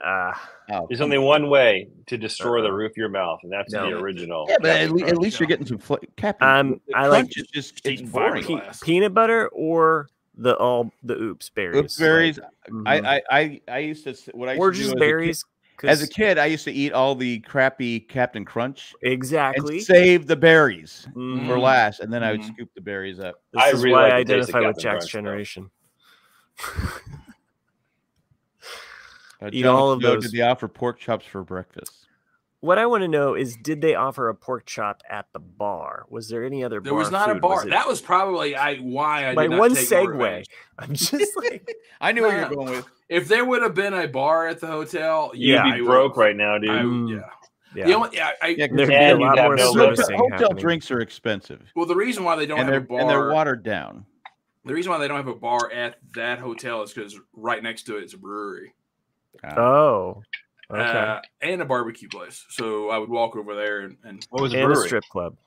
Speaker 3: Uh,
Speaker 1: Oh,
Speaker 4: There's
Speaker 1: come
Speaker 4: only
Speaker 1: on.
Speaker 4: one way to destroy the roof of your mouth, and that's
Speaker 3: No.
Speaker 4: the original.
Speaker 1: Yeah, but at,
Speaker 4: Captain
Speaker 1: le- at
Speaker 4: Crunch.
Speaker 1: least you're getting some fl- Captain.
Speaker 3: Um,
Speaker 1: the
Speaker 3: I like
Speaker 1: Crunch is just
Speaker 2: eating
Speaker 1: it's
Speaker 2: fiber.
Speaker 1: boring.
Speaker 3: pe-
Speaker 2: glass.
Speaker 3: peanut butter or the all the oops berries.
Speaker 1: Oops, berries.
Speaker 3: Like, mhm.
Speaker 1: I, I I I used to s- what I used
Speaker 3: or
Speaker 1: to do
Speaker 3: just
Speaker 1: as a kid-
Speaker 3: berries.
Speaker 1: As
Speaker 3: 'cause-
Speaker 1: a kid, I used to eat all the crappy Captain Crunch
Speaker 3: exactly.
Speaker 1: and save the berries
Speaker 3: Mhm.
Speaker 1: for
Speaker 2: Mm.
Speaker 1: last, and then I would
Speaker 2: Mhm.
Speaker 1: scoop the berries up.
Speaker 3: This
Speaker 4: I
Speaker 3: is
Speaker 4: really
Speaker 3: why
Speaker 4: like
Speaker 3: I
Speaker 4: the taste of
Speaker 3: identify with
Speaker 4: Captain
Speaker 3: Jack's
Speaker 4: Crunch, though.
Speaker 3: generation.
Speaker 1: Uh,
Speaker 3: Eat
Speaker 1: John
Speaker 3: all of
Speaker 1: Doe,
Speaker 3: those.
Speaker 1: Did they offer pork chops for breakfast?
Speaker 3: what I want to know is, did they offer a pork chop at the bar? Was there any other?
Speaker 2: There
Speaker 3: bar
Speaker 2: was not a
Speaker 3: food?
Speaker 2: bar.
Speaker 3: it-
Speaker 2: that was probably I why I did
Speaker 3: my
Speaker 2: not
Speaker 3: one
Speaker 2: take more
Speaker 3: segue.
Speaker 2: revenge.
Speaker 3: I'm just like,
Speaker 1: I knew where you
Speaker 2: No,
Speaker 1: were going with.
Speaker 2: If there would have been a bar at the hotel,
Speaker 4: You'd
Speaker 3: Yeah,
Speaker 2: I
Speaker 4: be
Speaker 2: would-
Speaker 4: broke right now, dude.
Speaker 2: I,
Speaker 3: Mm.
Speaker 2: yeah.
Speaker 3: yeah,
Speaker 2: The only, yeah, I,
Speaker 1: Yeah, 'cause
Speaker 3: there'd be
Speaker 4: And
Speaker 3: a
Speaker 4: you'd
Speaker 3: lot
Speaker 4: have
Speaker 3: more
Speaker 4: no
Speaker 1: hotel,
Speaker 4: service
Speaker 3: servicing
Speaker 1: hotel
Speaker 3: happening.
Speaker 1: drinks are expensive,
Speaker 2: well, the reason why they don't
Speaker 1: and
Speaker 2: have
Speaker 1: they're
Speaker 2: a bar
Speaker 1: and they're watered down.
Speaker 2: The reason why they don't have a bar at that hotel is because right next to it is a brewery
Speaker 1: Uh,
Speaker 3: Oh, okay.
Speaker 2: uh, and a barbecue place. So I would walk over there and, and
Speaker 4: what was the
Speaker 3: and a
Speaker 4: brewery?
Speaker 3: strip club.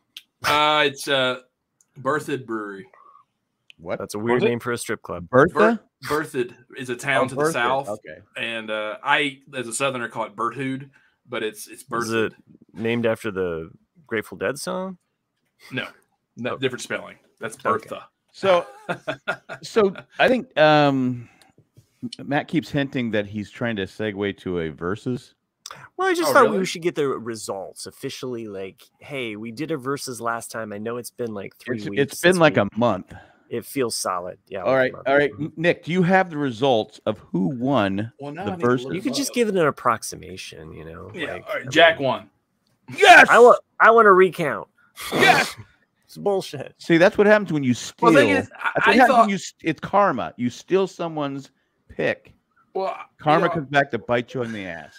Speaker 2: uh, it's uh, Berthoud Brewery.
Speaker 1: what?
Speaker 3: That's a weird
Speaker 4: it?
Speaker 3: name for a strip club.
Speaker 1: Bertha?
Speaker 2: Ber- Berthoud is a town
Speaker 1: Oh,
Speaker 2: to
Speaker 1: Bertha.
Speaker 2: the south,
Speaker 1: Okay.
Speaker 2: and uh, I, as a southerner, call it Berthoud, but it's it's
Speaker 3: Is
Speaker 2: Berthoud.
Speaker 3: it named after the Grateful Dead song?
Speaker 2: No,
Speaker 3: okay.
Speaker 2: different spelling. That's
Speaker 3: Okay.
Speaker 2: Bertha.
Speaker 1: So, so I think um, Matt keeps hinting that he's trying to segue to a versus.
Speaker 3: Well, I just
Speaker 2: Oh,
Speaker 3: thought we
Speaker 2: really?
Speaker 3: should get the results officially. Like, hey, we did a versus last time. I know it's been like three
Speaker 1: It's,
Speaker 3: weeks.
Speaker 1: it's been like a month.
Speaker 3: a. It feels solid. Yeah.
Speaker 1: All
Speaker 3: like
Speaker 1: right,
Speaker 3: a month.
Speaker 1: all right, N- Nick. Do you have the results of who won?
Speaker 2: Well,
Speaker 1: now The I need to look Berthoud.
Speaker 3: You could just give it an approximation. You know.
Speaker 2: Yeah,
Speaker 3: like,
Speaker 2: all
Speaker 3: I
Speaker 2: right, Jack
Speaker 3: mean,
Speaker 2: won.
Speaker 1: Yes.
Speaker 3: I want. I want to recount.
Speaker 2: Yes.
Speaker 3: It's bullshit.
Speaker 1: See, that's what happens when you steal.
Speaker 2: Well, the thing is,
Speaker 1: that's what
Speaker 2: I, I
Speaker 1: happens
Speaker 2: thought.
Speaker 1: when you. s- It's karma. You steal someone's pick.
Speaker 2: well, you
Speaker 1: Karma
Speaker 2: know,
Speaker 1: comes back to bite you in the ass.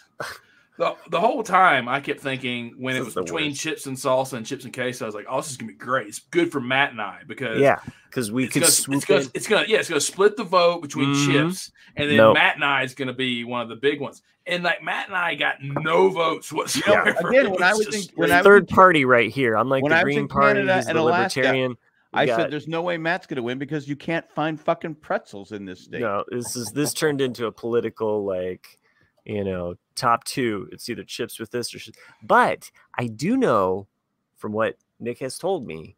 Speaker 2: The, the whole time I kept thinking when it
Speaker 3: This is
Speaker 2: was
Speaker 3: the
Speaker 2: between
Speaker 3: worst.
Speaker 2: chips and salsa and chips and queso, I was like, "Oh, this is gonna be great. It's good for Matt and I because
Speaker 3: Yeah, because we
Speaker 2: it's
Speaker 3: could
Speaker 2: gonna,
Speaker 3: swoop
Speaker 2: it's, gonna,
Speaker 3: in.
Speaker 2: it's gonna yeah, it's gonna split the vote between
Speaker 3: Mhm.
Speaker 2: chips and then
Speaker 3: No.
Speaker 2: Matt and I is gonna be one of the big ones." And like Matt and I got no votes whatsoever.
Speaker 1: Again, when
Speaker 2: It was
Speaker 1: I was
Speaker 2: just
Speaker 1: think- when I
Speaker 2: straight-
Speaker 1: was in
Speaker 3: Third party right here. I'm like
Speaker 1: when
Speaker 3: the
Speaker 1: I was
Speaker 3: Green
Speaker 1: in
Speaker 3: Party,
Speaker 1: Canada
Speaker 3: he's
Speaker 1: and
Speaker 3: the
Speaker 1: Alaska,
Speaker 3: Libertarian. We
Speaker 1: I
Speaker 3: got-
Speaker 1: said, "There's no way Matt's going to win because you can't find fucking pretzels in this state."
Speaker 3: No, this is this turned into a political like, you know, top two. It's either chips with this or. Sh- but I do know from what Nick has told me,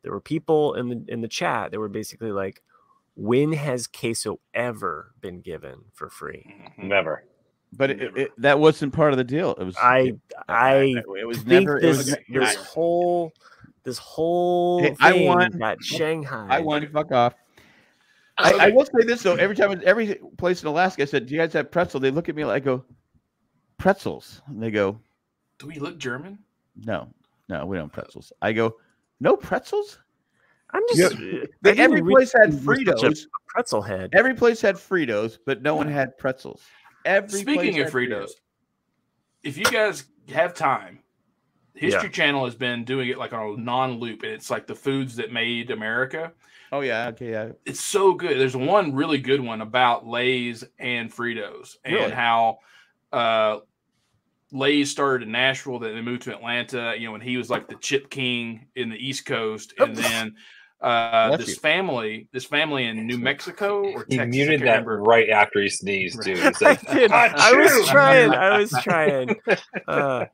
Speaker 3: there were people in the in the chat that were basically like, "When has queso ever been given for free?"
Speaker 2: Mhm.
Speaker 4: Never.
Speaker 1: But it, it, that wasn't part of the deal. It was
Speaker 3: I I
Speaker 1: it was
Speaker 3: think
Speaker 1: never. It
Speaker 3: this
Speaker 1: was,
Speaker 3: this whole this whole
Speaker 1: Hey, I
Speaker 3: thing
Speaker 1: won.
Speaker 3: got Shanghai.
Speaker 1: I won. Fuck off. I, I will say this though. Every time, every place in Alaska, I said, "Do you guys have pretzel?" They look at me like, I "Go pretzels." And they go,
Speaker 2: Do we look German?
Speaker 1: "No, no, we don't pretzels." I go, "No pretzels."
Speaker 3: I'm
Speaker 1: Yeah.
Speaker 3: just I
Speaker 1: They,
Speaker 3: didn't
Speaker 1: every
Speaker 3: realize
Speaker 1: place had
Speaker 3: you were such a
Speaker 1: Fritos.
Speaker 3: pretzel head.
Speaker 1: Every place had Fritos, but no one had pretzels. Every
Speaker 2: Speaking
Speaker 1: place
Speaker 2: of
Speaker 1: had
Speaker 2: Fritos, if you guys have time, History
Speaker 3: Yeah.
Speaker 2: Channel has been doing it like on a non-loop, and it's like the foods that made America.
Speaker 1: Oh yeah, okay, yeah.
Speaker 2: it's so good. There's one really good one about Lay's and Fritos and
Speaker 1: Really?
Speaker 2: how uh, Lay's started in Nashville, then they moved to Atlanta. You know, and he was like the chip king in the East Coast, and then uh,
Speaker 1: Bless
Speaker 2: this
Speaker 1: you.
Speaker 2: family, this family in New Mexico or
Speaker 4: He
Speaker 2: Texas, I
Speaker 4: muted
Speaker 2: can't
Speaker 4: that
Speaker 2: remember.
Speaker 4: right after he sneezed,
Speaker 2: Right.
Speaker 4: too. He
Speaker 3: I
Speaker 4: said,
Speaker 3: did.
Speaker 4: "Ah,
Speaker 3: I was
Speaker 4: shoot."
Speaker 3: trying. I was trying. Uh,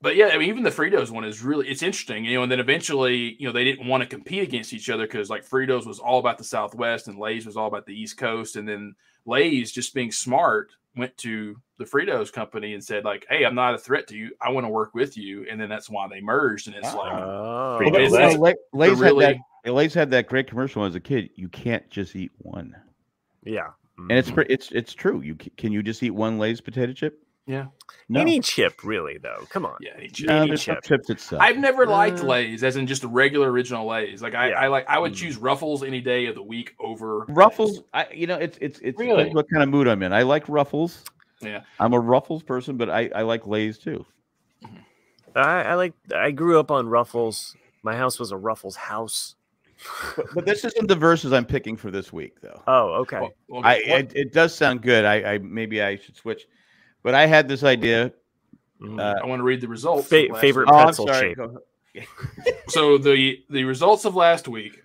Speaker 2: But yeah, I mean, even the Fritos one is really it's interesting, you know. And then eventually, you know, they didn't want to compete against each other because like Fritos was all about the Southwest and Lay's was all about the East Coast, and then Lay's just being smart went to the Fritos company and said like, "Hey, I'm not a threat to you. I want to work with you." And then that's why they merged, and it's like
Speaker 3: oh,
Speaker 4: Pretty
Speaker 1: Well,
Speaker 4: Fritos.
Speaker 1: but, you know, Lay- Lay's
Speaker 4: Lay's-
Speaker 2: they're really
Speaker 1: had that. Lay's had that great commercial when I was a kid. You can't just eat one,
Speaker 3: yeah. Mm.
Speaker 1: and it's pre- it's it's true. You ca- can you just eat one Lay's potato chip?
Speaker 2: Yeah.
Speaker 1: No.
Speaker 3: any chip, really though. Come on.
Speaker 2: yeah. it's-
Speaker 1: no,
Speaker 3: any
Speaker 1: there's some
Speaker 3: chip.
Speaker 1: chips itself.
Speaker 2: I've never liked
Speaker 3: Uh,
Speaker 2: Lay's as in just the regular original Lay's. Like I,
Speaker 3: Yeah.
Speaker 2: I like I would
Speaker 3: Mm.
Speaker 2: choose Ruffles any day of the week over
Speaker 1: Ruffles, I you know it's it's it's depends
Speaker 4: Really?
Speaker 1: what kind of mood I'm in. I like Ruffles.
Speaker 2: Yeah.
Speaker 1: I'm a Ruffles person, but I I like Lay's too.
Speaker 3: I, I like. I grew up on Ruffles. My house was a Ruffles house.
Speaker 1: But, but this isn't the verses I'm picking for this week, though.
Speaker 3: Oh, okay.
Speaker 2: Well, well,
Speaker 1: I
Speaker 2: what-
Speaker 1: it, it does sound good. I, I maybe I should switch, but I had this idea.
Speaker 3: Mhm.
Speaker 1: uh,
Speaker 2: I want to read the results.
Speaker 3: Fa-
Speaker 2: of last
Speaker 3: favorite-
Speaker 1: Oh, I'm
Speaker 3: Pretzel
Speaker 1: sorry.
Speaker 3: shape.
Speaker 1: Go-
Speaker 2: week. So the the results of last week.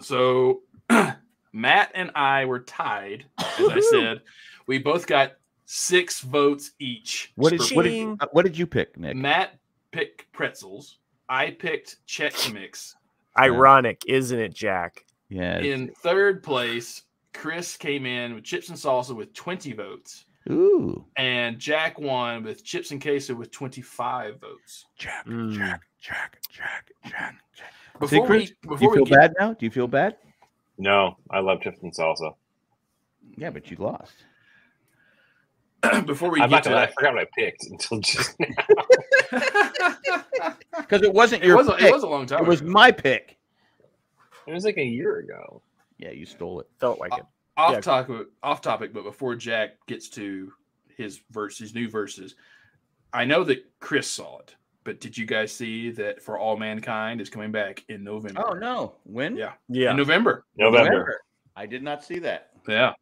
Speaker 2: So Matt and I were tied, as I said. We both got six votes each.
Speaker 3: What did
Speaker 2: for
Speaker 3: she-
Speaker 1: What did,
Speaker 2: picking.
Speaker 1: you- uh, what did you pick, Nick?
Speaker 2: Matt picked pretzels. I picked Chex Mix.
Speaker 3: Ironic, isn't it, Jack?
Speaker 1: Yeah.
Speaker 2: In third place, Chris came in with chips and salsa with 20 votes,
Speaker 1: Ooh.
Speaker 2: and Jack won with chips and queso with 25 votes.
Speaker 1: Jack,
Speaker 3: Mm.
Speaker 1: Jack, Jack, Jack, Jack. Jack.
Speaker 2: Before
Speaker 1: Chris,
Speaker 2: we, before
Speaker 1: Do you
Speaker 2: we
Speaker 1: feel
Speaker 2: get-
Speaker 1: bad now? Do you feel bad?
Speaker 4: No, I love chips and salsa.
Speaker 1: Yeah, but you lost.
Speaker 2: before we
Speaker 4: I'm
Speaker 2: get
Speaker 4: not
Speaker 2: to
Speaker 4: gonna, lie, I
Speaker 2: that,
Speaker 4: forgot what I picked until just now.
Speaker 1: Because it wasn't
Speaker 2: it
Speaker 1: your
Speaker 2: was a,
Speaker 1: pick.
Speaker 2: it was a long time.
Speaker 1: it was
Speaker 2: ago.
Speaker 1: my pick.
Speaker 4: It was like a year ago.
Speaker 1: Yeah, you stole it.
Speaker 3: Felt
Speaker 2: Uh,
Speaker 3: like it.
Speaker 2: off
Speaker 3: yeah.
Speaker 2: topic. Off topic, but before Jack gets to his verse, his new verses, I know that Chris saw it, but did you guys see that for all mankind is coming back in November?
Speaker 1: Oh no! When?
Speaker 2: Yeah.
Speaker 3: Yeah.
Speaker 2: in November.
Speaker 4: November.
Speaker 1: I did not see that.
Speaker 2: Yeah,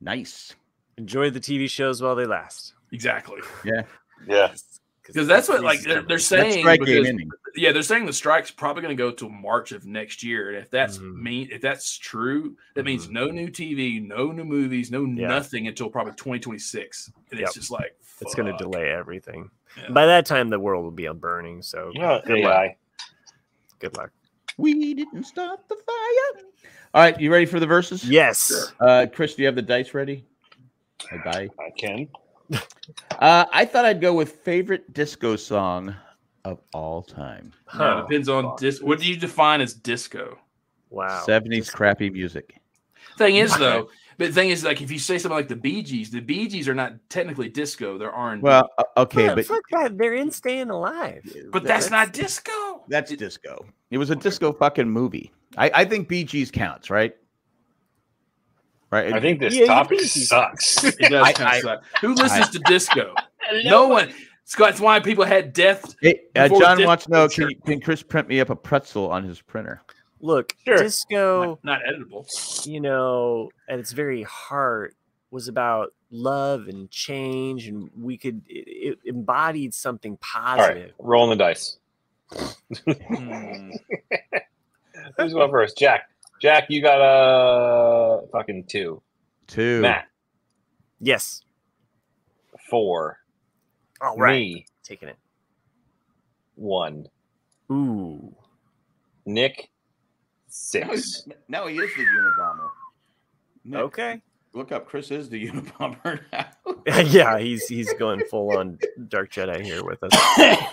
Speaker 1: Nice.
Speaker 3: Enjoy the TV shows while they last.
Speaker 2: exactly.
Speaker 4: Yeah.
Speaker 2: Because that's what like they're, they're
Speaker 1: That's
Speaker 2: saying.
Speaker 1: right game
Speaker 2: because-
Speaker 1: ending.
Speaker 2: yeah, they're saying the strike's probably going to go till March of next year, and if that's
Speaker 3: Mhm.
Speaker 2: mean, if that's true, that means
Speaker 3: Mhm.
Speaker 2: no new TV, no new movies, no
Speaker 3: Yeah.
Speaker 2: nothing until probably 2026, and
Speaker 3: Yep.
Speaker 2: it's just like
Speaker 3: It's going to
Speaker 2: fuck.
Speaker 3: delay everything.
Speaker 2: Yeah.
Speaker 3: By that time, the world will be on burning. So
Speaker 4: Yeah.
Speaker 3: good luck.
Speaker 4: AI.
Speaker 3: Good luck.
Speaker 1: We didn't start the fire. All right, you ready for the verses?
Speaker 3: Yes.
Speaker 2: Sure.
Speaker 1: Uh, Chris, do you have the dice ready? A die.
Speaker 4: I can.
Speaker 1: Uh, I thought I'd go with favorite disco song of all time.
Speaker 2: Now, it
Speaker 3: Huh.
Speaker 2: depends on
Speaker 4: fuck.
Speaker 2: dis- what do you define as disco?
Speaker 3: Wow.
Speaker 1: Seventies crappy music.
Speaker 2: Thing is though, but the thing is like if you say something like the Bee Gees, the Bee Gees are not technically disco; they're R and B.
Speaker 1: Well, uh, okay,
Speaker 3: Fuck-
Speaker 1: but
Speaker 3: fuck that. They're in staying alive.
Speaker 2: but that's, not disco.
Speaker 1: that's
Speaker 2: It-
Speaker 1: disco. It was a disco fucking movie. I, I think Bee Gees counts, right? Right.
Speaker 4: I think this
Speaker 3: Yeah, you
Speaker 4: topic
Speaker 3: think-
Speaker 4: sucks.
Speaker 2: It does
Speaker 1: I-
Speaker 2: kind
Speaker 1: I-
Speaker 2: of suck. Who listens to disco? No one. It's- That's why people had death
Speaker 1: Hey, uh,
Speaker 2: Before
Speaker 1: John
Speaker 2: dis-
Speaker 1: wants to know can,
Speaker 2: sure.
Speaker 1: you- can Chris print me up a pretzel on his printer?
Speaker 3: Look,
Speaker 4: Sure.
Speaker 3: disco,
Speaker 2: not, not editable.
Speaker 3: you know, at its very heart, was about love and change, and we could it, it embodied something
Speaker 4: All right.
Speaker 3: positive.
Speaker 4: Rolling the dice.
Speaker 2: Mm.
Speaker 4: Who's going first? Jack. Jack, you got a uh, fucking two.
Speaker 1: Two.
Speaker 4: Matt,
Speaker 3: Yes.
Speaker 4: four.
Speaker 3: All right.
Speaker 4: Me,
Speaker 3: Taking it.
Speaker 4: one.
Speaker 3: Ooh.
Speaker 4: Nick,
Speaker 1: Now he's-
Speaker 4: six.
Speaker 1: now he is the Unabomber. Nick,
Speaker 3: Okay.
Speaker 1: Look up. Chris is the Unabomber now.
Speaker 3: yeah, he's he's going full on Dark Jedi here with us.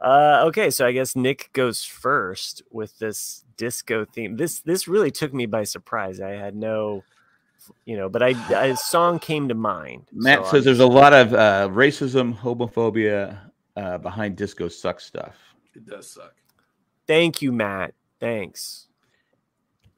Speaker 3: Uh, okay, so I guess Nick goes first with this disco theme. This this really took me by surprise. I had no, you know, but I, I a song came to mind.
Speaker 1: Matt
Speaker 3: so
Speaker 1: says
Speaker 3: I'm-
Speaker 1: there's a lot of uh, racism, homophobia uh, behind disco sucks stuff.
Speaker 2: It does suck.
Speaker 3: "Thank you, Matt. Thanks."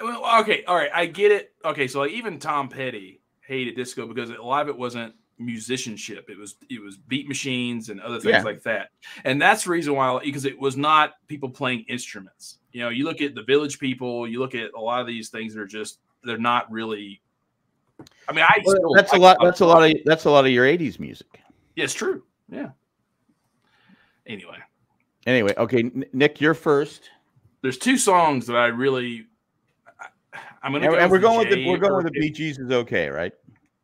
Speaker 2: Well, okay, all right, I get it. Okay, so like even Tom Petty hated disco because a lot of it wasn't musicianship. It was it was beat machines and other things
Speaker 1: Yeah.
Speaker 2: like that. And that's the reason why because it was not people playing instruments. You know, you look at the village people, you look at a lot of these things that are just they're not really I mean, I still
Speaker 1: That's a
Speaker 2: like
Speaker 1: lot.
Speaker 2: Tom
Speaker 1: That's a lot of that's a lot of your '80s music.
Speaker 2: Yeah, it's true. Yeah. Anyway,
Speaker 1: Anyway, okay, N- Nick, you're first,
Speaker 2: there's two songs that I really. I, I'm
Speaker 1: and,
Speaker 2: gonna. go
Speaker 1: and we're going with
Speaker 2: Jay
Speaker 1: the we're going with the
Speaker 2: Birkin.
Speaker 1: Bee Gees is okay, right?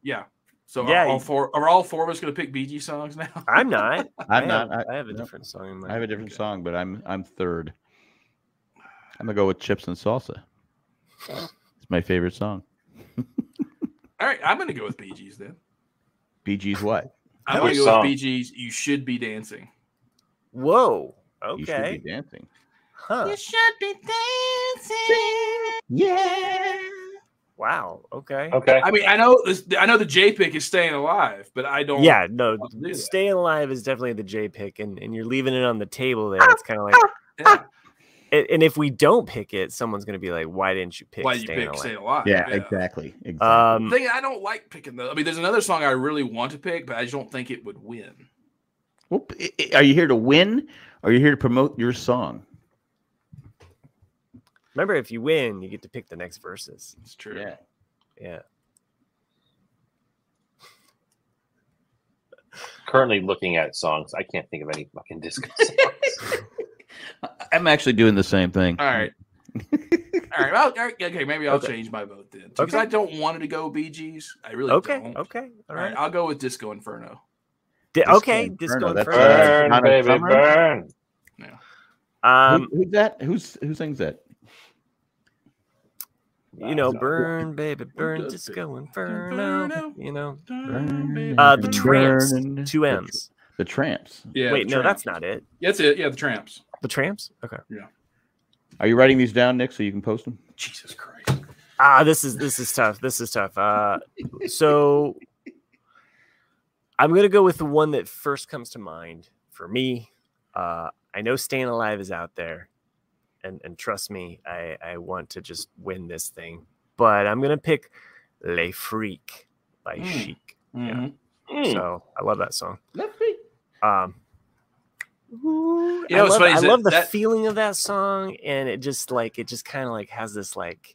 Speaker 2: Yeah. So
Speaker 3: Yeah,
Speaker 2: are all
Speaker 3: you-
Speaker 2: four are all four of us gonna pick BG songs now?
Speaker 3: I'm not.
Speaker 1: I'm
Speaker 3: I
Speaker 1: not.
Speaker 3: Have,
Speaker 1: I,
Speaker 3: I, have a
Speaker 1: no.
Speaker 3: different song in mind.
Speaker 1: I have a different song, but I'm I'm third. I'm gonna go with chips and salsa. It's my favorite song.
Speaker 2: All right, I'm gonna go with BG's then.
Speaker 1: Bee Gees what?
Speaker 2: I'm
Speaker 4: Which
Speaker 2: gonna go
Speaker 4: song?
Speaker 2: with BG's. You should be dancing.
Speaker 3: Whoa.
Speaker 1: You should
Speaker 3: Okay.
Speaker 1: be dancing.
Speaker 3: Huh.
Speaker 2: should be dancing.
Speaker 1: Yeah.
Speaker 3: Wow. Okay.
Speaker 4: Okay.
Speaker 2: I mean, I know this. I know the J pick is staying alive, but I don't.
Speaker 3: Yeah. No.
Speaker 2: I'll do that.
Speaker 3: Staying alive is definitely the J pick, and and you're leaving it on the table there. It's kind of like.
Speaker 2: yeah.
Speaker 3: and, and if we don't pick it, someone's gonna be like, "Why didn't you pick?"
Speaker 2: Why you
Speaker 3: Staying
Speaker 2: pick
Speaker 3: Alive?"
Speaker 2: staying alive?
Speaker 1: Yeah, exactly. Exactly.
Speaker 3: Um,
Speaker 2: Thing I don't like picking though. I mean, there's another song I really want to pick, but I just don't think it would win.
Speaker 1: Well, i- i- are you here to win? Or are you here to promote your song?
Speaker 3: Remember, if you win, you get to pick the next verses.
Speaker 2: It's true.
Speaker 1: Yeah.
Speaker 3: Yeah.
Speaker 4: Currently looking at songs, I can't think of any fucking disco songs.
Speaker 1: I'm actually doing the same thing.
Speaker 2: All right. all right. Well, all right, okay. Maybe I'll
Speaker 3: Okay.
Speaker 2: change my vote then because
Speaker 3: Okay.
Speaker 2: I don't want it to go Bee Gees. I really
Speaker 3: Okay.
Speaker 2: don't.
Speaker 3: Okay.
Speaker 2: All
Speaker 3: All
Speaker 2: right.
Speaker 3: right.
Speaker 2: I'll go with Disco Inferno.
Speaker 3: Di-
Speaker 1: Disco
Speaker 3: okay.
Speaker 1: Inferno,
Speaker 3: Disco
Speaker 1: that's
Speaker 3: Inferno.
Speaker 1: right.
Speaker 4: burn,
Speaker 1: Donna
Speaker 4: baby,
Speaker 1: Summer?
Speaker 4: burn.
Speaker 3: Um,
Speaker 1: Who- who's that? Who's who sings that?
Speaker 3: you know,
Speaker 4: Wow.
Speaker 3: burn, baby, burn,
Speaker 2: does
Speaker 3: Disco
Speaker 2: Inferno?
Speaker 3: Inferno. You know,
Speaker 1: Uh,
Speaker 3: the
Speaker 1: Burn
Speaker 3: Tramps.
Speaker 1: and-
Speaker 3: two M's.
Speaker 1: The Tramps.
Speaker 2: Yeah.
Speaker 3: Wait,
Speaker 2: the
Speaker 3: no,
Speaker 2: Tramps.
Speaker 3: that's not it.
Speaker 2: that's it. Yeah, the Tramps.
Speaker 3: The Tramps. Okay.
Speaker 1: Are you writing these down, Nick, so you can post them?
Speaker 2: Jesus Christ.
Speaker 3: Ah, this is this is tough. This is tough. Uh, so I'm gonna go with the one that first comes to mind for me. Uh, I know "Staying Alive" is out there, and and trust me, I I want to just win this thing. But I'm gonna pick "Les Freak" by
Speaker 2: Mm.
Speaker 3: Chic.
Speaker 2: Mhm.
Speaker 4: Mm.
Speaker 3: So I love that song.
Speaker 2: Let me-
Speaker 3: Um,
Speaker 2: You
Speaker 3: I,
Speaker 2: know what's
Speaker 3: love,
Speaker 2: funny
Speaker 3: I
Speaker 2: is that-
Speaker 3: love the
Speaker 2: that-
Speaker 3: feeling of that song, and it just like it just kind of like has this like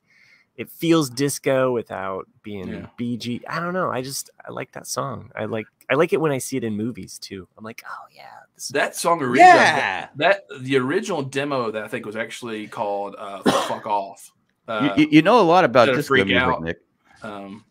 Speaker 3: it feels disco without being
Speaker 2: Yeah.
Speaker 3: BG. I don't know. I just I like that song. I like I like it when I see it in movies too. I'm like, oh yeah, this is
Speaker 2: That song originally. That the original demo that I think was actually called uh, "Fuck Off." Uh,
Speaker 1: you, you- you know a lot about
Speaker 2: Gotta
Speaker 1: disco
Speaker 2: freak
Speaker 1: music,
Speaker 2: out.
Speaker 1: Nick.
Speaker 2: um,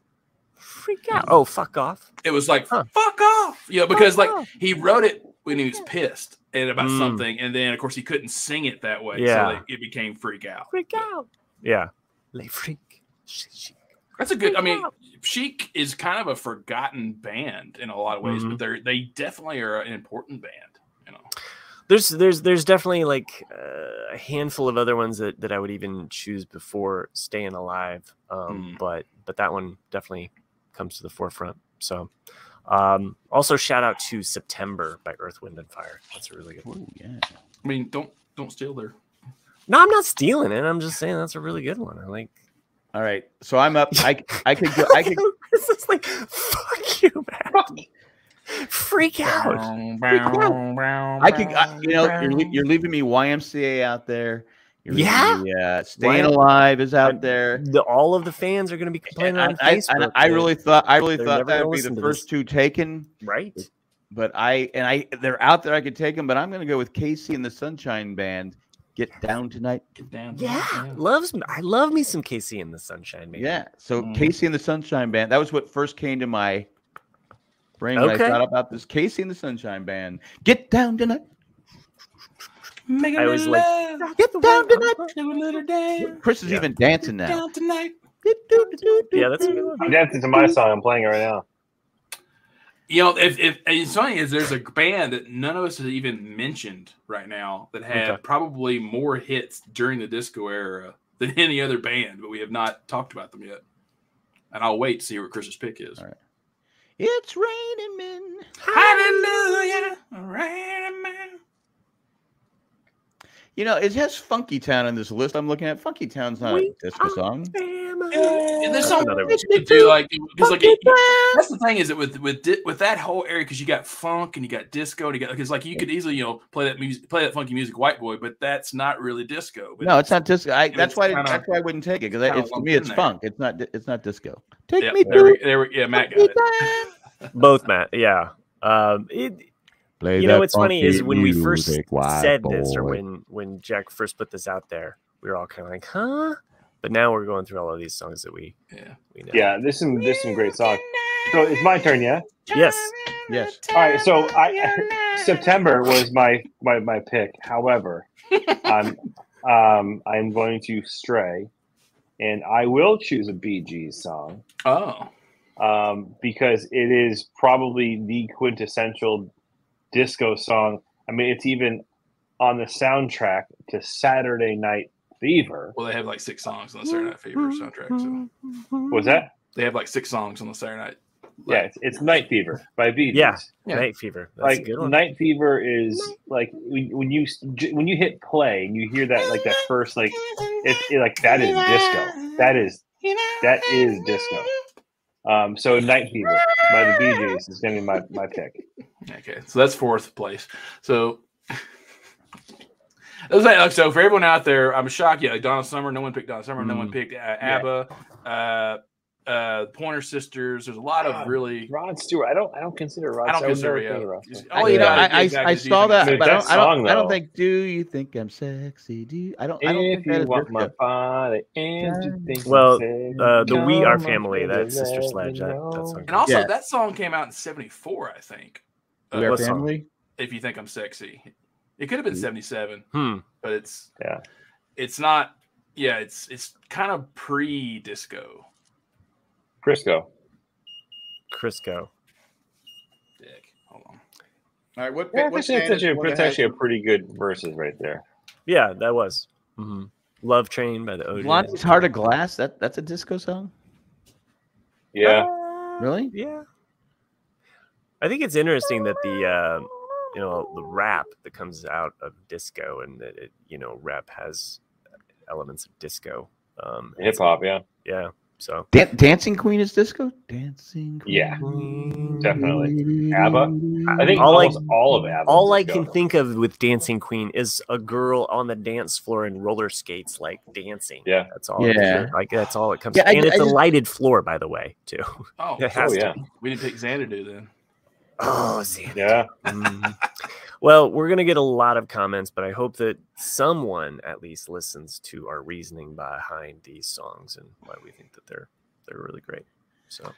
Speaker 3: freak out. Oh fuck off.
Speaker 2: it was like
Speaker 3: Huh.
Speaker 2: "Fuck Off," you know, because
Speaker 3: Fuck
Speaker 2: like
Speaker 3: off.
Speaker 2: he wrote it when he was pissed and about
Speaker 3: Mm.
Speaker 2: something, and then of course he couldn't sing it that way,
Speaker 3: Yeah.
Speaker 2: so like, it became "Freak Out."
Speaker 3: freak out. Yeah, Les freak. Sh- sh-
Speaker 2: That's a good. I
Speaker 3: Freak
Speaker 2: mean,
Speaker 3: out.
Speaker 2: Chic is kind of a forgotten band in a lot of ways,
Speaker 3: Mhm.
Speaker 2: but they're they definitely are an important band. You know,
Speaker 3: there's there's there's definitely like uh, a handful of other ones that, that I would even choose before staying alive. Um,
Speaker 2: Mm.
Speaker 3: but but that one definitely comes to the forefront. So um, also shout out to September by Earth, Wind and Fire. That's a really good one.
Speaker 1: Ooh, yeah.
Speaker 2: I mean, don't don't steal their.
Speaker 3: No, I'm not stealing it. I'm just saying that's a really good one. I like
Speaker 1: All right. So I'm up. I I could go. I could.
Speaker 3: this is like fuck you, man. Freak out.
Speaker 2: um,
Speaker 1: I could. I, you know, you're, le- you're leaving me YMCA out there. You're leaving
Speaker 3: Yeah.
Speaker 1: me, uh, staying
Speaker 3: Y-
Speaker 1: alive is
Speaker 3: I-
Speaker 1: out there.
Speaker 3: The, all of the fans are going to be complaining
Speaker 1: And
Speaker 3: on
Speaker 1: I, I,
Speaker 3: Facebook.
Speaker 1: and I
Speaker 3: that-
Speaker 1: really thought I really
Speaker 3: They're
Speaker 1: thought
Speaker 3: never
Speaker 1: that
Speaker 3: gonna
Speaker 1: would be
Speaker 3: listen
Speaker 1: the
Speaker 3: to
Speaker 1: first
Speaker 3: this.
Speaker 1: two taken,
Speaker 3: right.
Speaker 1: but I and I they're out there. I could take them, but I'm going to go with Casey and the Sunshine Band. Get down tonight.
Speaker 2: Get down.
Speaker 3: Yeah, loves me. I love me some Casey and the Sunshine Man.
Speaker 1: Yeah. So
Speaker 3: Mm-hmm.
Speaker 2: Mm.
Speaker 1: Casey and the Sunshine Band. That was what first came to my brain when
Speaker 3: Okay.
Speaker 1: I thought about this. Casey and the Sunshine Band. Get down tonight.
Speaker 2: Make a
Speaker 3: I was
Speaker 2: little
Speaker 3: like-
Speaker 2: love,
Speaker 1: Get down tonight.
Speaker 2: do a little dance,
Speaker 1: Chris is
Speaker 3: Yeah.
Speaker 1: even dancing now.
Speaker 2: down tonight.
Speaker 3: yeah, that's a good
Speaker 4: I'm
Speaker 3: one.
Speaker 4: dancing to my song. I'm playing it right now.
Speaker 2: You know, if if and it's funny is there's a band that none of us has even mentioned right now that had
Speaker 3: Okay.
Speaker 2: probably more hits during the disco era than any other band, but we have not talked about them yet. And I'll wait to see what Chris's pick is.
Speaker 1: All right. It's raining men.
Speaker 2: Hallelujah, raining man.
Speaker 1: You know, it has Funky Town on this list. I'm looking at Funky Town's not
Speaker 3: We
Speaker 1: a disco
Speaker 3: are
Speaker 1: song.
Speaker 2: And there's
Speaker 3: That's
Speaker 2: so
Speaker 3: another
Speaker 2: much
Speaker 3: one.
Speaker 2: you could do, like, because like it- that's the thing is that with with di- with that whole area because you got funk and you got disco and you got because like you could easily you know play that music play that funky music white boy but that's not really disco but
Speaker 1: No, it's not disco. I,
Speaker 2: it's
Speaker 1: that's why I didn't-
Speaker 2: kinda-
Speaker 1: that's why I wouldn't take it because
Speaker 2: kinda
Speaker 1: it's to
Speaker 2: lumped
Speaker 1: me
Speaker 2: in
Speaker 1: it's
Speaker 2: there.
Speaker 1: funk. It's not di- it's not disco. Take
Speaker 2: yeah,
Speaker 1: me
Speaker 2: there
Speaker 1: through.
Speaker 2: we, there we, yeah Matt got
Speaker 1: funky
Speaker 2: it
Speaker 1: time.
Speaker 3: Both Matt. Yeah. Um, it,
Speaker 1: Play
Speaker 3: you know
Speaker 1: that
Speaker 3: what's funny
Speaker 1: funky
Speaker 3: is when we first
Speaker 1: music, white
Speaker 3: said this, or
Speaker 1: boy.
Speaker 3: when when Jack first put this out there, we were all kind of like, huh? But now we're going through all of these songs that we
Speaker 2: yeah
Speaker 3: we know.
Speaker 4: Yeah, there's some there's some great songs. So it's my turn, yeah.
Speaker 3: Yes.
Speaker 1: yes,
Speaker 4: All right, so I September was my my, my pick. However, I'm um, I'm going to stray, and I will choose a Bee Gees song
Speaker 2: oh
Speaker 4: um, because it is probably the quintessential disco song. I mean, it's even on the soundtrack to Saturday Night Fever.
Speaker 2: well they have like six songs on the Saturday Night Fever soundtrack so
Speaker 4: Was that?
Speaker 2: they have like six songs on the Saturday Night
Speaker 4: Yeah, it's, it's Night Fever by Bee Gees.
Speaker 3: Yeah.
Speaker 2: Yeah.
Speaker 3: Night Fever. That's a
Speaker 4: like
Speaker 3: good one.
Speaker 4: night fever is like when, when you j- when you hit play and you hear that like that first like it's it, like that is disco that is that is disco um so night fever by the bee gees is gonna be my my pick
Speaker 2: okay so that's fourth place so It was like, so for everyone out there, I'm shocked. Yeah, like Donna Summer. No one picked Donna Summer. No one picked uh, ABBA. Uh, uh, Pointer Sisters. There's a lot of
Speaker 4: God,
Speaker 2: really.
Speaker 4: Rod Stewart. I don't. I don't consider Rod.
Speaker 2: I don't
Speaker 4: Stewart.
Speaker 2: consider
Speaker 4: would never think of
Speaker 2: yeah.
Speaker 4: Rod Stewart.
Speaker 2: All
Speaker 1: I,
Speaker 2: oh, you
Speaker 1: you know,
Speaker 2: gotta do
Speaker 1: I,
Speaker 2: is
Speaker 1: I,
Speaker 2: act
Speaker 1: I
Speaker 2: as
Speaker 1: saw
Speaker 2: even-
Speaker 1: that,
Speaker 4: Dude,
Speaker 1: but I
Speaker 4: that
Speaker 1: don't, I don't,
Speaker 4: song,
Speaker 1: I don't
Speaker 4: though.
Speaker 1: think. Do you think I'm sexy? Do you? I don't. I don't
Speaker 4: If
Speaker 1: think that
Speaker 4: you
Speaker 1: is
Speaker 4: want my
Speaker 1: Dirk.
Speaker 4: body, and you think I'm
Speaker 3: Well,
Speaker 4: sexy,
Speaker 3: Uh, the We Are
Speaker 4: come
Speaker 3: Family,
Speaker 4: over
Speaker 3: that Sister
Speaker 4: let me
Speaker 3: Sledge, that,
Speaker 4: know.
Speaker 3: that song.
Speaker 2: And also,
Speaker 1: Yeah.
Speaker 2: that song came out in '74, I think. Uh,
Speaker 1: We are
Speaker 3: what song?
Speaker 1: family.
Speaker 2: If you think I'm sexy, it could have been '77,
Speaker 3: Hmm.
Speaker 2: but it's
Speaker 4: Yeah.
Speaker 2: it's not. Yeah, it's it's kind of pre-disco.
Speaker 4: Crisco.
Speaker 3: Crisco.
Speaker 2: Dick, hold on.
Speaker 1: All right, what?
Speaker 4: Yeah,
Speaker 1: what band
Speaker 4: that's, actually, that's,
Speaker 1: is
Speaker 4: actually,
Speaker 1: the one
Speaker 4: that's
Speaker 1: that had-
Speaker 4: actually a pretty good verses right there.
Speaker 3: Yeah, that was. hmm Love Train by the OJs.
Speaker 1: Blondie's Heart of Glass. That that's a disco song.
Speaker 4: Yeah,
Speaker 3: Uh,
Speaker 1: Really?
Speaker 3: Yeah. I think it's interesting that the uh, you know the rap that comes out of disco and that it you know rap has elements of disco. Um,
Speaker 4: hip hop. Yeah,
Speaker 3: yeah. So
Speaker 1: Dan- Dancing Queen is disco. Dancing. Queen.
Speaker 4: Yeah. definitely. ABBA. I think
Speaker 3: All I-
Speaker 4: almost all of ABBA.
Speaker 3: all
Speaker 4: was
Speaker 3: I
Speaker 4: go.
Speaker 3: can think of with Dancing Queen is a girl on the dance floor in roller skates, like dancing.
Speaker 4: Yeah.
Speaker 3: that's all. I
Speaker 1: Yeah.
Speaker 3: hear. like that's all it comes.
Speaker 1: Yeah, I-
Speaker 3: and it's
Speaker 1: I
Speaker 3: a
Speaker 1: just-
Speaker 3: lighted floor, by the way, too.
Speaker 2: Oh,
Speaker 3: It
Speaker 4: Oh
Speaker 3: has to
Speaker 4: yeah,
Speaker 3: be.
Speaker 2: we didn't pick Xanadu then.
Speaker 3: Oh, see,
Speaker 4: yeah.
Speaker 3: Mhm. well, we're going to get a lot of comments, but I hope that someone at least listens to our reasoning behind these songs and why we think that they're they're really great. So,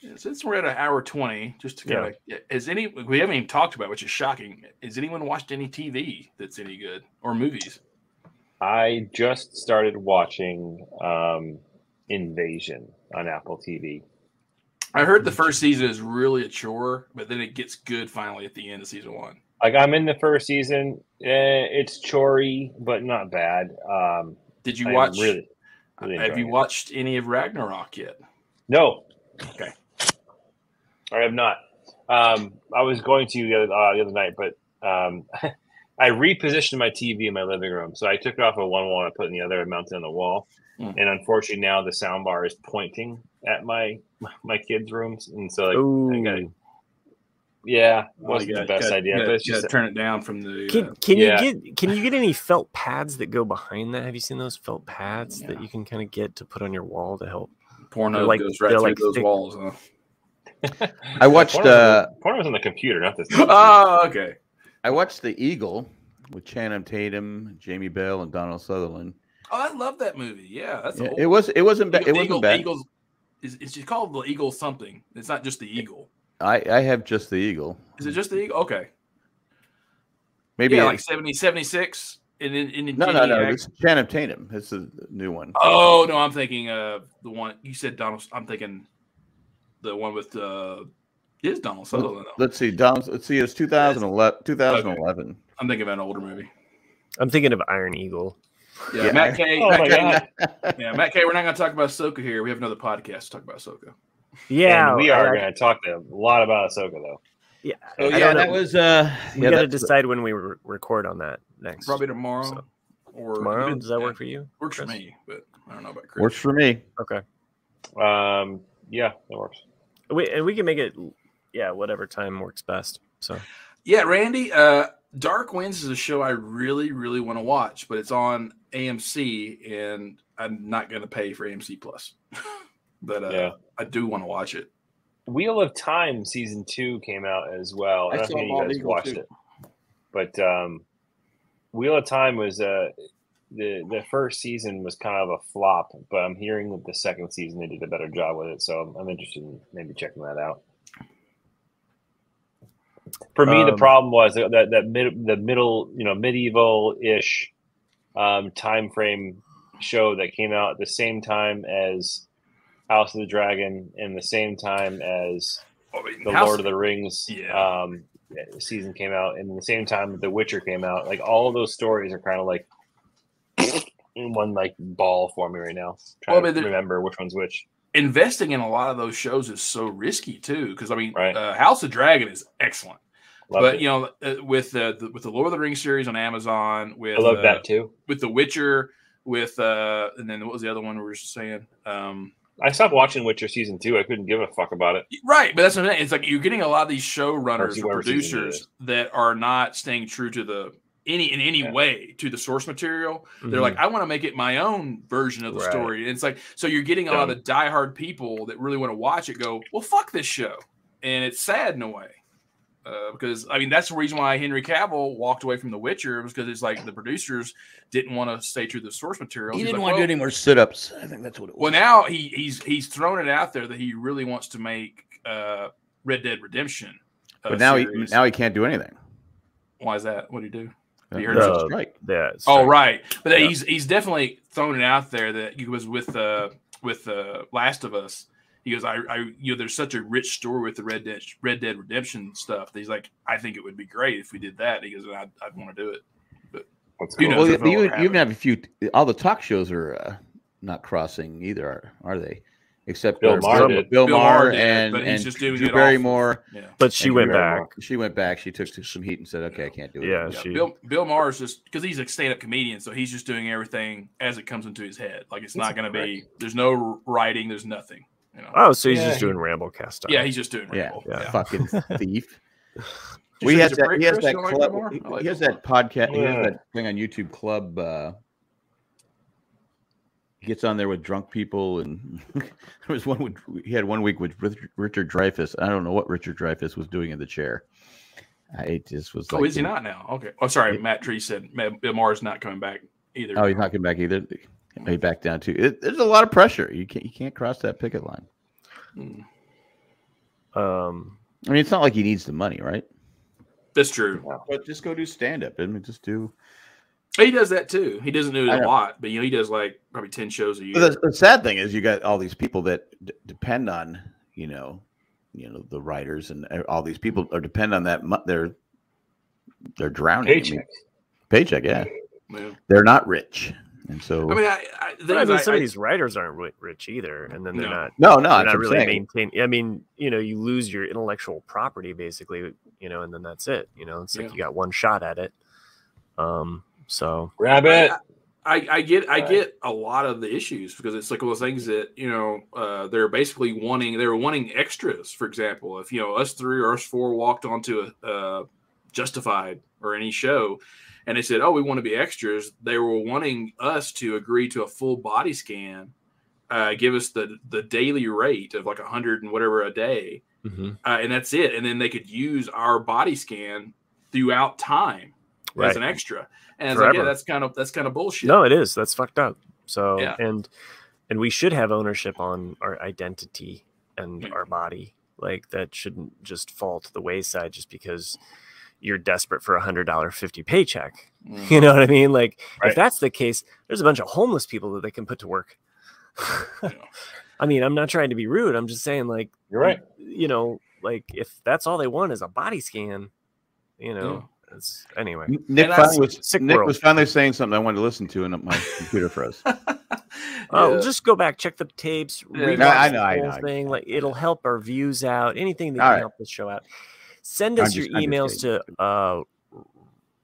Speaker 2: Yeah, Since we're at an hour twenty, just to
Speaker 3: Yeah.
Speaker 2: kind of is any we haven't even talked about, which is shocking. Has anyone watched any TV that's any good or movies?
Speaker 4: I just started watching um, Invasion on Apple TV.
Speaker 2: I heard the first season is really a chore, but then it gets good finally at the end of season one.
Speaker 4: Like I'm in the first season. Eh, it's chory, but not bad. Um,
Speaker 2: Did you
Speaker 4: I'm
Speaker 2: watch?
Speaker 4: really, really
Speaker 2: have you
Speaker 4: enjoying it.
Speaker 2: watched any of Ragnarok yet?
Speaker 4: No.
Speaker 2: Okay.
Speaker 4: I have not. Um, I was going to the other, uh, the other night, but um, I repositioned my TV in my living room. So I took it off of one wall and I put it in the other and mounted it on the wall.
Speaker 2: Mm.
Speaker 4: And unfortunately, now the sound bar is pointing at my my kids' rooms, and so like, I got
Speaker 3: Ooh.
Speaker 4: yeah,
Speaker 2: Well,
Speaker 4: wasn't the best idea, but it's just
Speaker 2: turn it down from the.
Speaker 3: can
Speaker 2: uh,
Speaker 3: can
Speaker 4: yeah.
Speaker 3: you get can you get any felt pads that go behind that? Have you seen those felt pads that
Speaker 2: Yeah.
Speaker 3: you can kind of get to put on your wall to help?
Speaker 2: porno
Speaker 3: they're like-
Speaker 2: goes right
Speaker 3: they're
Speaker 2: through
Speaker 3: like
Speaker 2: those
Speaker 3: thick-
Speaker 2: walls. Huh?
Speaker 1: I watched,
Speaker 4: Porn was on the-
Speaker 1: uh,
Speaker 4: porn was on the computer, not this.
Speaker 2: oh, okay.
Speaker 1: I watched The Eagle with Channing Tatum, Jamie Bell, and Donald Sutherland.
Speaker 2: Oh, I love that movie. Yeah, that's
Speaker 1: Yeah,
Speaker 2: old.
Speaker 1: it was. It wasn't bad. It
Speaker 2: Eagle-
Speaker 1: wasn't
Speaker 2: Eagle-
Speaker 1: bad.
Speaker 2: Eagles, is, is she called the Eagle something? It's not just the Eagle.
Speaker 1: I I have just The Eagle.
Speaker 2: Is it just the Eagle? Okay.
Speaker 1: Mm. Maybe
Speaker 2: yeah,
Speaker 1: it-
Speaker 2: like 70, 76. And then, and then
Speaker 1: no, no,
Speaker 2: Jamie
Speaker 1: no.
Speaker 2: Ax-
Speaker 1: It's Channing Tatum. It's the new one.
Speaker 2: Oh no, I'm thinking uh the one you said Donald. I'm thinking the one with uh is Donald Sutherland. though.
Speaker 1: Let's see. Donald. Let's see. It's 2011. 2011.
Speaker 2: I'm thinking about an older movie.
Speaker 3: I'm thinking of Iron Eagle.
Speaker 2: Yeah,
Speaker 1: Yeah.
Speaker 2: Matt Kay.
Speaker 4: Oh
Speaker 2: Matt
Speaker 4: my
Speaker 2: Kay
Speaker 4: god!
Speaker 2: yeah, Matt Kay. We're not going to talk about Ahsoka here. We have another podcast to talk about Ahsoka.
Speaker 3: Yeah,
Speaker 4: And we
Speaker 3: I-
Speaker 4: are
Speaker 3: I-
Speaker 4: going to talk a lot about Ahsoka, though.
Speaker 3: Yeah.
Speaker 1: Oh
Speaker 4: I
Speaker 1: yeah,
Speaker 4: don't
Speaker 1: that
Speaker 4: know.
Speaker 1: was. uh
Speaker 3: We
Speaker 1: yeah,
Speaker 3: got to
Speaker 1: that-
Speaker 3: decide when we re- record on that next.
Speaker 2: Probably tomorrow
Speaker 3: So,
Speaker 2: or
Speaker 3: tomorrow. Does that work for you?
Speaker 2: Works for
Speaker 3: Chris?
Speaker 2: me, but I don't know about Chris.
Speaker 1: works for me.
Speaker 3: Okay.
Speaker 4: Um, yeah, that works.
Speaker 3: We and we can make it yeah, whatever time works best. So
Speaker 2: Yeah, Randy. Uh, Dark Winds is a show I really, really want to watch, but it's on AMC, and I'm not going to pay for AMC Plus. but uh,
Speaker 4: Yeah.
Speaker 2: I do want to watch it.
Speaker 4: Wheel of Time season two came out as well.
Speaker 1: I
Speaker 4: I don't
Speaker 1: saw
Speaker 4: think
Speaker 1: Bald
Speaker 4: you guys
Speaker 1: Eagle,
Speaker 4: watched
Speaker 1: too.
Speaker 4: it, but um, Wheel of Time was uh, the the first season was kind of a flop, but I'm hearing that the second season they did a better job with it, so I'm, I'm interested in maybe checking that out. For me, the
Speaker 3: Um,
Speaker 4: problem was that that, that mid, the middle, you know, medieval ish um, time frame show that came out at the same time as House of the Dragon and the same time as
Speaker 2: I mean,
Speaker 4: the
Speaker 2: House-
Speaker 4: Lord of the Rings
Speaker 2: Yeah.
Speaker 4: um, season came out, and the same time The Witcher came out. Like all those stories are kind of like in one like ball for me right now. Trying
Speaker 2: Well, but
Speaker 4: to
Speaker 2: there-
Speaker 4: remember which one's which.
Speaker 2: investing in a lot of those shows is so risky too. Because I mean,
Speaker 4: Right.
Speaker 2: uh, House of Dragon is excellent,
Speaker 4: Love
Speaker 2: but
Speaker 4: it.
Speaker 2: you know, uh, with uh, the with the Lord of the Rings series on Amazon, with
Speaker 4: I love
Speaker 2: uh,
Speaker 4: that too.
Speaker 2: with The Witcher, with uh, and then what was the other one we were just saying? Um,
Speaker 4: I stopped watching Witcher season two. I couldn't give a fuck about it.
Speaker 2: Right, but that's what I'm saying. It's like you're getting a lot of these showrunners
Speaker 4: Or
Speaker 2: or
Speaker 4: whoever season it
Speaker 2: producers that are not staying true to the any in any
Speaker 4: Yeah.
Speaker 2: way to the source material.
Speaker 3: Mm-hmm.
Speaker 2: They're
Speaker 1: Mm-hmm.
Speaker 2: like, I want to make it my own version of the
Speaker 4: Right.
Speaker 2: story. And it's like, so you're getting a lot of the diehard people that really want to watch it go, well, fuck this show. And it's sad in a way. Uh, because I mean, that's the reason why Henry Cavill walked away from The Witcher was because it's like the producers didn't want to stay true to the source material.
Speaker 1: He
Speaker 2: He's
Speaker 1: didn't
Speaker 2: like,
Speaker 1: want to
Speaker 2: "Well,
Speaker 1: do any more sit ups. I think that's what it was.
Speaker 2: well, now he he's he's thrown it out there that he really wants to make uh, Red Dead Redemption. uh,
Speaker 1: but now he
Speaker 2: series.
Speaker 1: now he can't do anything.
Speaker 2: why is that? What do you do?
Speaker 1: He
Speaker 2: You
Speaker 1: heard
Speaker 2: heard
Speaker 1: it's a
Speaker 3: the-
Speaker 1: strike.
Speaker 3: yeah.
Speaker 2: Oh right, but
Speaker 3: Yeah.
Speaker 2: he's he's definitely thrown it out there that he was with uh with uh Last of Us. He goes, I, I you know, there's such a rich story with the Red Dead Red Dead Redemption stuff. That he's like, I think it would be great if we did that. He goes, and I'd, I'd want to do it.
Speaker 4: What's
Speaker 2: You
Speaker 4: going
Speaker 2: know,
Speaker 1: well,
Speaker 4: on?
Speaker 1: you,
Speaker 2: it's a
Speaker 1: you,
Speaker 2: fellow
Speaker 1: you
Speaker 2: rabbit.
Speaker 1: even have a few. All the talk shows are uh, not crossing either, are, are they? Except
Speaker 4: Bill
Speaker 1: uh,
Speaker 4: Maher
Speaker 1: Bill,
Speaker 4: did.
Speaker 1: Bill
Speaker 2: Bill
Speaker 1: Maher
Speaker 2: Maher did,
Speaker 1: and,
Speaker 2: but he's
Speaker 1: and
Speaker 2: just doing
Speaker 1: Drew
Speaker 2: it off-
Speaker 1: Barrymore.
Speaker 2: Yeah.
Speaker 3: But she
Speaker 1: and
Speaker 3: went
Speaker 1: Drew
Speaker 3: back.
Speaker 1: Barrymore. She went back. She took some heat and said, "Okay, I can't do it."
Speaker 3: Yeah,
Speaker 2: Yeah,
Speaker 3: she-
Speaker 2: Bill Bill Maher's just because he's a stand-up comedian, so he's just doing everything as it comes into his head. Like it's not going to be. There's no writing. There's nothing. You know.
Speaker 3: Oh, so he's
Speaker 4: Yeah,
Speaker 3: just
Speaker 4: he-
Speaker 3: doing Ramblecast. style.
Speaker 2: yeah, he's just doing.
Speaker 1: Yeah,
Speaker 2: Rumble.
Speaker 3: yeah.
Speaker 1: fucking thief.
Speaker 2: You
Speaker 1: we
Speaker 2: sure
Speaker 1: had
Speaker 2: he's a
Speaker 1: that.
Speaker 2: prick,
Speaker 1: He has
Speaker 2: Chris?
Speaker 1: that.
Speaker 2: You don't like
Speaker 1: club,
Speaker 2: Bill Maher? I like
Speaker 1: he has
Speaker 2: Bill
Speaker 1: that podcast. He
Speaker 4: Yeah.
Speaker 1: has that thing on YouTube. Club. Uh, he gets on there with drunk people, and there was one. With, he had one week with Richard, Richard Dreyfus. I don't know what Richard Dreyfus was doing in the chair. I just was.
Speaker 2: Oh,
Speaker 1: like,
Speaker 2: is he not now? Okay. Oh, sorry. Matt Tree said Ma- Bill Maher's not coming back either.
Speaker 1: Oh, he's not coming back either. He back down too. It, there's a lot of pressure. You can't. You can't cross that picket line.
Speaker 2: Mm.
Speaker 3: Um,
Speaker 1: I mean, it's not like he needs the money, right?
Speaker 2: That's true.
Speaker 1: But just go do stand up. I mean, just do.
Speaker 2: He does that too. He doesn't do
Speaker 1: I
Speaker 2: it a
Speaker 1: know.
Speaker 2: lot, but you know, he does like probably ten shows a year.
Speaker 1: Well, the, the sad thing is, you got all these people that d- depend on you know, you know the writers and uh, all these people are depend on that. Mo- they're they're drowning. I mean,
Speaker 4: Paycheck.
Speaker 1: paycheck. Yeah,
Speaker 2: Yeah.
Speaker 1: they're not rich, and so
Speaker 2: I mean, I, I, the
Speaker 3: but I
Speaker 2: thing
Speaker 3: mean,
Speaker 2: is,
Speaker 3: some
Speaker 2: I-
Speaker 3: of these writers aren't ri- rich either, and then they're
Speaker 2: No.
Speaker 3: not.
Speaker 1: no, no,
Speaker 3: They're
Speaker 1: that's
Speaker 3: not
Speaker 1: what I'm
Speaker 3: really
Speaker 1: saying.
Speaker 3: maintain. I mean, you know, you lose your intellectual property basically, you know, and then that's it. You know, it's like
Speaker 2: Yeah.
Speaker 3: you got one shot at it. Um, so
Speaker 4: Rabbit.
Speaker 2: I, I get I
Speaker 4: Right.
Speaker 2: get a lot of the issues because it's like one of those things that you know uh, they're basically wanting they were wanting extras. For example, if you know us three or us four walked onto a uh, Justified or any show, and they said, "Oh, we want to be extras," they were wanting us to agree to a full body scan, uh, give us the the daily rate of like a hundred and whatever a day, uh, and that's it. And then they could use our body scan throughout time
Speaker 3: Right.
Speaker 2: as an extra. And it's like, yeah,
Speaker 3: Forever.
Speaker 2: that's kind of that's kind of bullshit.
Speaker 3: no, it is. That's fucked up. So
Speaker 2: Yeah.
Speaker 3: and and we should have ownership on our identity and
Speaker 2: Yeah.
Speaker 3: our body. Like that shouldn't just fall to the wayside just because you're desperate for a hundred dollar fifty paycheck.
Speaker 2: Mm.
Speaker 3: You know what I mean? Like
Speaker 4: Right.
Speaker 3: if that's the case, there's a bunch of homeless people that they can put to work. I mean, I'm not trying to be rude. I'm just saying, like,
Speaker 4: You're right.
Speaker 3: you know, like if that's all they want is a body scan, you know.
Speaker 2: Hmm.
Speaker 3: It's, anyway,
Speaker 1: Nick
Speaker 2: And I-
Speaker 1: finally was
Speaker 3: sick
Speaker 1: Nick
Speaker 3: world.
Speaker 1: was finally saying something I wanted to listen to, and my computer froze.
Speaker 3: oh,
Speaker 2: Yeah.
Speaker 3: just go back, check the tapes,
Speaker 2: Yeah.
Speaker 3: rewatch
Speaker 2: No,
Speaker 1: I
Speaker 3: the
Speaker 1: know, I
Speaker 3: whole
Speaker 1: know, I
Speaker 3: thing.
Speaker 1: get
Speaker 3: Like
Speaker 1: it.
Speaker 3: it'll help our views out. Anything that
Speaker 1: All
Speaker 3: can
Speaker 1: right.
Speaker 3: help this show out. Send
Speaker 1: I'm
Speaker 3: us your
Speaker 1: just- I'm just
Speaker 3: emails
Speaker 1: kidding.
Speaker 3: to uh,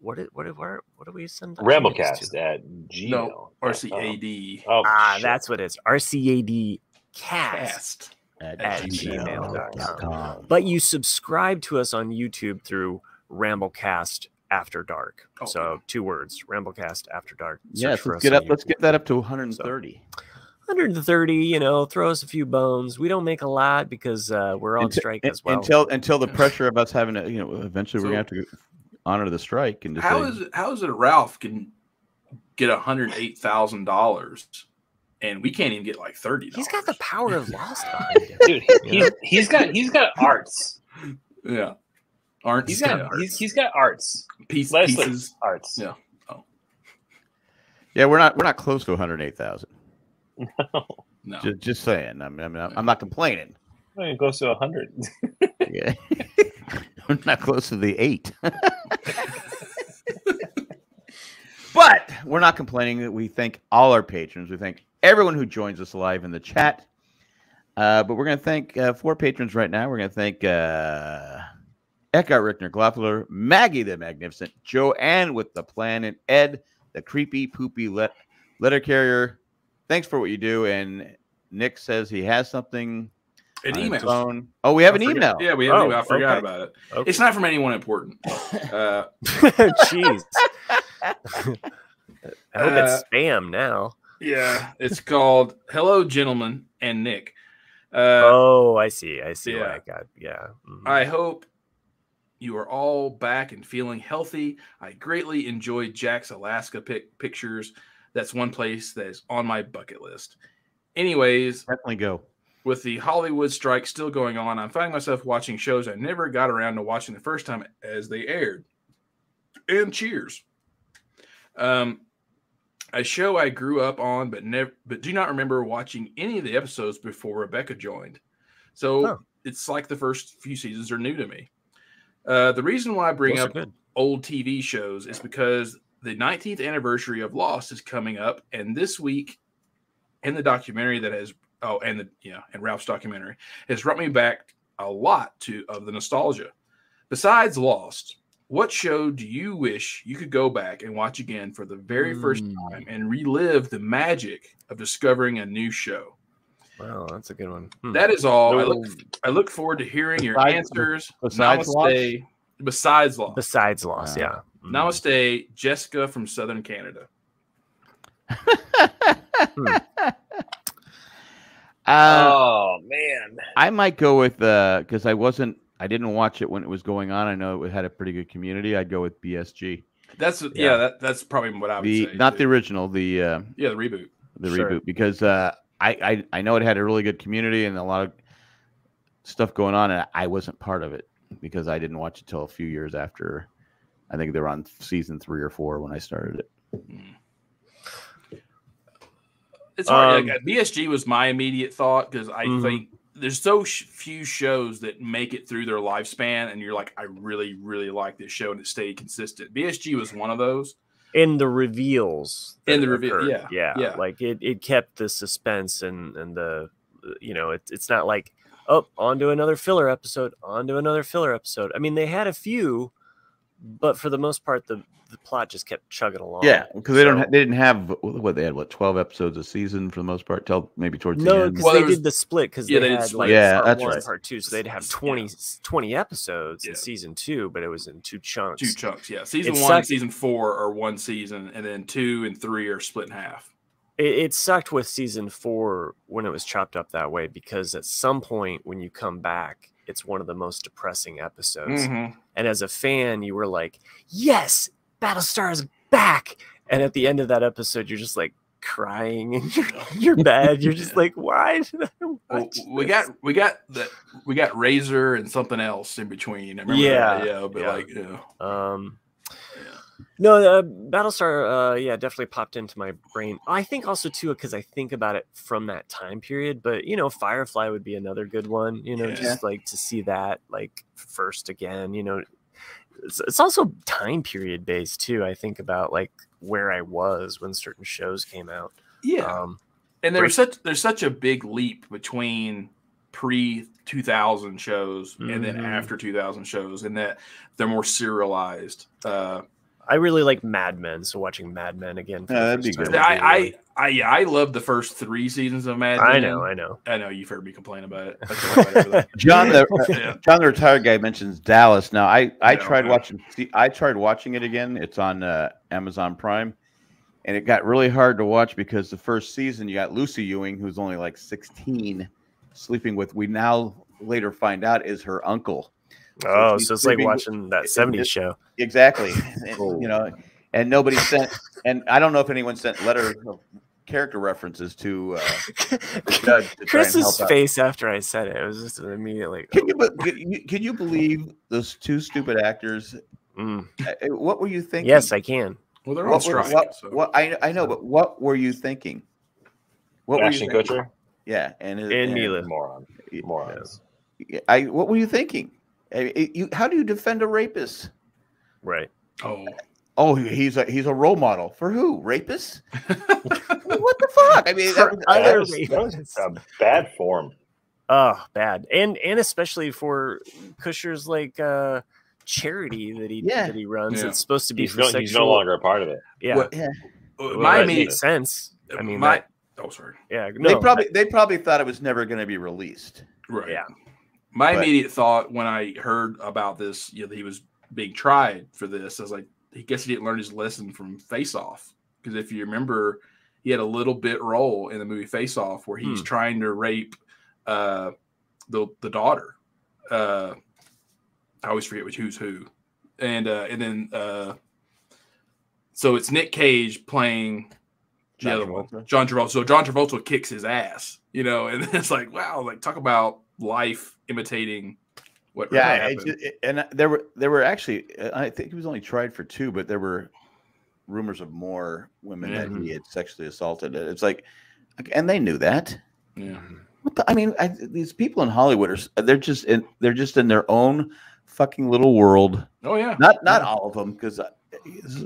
Speaker 3: what did what did where what do we send? our emails to?
Speaker 4: Ramblecast at Gmail.
Speaker 2: No, RCAD
Speaker 4: Oh,
Speaker 3: Ah,
Speaker 4: shit.
Speaker 3: that's what it is. RCAD cast.
Speaker 2: fast.
Speaker 3: At
Speaker 1: gmail.com.
Speaker 3: but you subscribe to us on YouTube through Ramblecast After Dark.
Speaker 2: Oh.
Speaker 3: So two words, Ramblecast After Dark. Search
Speaker 1: Yes,
Speaker 3: for
Speaker 1: let's
Speaker 3: us
Speaker 1: get
Speaker 3: on
Speaker 1: up. Let's
Speaker 3: YouTube.
Speaker 1: get that up to 130.
Speaker 3: 130. You know, throw us a few bones. We don't make a lot because uh, we're on
Speaker 1: Until-
Speaker 3: strike
Speaker 1: un-
Speaker 3: as well.
Speaker 1: Until until the pressure of us having to, you know, eventually we're
Speaker 2: So-
Speaker 1: gonna have to honor the strike and just
Speaker 2: How
Speaker 1: say,
Speaker 2: is how is it Ralph can get hundred eight thousand dollars and we can't even get like thirty?
Speaker 3: He's got the power of Lost behind him.
Speaker 4: dude. He's, he's got he's got arts.
Speaker 2: yeah. Aren't
Speaker 4: He's got he's, he's got arts.
Speaker 2: piece,
Speaker 4: Leslie.
Speaker 2: pieces?
Speaker 4: Arts.
Speaker 2: Yeah.
Speaker 1: yeah, we're not we're not close to 108,000.
Speaker 2: No.
Speaker 1: Just, just saying. I'm I'm not, I'm not complaining.
Speaker 4: Not even close to hundred.
Speaker 1: Yeah. we're not close to the eight. but we're not complaining that we thank all our patrons. We thank everyone who joins us live in the chat. Uh, but we're going to thank uh, four patrons right now. We're going to thank uh, Eckhart Rickner Gloffler, Maggie the Magnificent, Joanne with the plan, and Ed the creepy poopy let- letter carrier. Thanks for what you do. And Nick says he has something.
Speaker 2: An
Speaker 1: on its
Speaker 2: email.
Speaker 1: own. Oh, we have
Speaker 3: I
Speaker 1: an
Speaker 3: forget.
Speaker 1: email.
Speaker 2: Yeah, we have.
Speaker 3: Oh,
Speaker 2: an email. I forgot
Speaker 3: okay.
Speaker 2: about it.
Speaker 3: Okay.
Speaker 2: It's not from anyone important. Uh,
Speaker 3: Jeez. I hope
Speaker 2: Uh,
Speaker 3: it's spam now.
Speaker 2: yeah, it's called "Hello, Gentlemen and Nick." Uh,
Speaker 3: oh, I see. I see why
Speaker 2: yeah.
Speaker 3: I got. Yeah. mhm.
Speaker 2: I hope you are all back and feeling healthy. I greatly enjoyed Jack's Alaska pic- pictures. That's one place that is on my bucket list. Anyways,
Speaker 1: Definitely go.
Speaker 2: with the Hollywood strike still going on, I'm finding myself watching shows I never got around to watching the first time as they aired. And cheers. Um, a show I grew up on, but never, but do not remember watching any of the episodes before Rebecca joined. So
Speaker 3: Huh.
Speaker 2: it's like the first few seasons are new to me. Uh, the reason why I bring
Speaker 3: Those are
Speaker 2: up
Speaker 3: good.
Speaker 2: old TV shows is because the 19th anniversary of Lost is coming up, and this week, in the documentary that has oh, and the yeah, and Ralph's documentary has brought me back a lot to of the nostalgia. Besides Lost, what show do you wish you could go back and watch again for the very first
Speaker 1: Hmm.
Speaker 3: Mm.
Speaker 2: time and relive the magic of discovering a new show?
Speaker 3: Wow, that's a good one. Hmm.
Speaker 2: That is all. I look,
Speaker 4: No.
Speaker 2: I look forward to hearing your
Speaker 1: Besides-
Speaker 2: answers.
Speaker 1: besides Lost?
Speaker 2: Namaste. Besides Lost.
Speaker 3: Besides loss,
Speaker 1: Wow.
Speaker 3: yeah. Mhm.
Speaker 2: Namaste, Jessica from Southern Canada.
Speaker 1: Hmm. Uh,
Speaker 4: oh man,
Speaker 1: I might go with because I wasn't. I didn't watch it when it was going on. I know it had a pretty good community. I'd go with BSG.
Speaker 2: That's yeah,
Speaker 3: Yeah.
Speaker 2: that, that's probably what I would
Speaker 1: The
Speaker 2: say.
Speaker 1: not the
Speaker 2: too.
Speaker 1: original, the uh,
Speaker 2: yeah the reboot.
Speaker 1: the
Speaker 3: Sure.
Speaker 1: reboot because uh, I, I I know it had a really good community and a lot of stuff going on, and I wasn't part of it because I didn't watch it till a few years after. I think they were on season three or four when I started it.
Speaker 2: It's hard.
Speaker 3: Um,
Speaker 2: like, uh, BSG was my immediate thought because I
Speaker 3: Mhm.
Speaker 2: think there's so sh- few shows that make it through their lifespan, and you're like, I really, really like this show, and it stayed consistent. BSG was one of those.
Speaker 3: in the reveals
Speaker 2: In
Speaker 3: that
Speaker 2: the reveal-
Speaker 3: occurred.
Speaker 2: yeah,
Speaker 3: yeah
Speaker 2: yeah.
Speaker 3: like it, it kept the suspense and and the you know it, it's not like oh onto another filler episode onto another filler episode i mean they had a few but for the most part the the plot just kept chugging along
Speaker 1: Yeah, because they don't
Speaker 3: So-
Speaker 1: ha- they didn't have what they had what twelve episodes a season for the most part till maybe towards the
Speaker 3: no
Speaker 1: end.
Speaker 3: because
Speaker 2: Well,
Speaker 3: they
Speaker 2: there was-
Speaker 3: did the split because
Speaker 2: yeah, they
Speaker 3: they,
Speaker 2: did
Speaker 3: had
Speaker 2: split.
Speaker 3: like
Speaker 1: Yeah,
Speaker 3: part
Speaker 1: that's
Speaker 3: one,
Speaker 1: right.
Speaker 3: part two so they'd have
Speaker 2: Yeah.
Speaker 3: 20 20 episodes
Speaker 2: Yeah.
Speaker 3: in season two but it was in two chunks
Speaker 2: Two chunks, yeah. Season
Speaker 3: It
Speaker 2: one, and
Speaker 3: sucked.
Speaker 2: season four are one season, and then two and three are split in half.
Speaker 3: it, it sucked with season four when it was chopped up that way because at some point when you come back it's one of the most depressing episodes
Speaker 2: Mm-hmm.
Speaker 3: and as a fan you were like yes battlestar is back and at the end of that episode you're just like crying and you're, you're bad you're just like why did I
Speaker 2: Well,
Speaker 3: watch
Speaker 2: we
Speaker 3: this?"
Speaker 2: got we got the we got Razor and something else in between. I remember that,
Speaker 3: Yeah,
Speaker 2: yeah, but
Speaker 3: yeah.
Speaker 2: like, you know,
Speaker 3: um
Speaker 2: Yeah.
Speaker 3: no uh, battlestar uh yeah definitely popped into my brain i think also too because i think about it from that time period but you know firefly would be another good one you know
Speaker 2: Yeah.
Speaker 3: just like to see that like first again you know it's, it's also time period based too i think about like where i was when certain shows came out
Speaker 2: yeah.
Speaker 3: um
Speaker 2: and there's
Speaker 3: Break-
Speaker 2: such there's such a big leap between pre 2000 shows and then
Speaker 3: Mhm.
Speaker 2: after 2000 shows and that they're more serialized uh
Speaker 3: i really like mad men so watching mad men again for
Speaker 1: Yeah,
Speaker 3: the
Speaker 1: that'd be
Speaker 3: first time
Speaker 1: good.
Speaker 3: would
Speaker 2: i i
Speaker 3: really-
Speaker 2: i yeah, i love the first three seasons of mad
Speaker 3: i
Speaker 2: Men.
Speaker 3: know i know
Speaker 2: i know you've heard me complain about it I complain about it.
Speaker 1: John the uh,
Speaker 2: Yeah.
Speaker 1: John the retired guy mentions Dallas. Now I I
Speaker 2: Yeah,
Speaker 1: tried
Speaker 2: okay.
Speaker 1: watching see, I tried watching it again. It's on uh, Amazon Prime, and it got really hard to watch because the first season you got Lucy Ewing, who's only like sixteen, sleeping with we now later find out is her uncle.
Speaker 3: oh
Speaker 1: she's
Speaker 3: so it's like
Speaker 1: sleeping with-
Speaker 3: watching that
Speaker 1: it-
Speaker 3: 70s
Speaker 1: it-
Speaker 3: show
Speaker 1: Exactly. And, You know, and nobody sent, and I don't know if anyone sent letter character references to. Uh, judge to try and
Speaker 3: Chris's
Speaker 1: help out.
Speaker 3: face after I said it, it was just immediately.
Speaker 1: can you be- can you- can you believe those two stupid actors?
Speaker 3: Mm.
Speaker 1: Uh, What were you thinking?
Speaker 3: Yes, I can.
Speaker 2: well they're on
Speaker 1: What, were-
Speaker 2: strike
Speaker 1: what,
Speaker 2: so.
Speaker 1: what- I, I know, but what were you thinking? What
Speaker 4: Ashton
Speaker 1: were you thinking?
Speaker 4: Kutcher,
Speaker 1: Yeah, and
Speaker 3: And Mila.
Speaker 4: moron,
Speaker 1: Yeah.
Speaker 4: morons.
Speaker 1: I what were you thinking? I- I- you- how do you defend a rapist?
Speaker 3: Right.
Speaker 2: oh
Speaker 1: Oh, he's a he's a role model for who? Rapists? what the fuck? I mean, that
Speaker 3: For
Speaker 1: was-
Speaker 3: other
Speaker 4: was- that was
Speaker 3: reasons.
Speaker 4: Uh, bad form.
Speaker 3: Oh, bad. And and especially for Kusher's like uh charity that he
Speaker 1: Yeah.
Speaker 3: that he runs.
Speaker 2: Yeah.
Speaker 3: It's supposed to be
Speaker 4: He's
Speaker 3: for
Speaker 4: no,
Speaker 3: sexual.
Speaker 4: he's no longer a part of it.
Speaker 3: Yeah.
Speaker 2: What-
Speaker 1: yeah.
Speaker 2: Uh,
Speaker 3: Well,
Speaker 2: my
Speaker 3: that
Speaker 2: immediate
Speaker 3: makes sense. I mean,
Speaker 2: my
Speaker 3: that-
Speaker 2: oh sorry
Speaker 3: yeah. No,
Speaker 1: they probably they probably thought it was never going to be released.
Speaker 2: Right.
Speaker 3: Yeah.
Speaker 2: My
Speaker 1: But-
Speaker 2: immediate thought when I heard about this, you know, that he was being tried for this, I was like, he guess he didn't learn his lesson from Face Off. Because if you remember, he had a little bit role in the movie Face Off where he's
Speaker 3: Hmm.
Speaker 2: trying to rape uh, the the daughter. Uh, I always forget which who's who, and uh, and then uh, so it's Nick Cage playing the
Speaker 1: John
Speaker 2: other one,
Speaker 1: Travolta.
Speaker 2: John Travolta. So John Travolta kicks his ass, you know, and it's like, wow, like talk about life imitating what really
Speaker 1: Yeah,
Speaker 2: happened.
Speaker 1: it just, it- and uh, there were there were actually uh, I think he was only tried for two, but there were rumors of more women that
Speaker 2: Mm-hmm.
Speaker 1: he had sexually assaulted. It's like, and they knew that.
Speaker 2: yeah.
Speaker 1: What the, I mean, I, these people in Hollywood are s- they're just in they're just in their own fucking little world.
Speaker 2: Oh yeah.
Speaker 1: Not not all of them because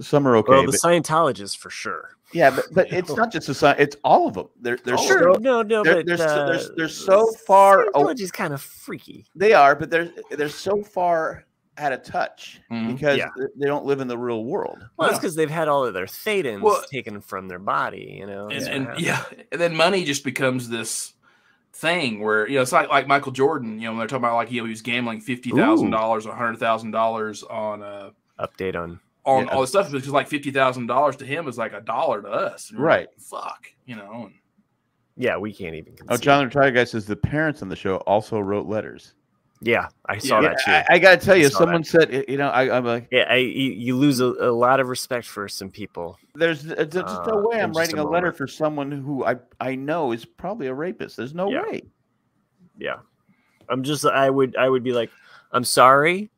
Speaker 1: some are okay.
Speaker 3: well, the
Speaker 1: but,
Speaker 3: Scientologists for sure. Oh,
Speaker 1: yeah, but, but it's not just a sign. It's all of them. They're they're
Speaker 2: All of
Speaker 1: so-
Speaker 2: them.
Speaker 3: No, no,
Speaker 1: They're-
Speaker 3: but
Speaker 1: they're so- they're-
Speaker 3: uh,
Speaker 1: they're so far aw-
Speaker 3: Scientology's kind of freaky.
Speaker 1: they are, but they're they're so far out of touch
Speaker 2: Mhm.
Speaker 1: because
Speaker 3: Yeah.
Speaker 1: th- they don't live in the real world.
Speaker 3: Well, that's
Speaker 2: Yeah.
Speaker 3: because they've had all of their thetans
Speaker 2: Well-
Speaker 3: taken from their body, you know.
Speaker 2: and,
Speaker 3: that's what
Speaker 2: and
Speaker 3: happens.
Speaker 2: yeah, and then money just becomes this thing where you know it's like like Michael Jordan. You know, when they're talking about like you know, he was gambling fifty thousand dollars or hundred thousand dollars on uh
Speaker 3: update on
Speaker 2: on
Speaker 1: Yeah.
Speaker 2: all this stuff because like fifty thousand dollars to him is like a dollar to us. And we're
Speaker 1: Right.
Speaker 2: like, Fuck. You know. And,
Speaker 3: yeah, we can't even.
Speaker 1: Oh,
Speaker 3: conceive.
Speaker 1: John the Tiger Guy says the parents on the show also wrote letters.
Speaker 3: Yeah, I saw
Speaker 2: Yeah,
Speaker 3: that too.
Speaker 1: I, I gotta tell
Speaker 3: I
Speaker 1: you,
Speaker 3: saw
Speaker 1: someone said, y- you know, I, I'm like,
Speaker 3: yeah, I, you, you lose a, a lot of respect for some people.
Speaker 1: there's, there's just no
Speaker 3: Uh,
Speaker 1: way
Speaker 3: in
Speaker 1: I'm
Speaker 3: just
Speaker 1: writing
Speaker 3: a
Speaker 1: a, letter
Speaker 3: moment.
Speaker 1: for someone who I I know is probably a rapist. There's no
Speaker 3: Yeah.
Speaker 1: way.
Speaker 3: Yeah, I'm just. I would. I would be like, I'm sorry.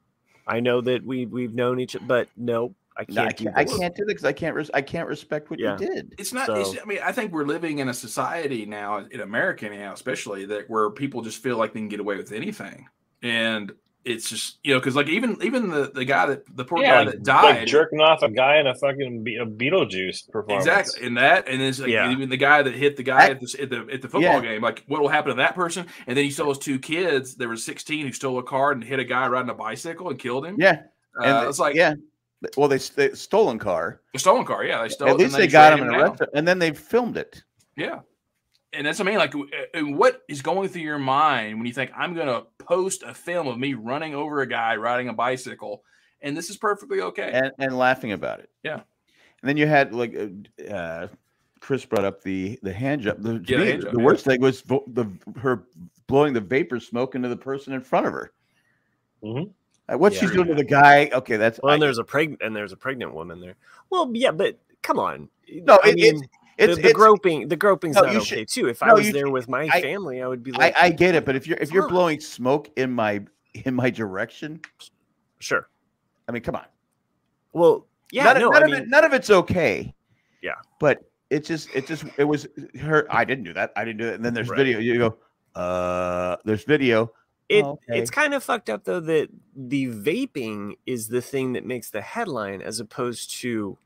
Speaker 3: I know that we we've known each, but no, I can't.
Speaker 1: No, I
Speaker 3: do
Speaker 1: can't. I
Speaker 3: this."
Speaker 1: can't do that because I can't. Res- I can't respect what
Speaker 3: Yeah.
Speaker 1: you did.
Speaker 2: It's not. It's,
Speaker 3: So-
Speaker 2: I mean, I think we're living in a society now, in America now, especially that where people just feel like they can get away with anything, and it's just you know because like even even the the guy that the poor
Speaker 4: Yeah,
Speaker 2: guy that died
Speaker 4: Like jerking off a guy in a fucking Be- a Beetlejuice performance.
Speaker 2: exactly in that, and it's like
Speaker 3: Yeah.
Speaker 2: even the guy that hit the guy
Speaker 1: That-
Speaker 2: at the at the, at the football
Speaker 1: Yeah.
Speaker 2: game, like what will happen to that person? And then you saw those two kids. There were sixteen who stole a car and hit a guy riding a bicycle and killed
Speaker 3: Mm-hmm.
Speaker 2: him.
Speaker 1: Yeah,
Speaker 2: uh,
Speaker 1: and
Speaker 2: it's like
Speaker 1: yeah. Well, they, s- they stolen car.
Speaker 2: a stolen car. Yeah, they stole. it,
Speaker 1: At
Speaker 2: and
Speaker 1: least they
Speaker 2: just
Speaker 1: got
Speaker 2: ran
Speaker 1: him and
Speaker 2: down.
Speaker 1: arrested, and then they filmed it.
Speaker 2: Yeah. And that's what I mean. Like, w- uh, uh, what is going through your mind when you think, I'm going to post a film of me running over a guy riding a bicycle, and this is perfectly okay?
Speaker 1: and, and laughing about it.
Speaker 2: Yeah.
Speaker 1: And then you had like uh, uh, Chris brought up the the hand job. The, to
Speaker 2: Yeah, the
Speaker 1: me,
Speaker 2: hand job,
Speaker 1: the
Speaker 2: yeah.
Speaker 1: worst thing was vo- the her blowing the vapor smoke into the person in front of her.
Speaker 4: Mhm.
Speaker 1: Uh, what
Speaker 3: Mm-hmm. Yeah.
Speaker 1: she's doing to the guy? Okay, that's
Speaker 3: Well, and
Speaker 1: I-
Speaker 3: there's a pregnant and there's a pregnant woman there. Well, yeah, but come on.
Speaker 1: No,
Speaker 3: I
Speaker 1: it- it's-
Speaker 3: mean,
Speaker 1: it's,
Speaker 3: the, the
Speaker 1: it's
Speaker 3: groping, the groping's
Speaker 1: No,
Speaker 3: not
Speaker 1: you
Speaker 3: okay
Speaker 1: should-
Speaker 3: too. If I
Speaker 1: no,
Speaker 3: was
Speaker 1: you
Speaker 3: there
Speaker 1: should-
Speaker 3: with my
Speaker 1: I-
Speaker 3: family, I would be
Speaker 1: I,
Speaker 3: like,
Speaker 1: I get it, but if you're if you're
Speaker 3: Fine.
Speaker 1: blowing smoke in my in my direction,
Speaker 3: sure.
Speaker 1: I mean, come on.
Speaker 3: Well, yeah,
Speaker 1: none, of-
Speaker 3: no,
Speaker 1: none
Speaker 3: I
Speaker 1: of
Speaker 3: mean,
Speaker 1: it, none of it's okay.
Speaker 3: Yeah.
Speaker 1: but it just it just it was her. I didn't do that. I didn't do that. And then there's
Speaker 3: Right.
Speaker 1: video. You go, uh, there's video.
Speaker 3: it
Speaker 1: Oh,
Speaker 3: it's kind of fucked up though that the vaping is the thing that makes the headline as opposed to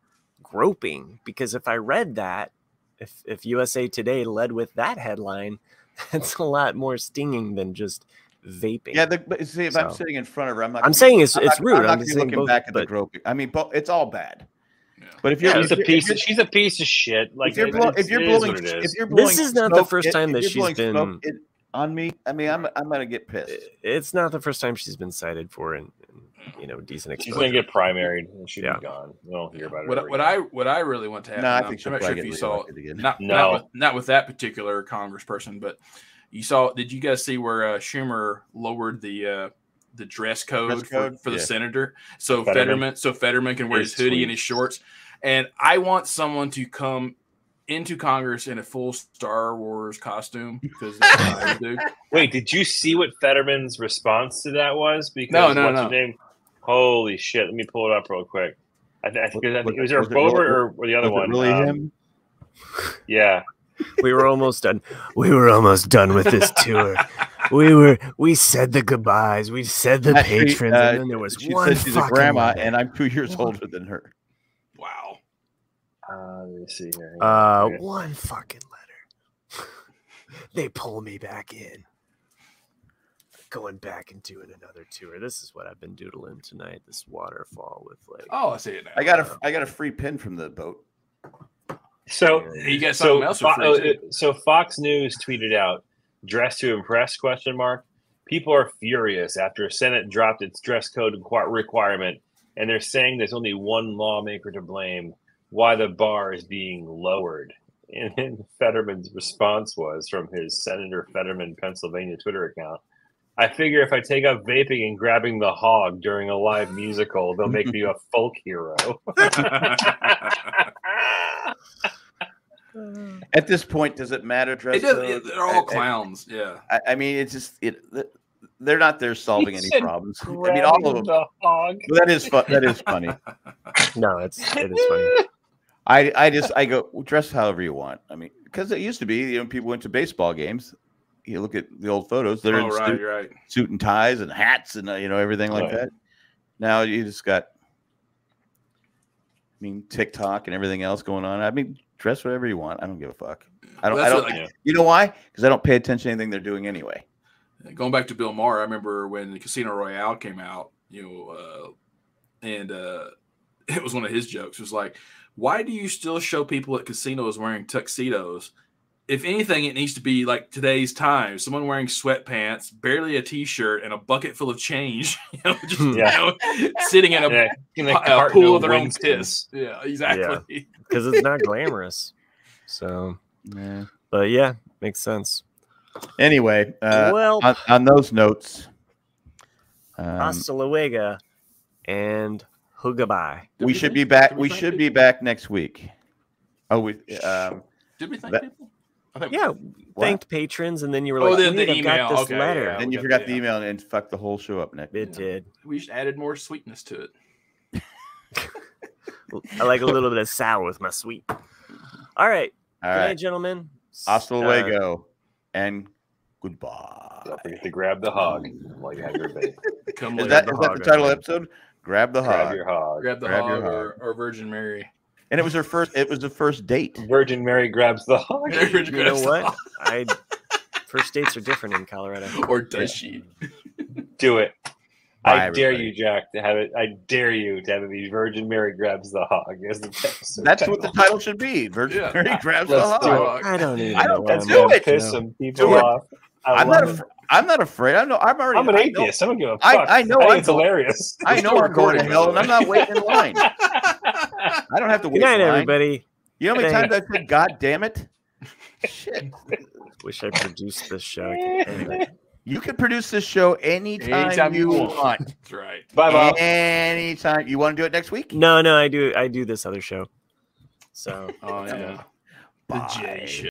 Speaker 3: groping because if i read that if if usa today led with that headline that's a lot more stinging than just vaping
Speaker 1: Yeah, the, but see, if I'm
Speaker 3: So-
Speaker 1: sitting in front of her, I'm not.
Speaker 3: i'm saying it's
Speaker 1: I'm
Speaker 3: it's
Speaker 1: not-
Speaker 3: rude
Speaker 1: I'm
Speaker 3: i'm,
Speaker 1: not
Speaker 3: just
Speaker 1: gonna be
Speaker 3: saying
Speaker 1: looking
Speaker 3: both,
Speaker 1: back at the
Speaker 3: but
Speaker 1: groping. I mean, bo- it's all bad.
Speaker 2: Yeah.
Speaker 1: But if you're,
Speaker 4: Yeah,
Speaker 1: if
Speaker 4: she's a
Speaker 1: you're-
Speaker 4: piece.
Speaker 1: if
Speaker 4: she's a piece of shit. Like
Speaker 1: you're, if you're,
Speaker 4: it-
Speaker 1: blow-
Speaker 4: it-
Speaker 1: if you're
Speaker 4: it is
Speaker 1: blowing,
Speaker 4: what it
Speaker 1: if
Speaker 4: is.
Speaker 1: you're
Speaker 3: This
Speaker 1: blowing
Speaker 3: is not the
Speaker 1: smoke
Speaker 3: first
Speaker 1: in-
Speaker 3: time
Speaker 1: if
Speaker 3: that
Speaker 1: you're
Speaker 3: she's
Speaker 1: blowing smoke
Speaker 3: been-
Speaker 1: in- on me. I mean, I'm I'm gonna get pissed.
Speaker 3: it's not the first time she's been cited for an an, you know decent
Speaker 4: She's gonna
Speaker 3: exposure
Speaker 4: get primaried and she'll
Speaker 3: Yeah.
Speaker 4: be gone. We don't hear about it.
Speaker 2: What,
Speaker 4: ever
Speaker 2: what
Speaker 4: again.
Speaker 2: I what I really want to happen,
Speaker 1: no, I
Speaker 2: I'm-
Speaker 1: think she'll
Speaker 2: I'm not sure
Speaker 1: probably
Speaker 2: if
Speaker 1: get
Speaker 2: you saw
Speaker 1: reelected again.
Speaker 2: not
Speaker 4: No.
Speaker 2: not with, not with that particular congressperson, but you saw. Did you guys see where uh, Schumer lowered the uh, the dress code,
Speaker 1: Dress
Speaker 2: for-
Speaker 1: code?
Speaker 2: for, the
Speaker 1: Yeah.
Speaker 2: senator? So
Speaker 4: Fetterman.
Speaker 2: Fetterman. so Fetterman can wear
Speaker 4: His
Speaker 2: his hoodie
Speaker 4: tweets.
Speaker 2: and his shorts. And I want someone to come into Congress in a full Star Wars costume because that's what I would do.
Speaker 4: Wait, did you see what Fetterman's response to that was? Because
Speaker 2: No, no,
Speaker 4: what's
Speaker 2: no.
Speaker 4: her name? Holy shit! Let me pull it up real quick. I, th- I think, I think it was there
Speaker 1: Was it
Speaker 4: Bobert
Speaker 1: really-
Speaker 4: or, or the other
Speaker 1: Was it
Speaker 4: one.
Speaker 1: really
Speaker 4: Um,
Speaker 1: him?
Speaker 4: Yeah,
Speaker 3: we were almost done. We were almost done with this tour. We were we said the goodbyes. We said the
Speaker 1: Actually,
Speaker 3: patrons,
Speaker 1: uh,
Speaker 3: and then there was
Speaker 1: She
Speaker 3: one
Speaker 1: says she's a
Speaker 3: fucking
Speaker 1: grandma,
Speaker 3: one.
Speaker 1: and I'm two years older than her.
Speaker 2: Wow.
Speaker 4: uh, let me see here.
Speaker 3: uh,
Speaker 4: Okay.
Speaker 3: one fucking letter. they pull me back in. Going back and doing another tour. This is what I've been doodling tonight. This waterfall with like.
Speaker 2: Oh, I see it now.
Speaker 1: I got a I got a free pin from the boat.
Speaker 4: So
Speaker 2: You got something
Speaker 4: so,
Speaker 2: else for
Speaker 4: Fo- oh,
Speaker 2: free too.
Speaker 4: uh, so Fox News tweeted out dress to impress question mark people are furious after senate dropped its dress code inqu- requirement and they're saying there's only one lawmaker to blame why the bar is being lowered and then fetterman's response was from his senator fetterman pennsylvania twitter account i figure if i take up vaping and grabbing the hog during a live musical they'll make me a folk hero uh,
Speaker 1: At this point, does it matter? Dress
Speaker 2: It does,
Speaker 1: code?
Speaker 2: it- they're
Speaker 1: I-
Speaker 2: all
Speaker 1: I-
Speaker 2: clowns. Yeah.
Speaker 1: I, I mean, it's just it. th- They're not there solving
Speaker 4: He
Speaker 1: any
Speaker 4: said
Speaker 1: problems. I mean, all of them.
Speaker 4: the hog
Speaker 1: Well, That is fun. That is funny.
Speaker 3: No, it's it is funny.
Speaker 1: I I just I go dress however you want. I mean, because it used to be you know people went to baseball games. You look at the old photos. They're
Speaker 2: Oh,
Speaker 1: in
Speaker 2: right,
Speaker 1: suit,
Speaker 2: you're right.
Speaker 1: suit and ties and hats and uh, you know everything like
Speaker 4: Right.
Speaker 1: that. Now you just got. I mean, TikTok and everything else going on. I mean, dress whatever you want. I don't give a fuck. I don't.
Speaker 2: That's
Speaker 1: I don't.
Speaker 2: what,
Speaker 4: like-
Speaker 1: you know why? Because I don't pay attention to anything they're doing anyway.
Speaker 2: going back to Bill Maher, I remember when the Casino Royale came out, you know, uh, and uh, it was one of his jokes. It was like, why do you still show people at casinos wearing tuxedos? If anything, it needs to be like today's time. Someone wearing sweatpants, barely a t-shirt, and a bucket full of change, you know, just you
Speaker 4: Yeah.
Speaker 2: know, sitting in a,
Speaker 4: Yeah, in
Speaker 2: po-
Speaker 4: a
Speaker 2: a
Speaker 4: carton
Speaker 2: pool of their own
Speaker 4: wingtips.
Speaker 2: piss. Yeah, exactly.
Speaker 3: Because it's not glamorous. So
Speaker 1: Yeah.
Speaker 3: but yeah, makes sense.
Speaker 1: Anyway, uh,
Speaker 3: well
Speaker 1: on, on those notes, um,
Speaker 3: hasta luego and goodbye.
Speaker 1: we should be back. We should be back next week. Oh, we. Um,
Speaker 2: Did we thank
Speaker 1: That-
Speaker 2: people? I think
Speaker 3: Yeah,
Speaker 1: what?
Speaker 3: thanked patrons, and then you were
Speaker 2: Oh,
Speaker 3: like,
Speaker 2: the-
Speaker 3: "Wait,
Speaker 2: the
Speaker 3: I've got
Speaker 2: email.
Speaker 3: this
Speaker 2: Okay,
Speaker 3: letter."
Speaker 2: yeah.
Speaker 1: then you
Speaker 2: we
Speaker 1: forgot
Speaker 2: got-
Speaker 1: the
Speaker 2: yeah.
Speaker 1: email and fucked the whole show up, Nick.
Speaker 3: It did.
Speaker 2: we just added more sweetness to it.
Speaker 3: I like a little bit of sour with my sweet. All right,
Speaker 1: All
Speaker 3: good night,
Speaker 1: right.
Speaker 3: gentlemen. S-
Speaker 1: Hasta
Speaker 3: uh,
Speaker 1: luego, and goodbye.
Speaker 4: Don't forget to grab the hog while you have your vape.
Speaker 2: Come
Speaker 1: Is
Speaker 2: later.
Speaker 1: that,
Speaker 3: the
Speaker 1: is that
Speaker 3: hog,
Speaker 1: the
Speaker 3: I
Speaker 1: title of the
Speaker 3: think.
Speaker 1: episode? Grab the
Speaker 4: Grab
Speaker 1: hog.
Speaker 4: your hog.
Speaker 2: grab the
Speaker 1: Grab your
Speaker 2: hog or, or Virgin Mary.
Speaker 1: And it was her first. It was the first date.
Speaker 4: Virgin Mary grabs the hog.
Speaker 2: Virgin
Speaker 3: You know
Speaker 2: Mary.
Speaker 3: what? I first dates are different in Colorado.
Speaker 2: or does she?
Speaker 4: Do it.
Speaker 1: Bye,
Speaker 4: I dare
Speaker 1: everybody.
Speaker 4: you, Jack, to have it. I dare you to have it be Virgin Mary grabs the hog. As the episode
Speaker 1: That's
Speaker 4: title.
Speaker 1: what the title should be. Virgin
Speaker 2: Yeah.
Speaker 1: Mary grabs the
Speaker 4: Let's
Speaker 1: hog.
Speaker 4: do it.
Speaker 3: I don't even.
Speaker 1: I
Speaker 3: know
Speaker 1: don't-
Speaker 3: what
Speaker 1: Um,
Speaker 3: I'm
Speaker 4: That's
Speaker 1: do
Speaker 4: gonna
Speaker 3: gonna
Speaker 1: it.
Speaker 4: piss
Speaker 3: do.
Speaker 4: some people
Speaker 1: Do it.
Speaker 4: off. I
Speaker 1: I'm
Speaker 4: love
Speaker 1: not.
Speaker 4: it.
Speaker 1: Afraid, I'm not afraid. I'm no. I'm already.
Speaker 4: I'm an
Speaker 1: I know-
Speaker 4: atheist. I don't give a
Speaker 1: I-
Speaker 4: fuck.
Speaker 1: I know
Speaker 4: think
Speaker 1: I'm
Speaker 4: it's
Speaker 1: going-
Speaker 4: hilarious.
Speaker 1: I know I'm going to
Speaker 2: recording,
Speaker 1: hell, and
Speaker 2: by
Speaker 1: I'm
Speaker 2: the
Speaker 1: not waiting in line. I don't have to wait.
Speaker 3: Good night,
Speaker 1: in line.
Speaker 3: everybody.
Speaker 1: You know how many
Speaker 3: Good night.
Speaker 1: times I said, "God damn it"? Shit,
Speaker 3: Wish I produced this show. I could edit it.
Speaker 1: you can produce this show anytime,
Speaker 2: Anytime
Speaker 1: you
Speaker 2: you
Speaker 1: want.
Speaker 2: want. That's right.
Speaker 4: Bye, Bob.
Speaker 1: Anytime you want to do it next week.
Speaker 3: No, no, I do. I do this other show. So.
Speaker 2: Oh yeah.
Speaker 1: Bye.
Speaker 2: The J show.